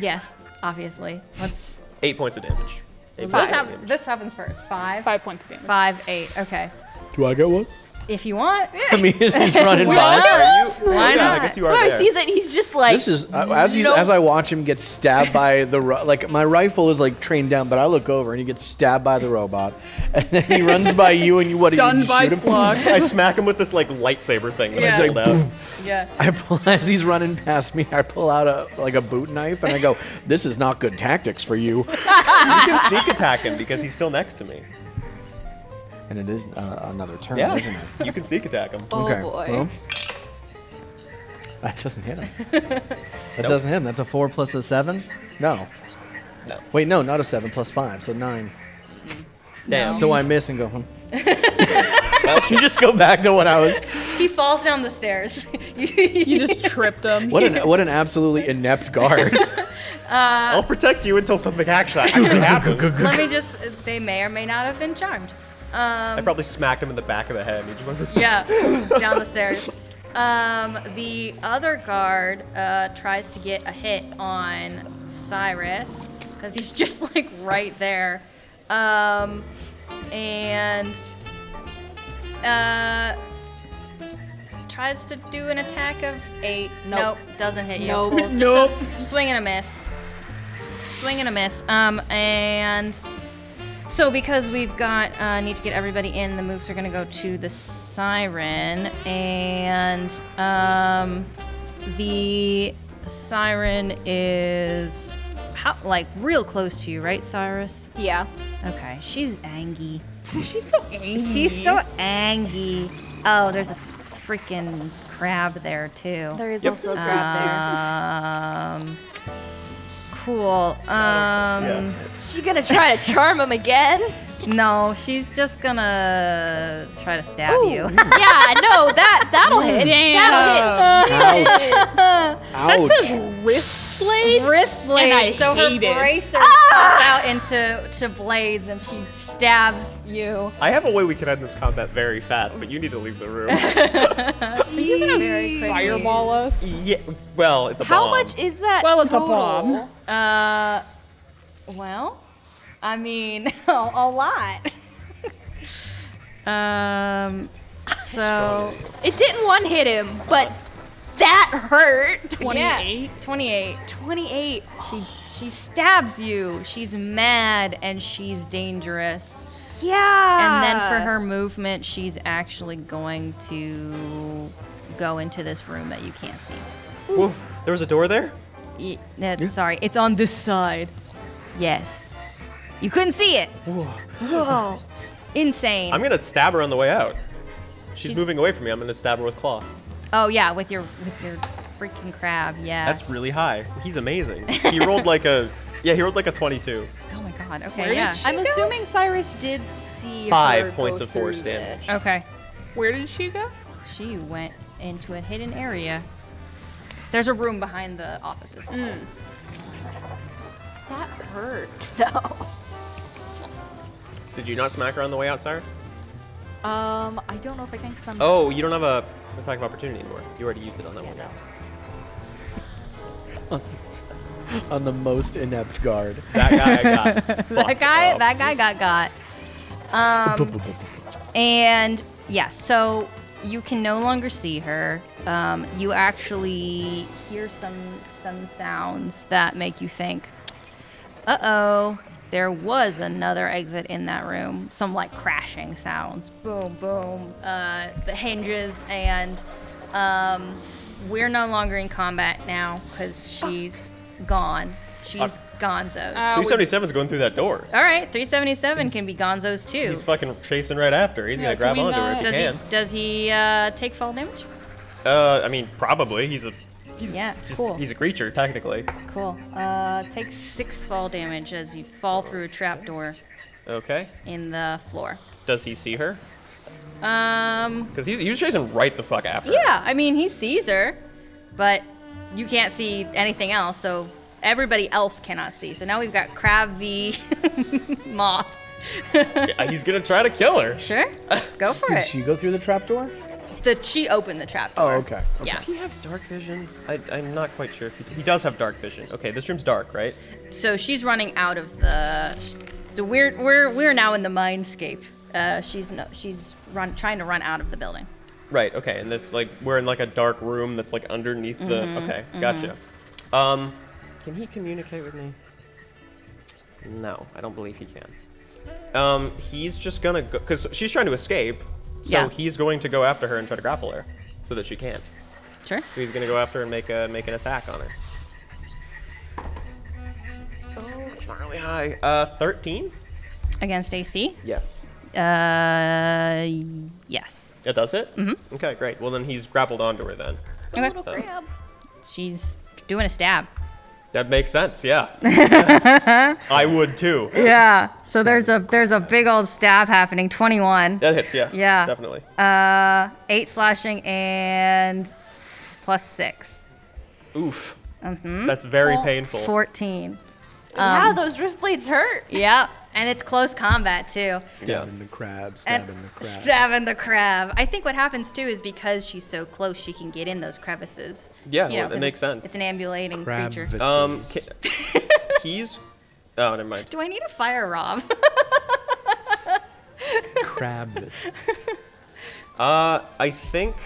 Speaker 9: Yes, obviously. What's,
Speaker 2: Eight points of damage. Eight
Speaker 9: This,
Speaker 2: points of
Speaker 9: hap-
Speaker 2: damage.
Speaker 9: this happens first. Five.
Speaker 3: Five points of damage.
Speaker 9: Five, eight. Okay.
Speaker 6: Do I get one?
Speaker 9: If you want.
Speaker 6: I mean, he's running
Speaker 9: Why
Speaker 6: by.
Speaker 9: not?
Speaker 2: Are you-
Speaker 9: Why
Speaker 2: Yeah, I
Speaker 9: not?
Speaker 2: guess you are Well, I there. see
Speaker 8: that he's just like.
Speaker 6: this is I- as he's, as I watch him get stabbed by the ro- like my rifle is like trained down, but I look over and he gets stabbed by the robot, and then he runs by you and you what do you
Speaker 2: Stunned
Speaker 6: shoot him?
Speaker 2: I smack him with this like lightsaber thing that
Speaker 6: Yeah.
Speaker 2: I pulled out.
Speaker 9: Yeah.
Speaker 6: I pull as he's running past me. I pull out a like a boot knife and I go, "This is not good tactics for you."
Speaker 2: you can sneak attack him because he's still next to me.
Speaker 6: And it is uh, another turn,
Speaker 2: Yeah,
Speaker 6: isn't it?
Speaker 2: you can sneak attack him.
Speaker 6: okay. well, that doesn't hit him. That
Speaker 2: Nope.
Speaker 6: doesn't hit him. That's a four plus a seven. No.
Speaker 2: No.
Speaker 6: Wait, no, not a seven plus five, so nine.
Speaker 2: Damn.
Speaker 6: So I miss and go. Hmm.
Speaker 2: well,
Speaker 6: you just go back to what I was.
Speaker 9: He falls down the stairs.
Speaker 3: you just tripped him.
Speaker 6: What an what an absolutely inept guard.
Speaker 2: I'll protect you until something actually, actually happens.
Speaker 9: Let me just. They may or may not have been charmed.
Speaker 2: I
Speaker 9: Um,
Speaker 2: probably smacked him in the back of the head. You just went-
Speaker 9: yeah, down the stairs. Um, the other guard uh, tries to get a hit on Cyrus because he's just like right there. Um, and uh, tries to do an attack of eight. Nope,
Speaker 21: Nope.
Speaker 9: doesn't hit you.
Speaker 21: Nope.
Speaker 9: Just
Speaker 21: Nope.
Speaker 9: a swing and a miss. Swing and a miss. Um, and so because we've got uh, need to get everybody in, the mooks are gonna go to the siren, and um, the siren is how, like real close to you, right, Cyrus?
Speaker 8: Yeah.
Speaker 9: Okay, she's angry.
Speaker 8: She's so angry.
Speaker 9: She's so angry. Oh, there's a freaking crab there too.
Speaker 8: There is Yep. also a crab
Speaker 9: there. Um, cool. Um,
Speaker 8: Yes. She gonna try to charm him again?
Speaker 9: No, she's just gonna try to stab you.
Speaker 8: yeah, no, that that'll hit. That'll hit.
Speaker 9: Ouch.
Speaker 8: Shit.
Speaker 3: That says wrist blade.
Speaker 9: Wrist blade.
Speaker 3: And I
Speaker 9: so
Speaker 3: hate
Speaker 9: her
Speaker 3: it.
Speaker 9: bracer pops out into to blades, and she stabs you.
Speaker 2: I have a way we can end this combat very fast, but you need to leave the room.
Speaker 9: Are you gonna very quickly.
Speaker 3: Fireball us.
Speaker 2: yeah, well, it's a bomb.
Speaker 9: is that?
Speaker 3: Well, it's a bomb.
Speaker 9: Uh, well, I mean, a lot. um, so
Speaker 8: It didn't one hit him, but that hurt.
Speaker 9: 28? 28.
Speaker 8: 28.
Speaker 9: She she stabs you. She's mad and she's dangerous.
Speaker 8: Yeah.
Speaker 9: And then for her movement, she's actually going to go into this room that you can't see.
Speaker 2: Woof. There was a door there?
Speaker 9: Y- that's sorry. It's on this side. Yes. You couldn't see it. Whoa. Insane.
Speaker 2: I'm gonna stab her on the way out. She's, moving away from me. I'm gonna stab her with claw.
Speaker 9: oh yeah, with your with your freaking crab. Yeah.
Speaker 2: That's really high. He's amazing. He rolled like a yeah. He rolled like a 22.
Speaker 9: oh my god. Okay.
Speaker 2: Where did
Speaker 9: yeah.
Speaker 2: she
Speaker 5: I'm assuming Cyrus did see
Speaker 2: Five
Speaker 5: her
Speaker 2: points
Speaker 5: go
Speaker 2: of force
Speaker 5: through
Speaker 2: damage.
Speaker 5: this.
Speaker 9: Okay.
Speaker 3: Where did she go?
Speaker 9: She went into a hidden area. There's a room behind the offices.
Speaker 5: That hurt.
Speaker 2: Did you not smack her on the way out, Cyrus?
Speaker 22: Um, I don't know if I can because I'm.
Speaker 2: Oh, you don't have a attack of opportunity anymore. You already used it on that one.
Speaker 6: on the most inept guard.
Speaker 2: That guy
Speaker 9: got that guy. That guy got got. Um, and yeah, so you can no longer see her. Um, you actually hear some some sounds that make you think, "Uh oh, there was another exit in that room." Some like crashing sounds. Boom, boom. Uh, the hinges and um, we're no longer in combat now because she's gone. She's Gonzo's.
Speaker 2: 377's going through that door.
Speaker 9: All right, 377 can be Gonzo's too.
Speaker 2: He's fucking chasing right after. He's
Speaker 9: Yeah,
Speaker 2: gonna grab
Speaker 9: can we
Speaker 2: onto her if he
Speaker 9: not- does
Speaker 2: can.
Speaker 9: he does he uh, take fall damage?
Speaker 2: Uh, I mean, probably. He's a he's
Speaker 9: yeah,
Speaker 2: just,
Speaker 9: cool.
Speaker 2: he's a creature technically.
Speaker 9: cool. Uh, take six fall damage as you fall through a trapdoor
Speaker 2: Okay.
Speaker 9: in the floor.
Speaker 2: Does he see her?
Speaker 9: Um,
Speaker 2: Because he's he was chasing right the fuck after. her.
Speaker 9: yeah, I mean he sees her, but you can't see anything else, so everybody else cannot see. So now we've got Crab v Moth.
Speaker 2: Yeah, he's gonna try to kill her.
Speaker 9: Sure, go for
Speaker 6: Did
Speaker 9: it.
Speaker 6: she go through the trapdoor?
Speaker 9: The she opened the trapdoor.
Speaker 6: Oh, okay. okay.
Speaker 9: Yeah.
Speaker 2: he have dark vision? I, I'm not quite sure if he, he does have dark vision. Okay, this room's dark, right?
Speaker 9: So she's running out of the. So we're we're we're now in the minescape. Uh, she's no, she's run trying to run out of the building.
Speaker 2: Right. Okay, and this like we're in like a dark room that's like underneath the.
Speaker 9: Mhm,
Speaker 2: Okay, gotcha. Um, can he communicate with me? No, I don't believe he can. Um, he's just gonna go because she's trying to escape, so
Speaker 9: Yeah.
Speaker 2: he's going to go after her and try to grapple her so that she can't.
Speaker 9: Sure.
Speaker 2: So he's gonna go after her and make a make an attack on her. It's not really high. Uh, thirteen.
Speaker 9: Against AC.
Speaker 2: Yes.
Speaker 9: Uh, yes.
Speaker 2: It does it.
Speaker 9: Mhm.
Speaker 2: Okay, great. Well, then he's grappled onto her then.
Speaker 9: Okay.
Speaker 2: Um,
Speaker 9: She's doing a stab.
Speaker 2: That makes sense. Yeah. I would too.
Speaker 9: Yeah. So there's a there's a big old stab happening. Twenty one.
Speaker 2: That hits. Yeah.
Speaker 9: Yeah.
Speaker 2: Definitely.
Speaker 9: Uh, eight slashing and s- plus six.
Speaker 2: Oof.
Speaker 9: Mm-hmm.
Speaker 2: That's very painful.
Speaker 9: Fourteen.
Speaker 23: Wow,
Speaker 9: those wristblades hurt. Yep, and it's close combat too.
Speaker 1: Stabbing the crab,
Speaker 9: And
Speaker 1: stabbing the crab.
Speaker 9: stabbing the crab. I think what happens too is because she's so close, she can get in those crevices.
Speaker 2: Yeah, well,
Speaker 9: You know,
Speaker 2: that
Speaker 9: 'cause
Speaker 2: makes
Speaker 9: it's-
Speaker 2: sense.
Speaker 9: It's an ambulating creature.
Speaker 2: Um, ca- he's. Oh, never mind.
Speaker 9: Do I need a fire, Rob?
Speaker 2: Crab. uh, I think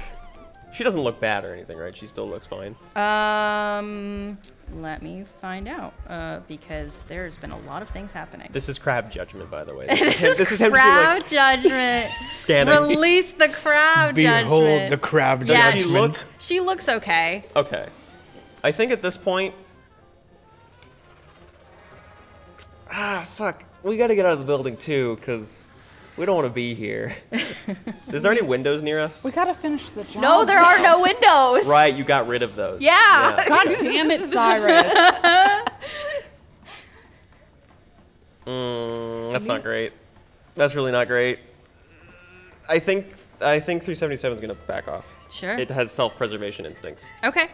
Speaker 2: she doesn't look bad or anything, right? She still looks fine.
Speaker 9: um, let me find out uh, because there's been a lot of things happening.
Speaker 2: This is crab judgment, by the way.
Speaker 9: this is,
Speaker 2: this is him just being
Speaker 9: crab
Speaker 2: like,
Speaker 9: judgment.
Speaker 2: scanning.
Speaker 9: Release the crab
Speaker 2: Behold
Speaker 9: judgment.
Speaker 2: the crab judgment.
Speaker 9: yeah,
Speaker 2: Does she look-
Speaker 9: She looks okay.
Speaker 2: Okay. I think at this point. Ah, fuck. We gotta get out of the building too, because we don't want to be here. Is there any windows near us?
Speaker 3: We gotta finish the job.
Speaker 23: No, there are no windows.
Speaker 2: Right, you got rid of those.
Speaker 23: Yeah.
Speaker 3: God damn it, Cyrus.
Speaker 2: Mm, that's not great. That's really not great. I think I think 377 is gonna back off.
Speaker 9: Sure.
Speaker 2: It has self-preservation instincts.
Speaker 9: Okay.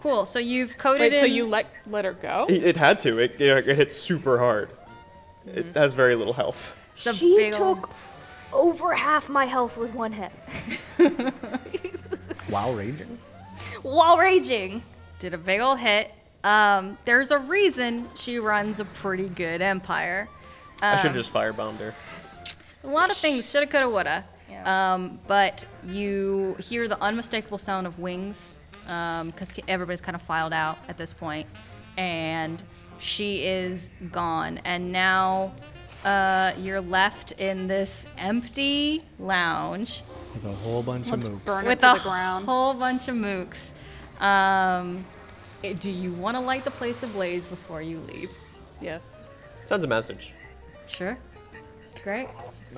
Speaker 9: Cool. So you've coded
Speaker 3: Wait, so
Speaker 9: in-
Speaker 3: you let let her go?
Speaker 2: It, it had to. It, it, it hits super hard. It has very little health.
Speaker 5: She took over half my health with one hit
Speaker 6: Wow, raging.
Speaker 23: While raging.
Speaker 9: Did a big old hit. Um, there's a reason she runs a pretty good empire.
Speaker 2: I should
Speaker 9: Um,
Speaker 2: have just firebombed her.
Speaker 9: A lot of things. Shoulda, coulda, woulda. Um, but you hear the unmistakable sound of wings because everybody's kind of filed out at this point, and she is gone. And now uh, you're left in this empty lounge
Speaker 1: With a whole bunch of mooks.
Speaker 9: with a whole bunch of mooks. Um,
Speaker 1: Eh, Do you want to light the place ablaze before you leave?
Speaker 3: Yes.
Speaker 2: Sends a message.
Speaker 1: Sure. Great.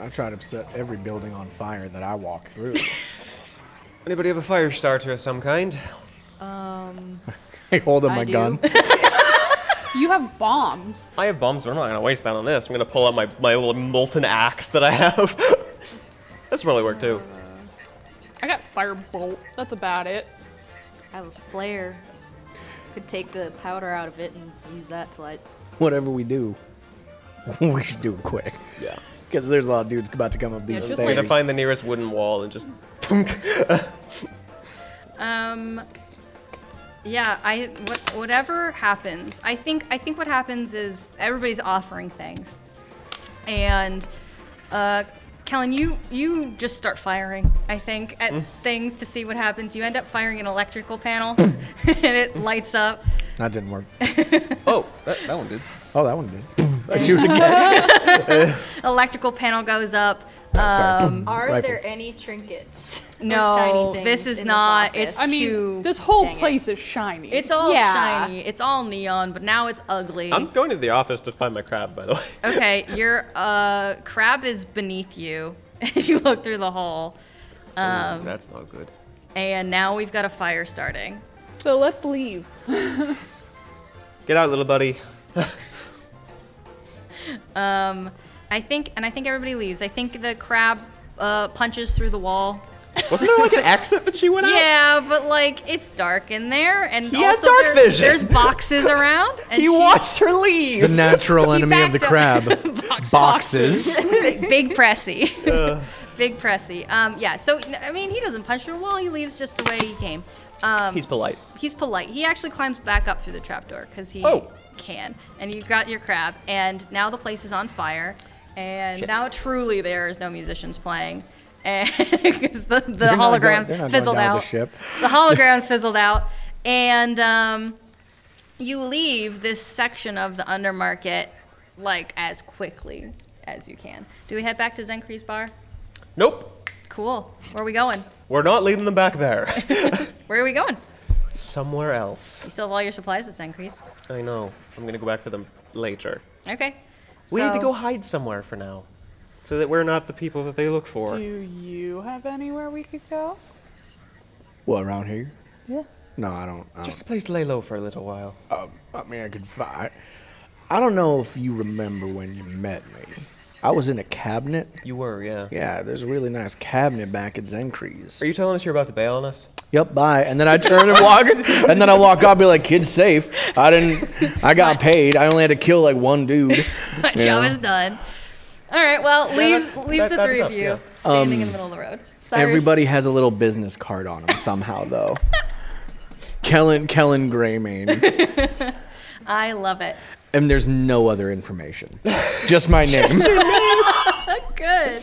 Speaker 6: I try to set every building on fire that I walk through.
Speaker 2: Anybody have a fire starter of some kind?
Speaker 3: Um,
Speaker 6: I hold up
Speaker 3: I
Speaker 6: my
Speaker 3: do.
Speaker 6: gun.
Speaker 3: you have bombs.
Speaker 2: I have bombs, but I'm not gonna waste that on this. I'm gonna pull out my, my little molten axe that I have. this will really work too.
Speaker 3: I got firebolt. That's about it.
Speaker 14: I have a flare. Could take the powder out of it and use that to light.
Speaker 6: Whatever we do, we should do it quick.
Speaker 2: Yeah.
Speaker 6: Because there's a lot of dudes about to come up these
Speaker 2: I'm
Speaker 6: stairs.
Speaker 2: gonna find the nearest wooden wall and just. thunk.
Speaker 1: Um. Yeah, I what, whatever happens, I think I think what happens is everybody's offering things, and uh, Kellen, you you just start firing. I think at
Speaker 6: Mm.
Speaker 1: things to see what happens. You end up firing an electrical panel, and it lights up.
Speaker 6: That didn't work.
Speaker 11: oh, that, that one did.
Speaker 6: Oh, that one did. I shoot again.
Speaker 1: electrical panel goes up.
Speaker 6: sorry.
Speaker 1: Um,
Speaker 8: Are
Speaker 6: Rifle.
Speaker 8: there any trinkets? or
Speaker 1: No,
Speaker 8: shiny
Speaker 1: this is
Speaker 8: things in
Speaker 1: not.
Speaker 8: office?
Speaker 1: It's too.
Speaker 3: This whole
Speaker 1: Dang it.
Speaker 3: place is shiny.
Speaker 1: It's all
Speaker 3: Yeah.
Speaker 1: shiny. It's all neon, but now it's ugly.
Speaker 2: I'm going to the office to find my crab, by the way.
Speaker 1: Okay, your uh, crab is beneath you, and you look through the hole.
Speaker 2: Ooh,
Speaker 1: Um,
Speaker 2: that's not good.
Speaker 1: and now we've got a fire starting.
Speaker 3: So let's leave.
Speaker 2: Get out, little buddy.
Speaker 1: Um, I think, and I think everybody leaves. I think the crab uh, punches through the wall.
Speaker 2: Wasn't there like an exit that she went out?
Speaker 1: yeah, but like it's dark in there, and
Speaker 2: Oh. He
Speaker 1: also
Speaker 2: has dark
Speaker 1: there-
Speaker 2: vision.
Speaker 1: There's boxes around. And
Speaker 2: He
Speaker 1: she-
Speaker 2: watched her leave.
Speaker 6: the natural enemy of the
Speaker 1: backed up.
Speaker 6: crab. Boxes.
Speaker 1: Big big pressy.
Speaker 6: Ugh.
Speaker 1: Big pressy. Um, yeah. So n- I mean, he doesn't punch through a wall. He leaves just the way he came. Um,
Speaker 2: He's polite.
Speaker 1: He's polite. He actually climbs back up through the trapdoor because he
Speaker 2: Oh.
Speaker 1: can. And you got your crab. And now the place is on fire. And
Speaker 2: Shit.
Speaker 1: now truly there is no musicians playing. Because the, the
Speaker 6: They're not
Speaker 1: holograms
Speaker 6: going- they're not going
Speaker 1: fizzled
Speaker 6: down
Speaker 1: out.
Speaker 6: with the ship.
Speaker 1: The holograms fizzled out. And um, you leave this section of the undermarket like as quickly as you can. Do we head back to Zenkri's bar?
Speaker 2: Nope.
Speaker 1: Cool. Where are we going?
Speaker 2: We're not leaving them back there.
Speaker 1: Where are we going?
Speaker 2: Somewhere else.
Speaker 1: You still have all your supplies at Zenkri's.
Speaker 2: I know. I'm gonna go back for them later.
Speaker 1: Okay.
Speaker 2: We need to
Speaker 1: So-
Speaker 2: go hide somewhere for now, so that we're not the people that they look for.
Speaker 3: Do you have anywhere we could go?
Speaker 6: What, around here?
Speaker 3: Yeah.
Speaker 6: No, I don't. I
Speaker 2: Just a place to lay low for a little while.
Speaker 6: Um, I mean, I could fight. I don't know if you remember when you met me. I was in a cabinet.
Speaker 2: You were, yeah.
Speaker 6: Yeah, there's a really nice cabinet back at Zenkree's.
Speaker 2: Are you telling us you're about to bail on us?
Speaker 6: Yep, bye. And then I turn and walk, and then I walk up, be like, "Kid's safe. I didn't. I got paid. I only had to kill like one dude."
Speaker 1: My
Speaker 6: you
Speaker 1: job
Speaker 6: know?
Speaker 1: is done. All right. Well,
Speaker 2: Yeah,
Speaker 1: leaves
Speaker 2: that's-
Speaker 1: leaves
Speaker 2: that-
Speaker 1: the
Speaker 2: that
Speaker 1: three
Speaker 2: is
Speaker 1: of
Speaker 2: up,
Speaker 1: you
Speaker 2: yeah.
Speaker 1: standing in the
Speaker 6: Um,
Speaker 1: middle of the road.
Speaker 6: Everybody has a little business card on them somehow, though. Kellen, Kellen Greymane,
Speaker 1: I love it.
Speaker 6: and there's no other information. Just my name.
Speaker 1: Good.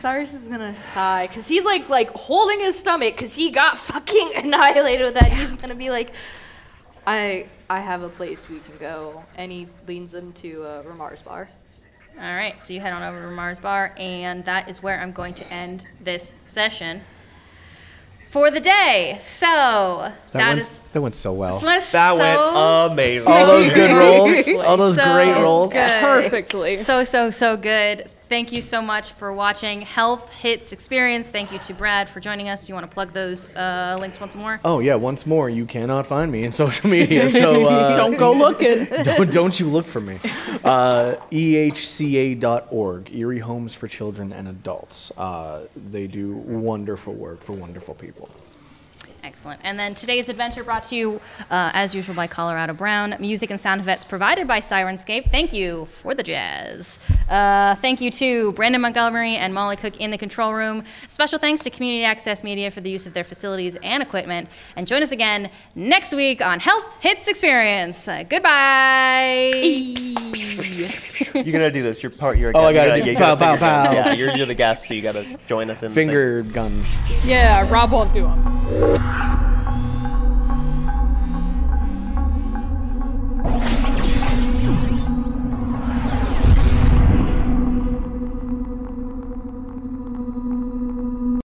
Speaker 8: Cyrus is gonna sigh because he's like like holding his stomach because he got fucking annihilated with that. He's gonna be like, I I have a place we can go, and he leans him to uh, Ramar's bar.
Speaker 1: All right. So you head on over to Mars Bar, and that is where I'm going to end this session for the day. So
Speaker 6: That,
Speaker 1: that
Speaker 6: went,
Speaker 1: is
Speaker 6: that went so well.
Speaker 1: That
Speaker 2: That went
Speaker 1: so-
Speaker 2: amazing.
Speaker 6: All those good rolls. All those great rolls.
Speaker 1: good.
Speaker 3: Perfectly.
Speaker 1: So, so, so good. Thank you so much for watching Health Hits Experience. Thank you to Brad for joining us. You want to plug those uh, links once more?
Speaker 6: Oh yeah, once more, you cannot find me in social media. So uh,
Speaker 3: Don't go looking.
Speaker 6: Don't, don't you look for me. Uh, EHCA.org, Erie Homes for Children and Adults. Uh, they do wonderful work for wonderful people.
Speaker 1: Excellent. And then today's adventure brought to you, uh, as usual, by Colorado Brown. Music and sound effects provided by Sirenscape. Thank you for the jazz. Uh, thank you to Brandon Montgomery and Molly Cook in the control room. Special thanks to Community Access Media for the use of their facilities and equipment. And join us again next week on Health Hits Experience. Uh, goodbye.
Speaker 2: You're gonna do this. You're part. You're. A
Speaker 6: Oh,
Speaker 2: guy.
Speaker 6: I gotta
Speaker 2: you
Speaker 6: do- pow,
Speaker 2: finger
Speaker 6: pow,
Speaker 2: guns.
Speaker 6: pow.
Speaker 2: Yeah, you're, you're the guest, so you gotta join us in. the thing.
Speaker 6: Finger guns.
Speaker 3: Yeah, Rob won't do them.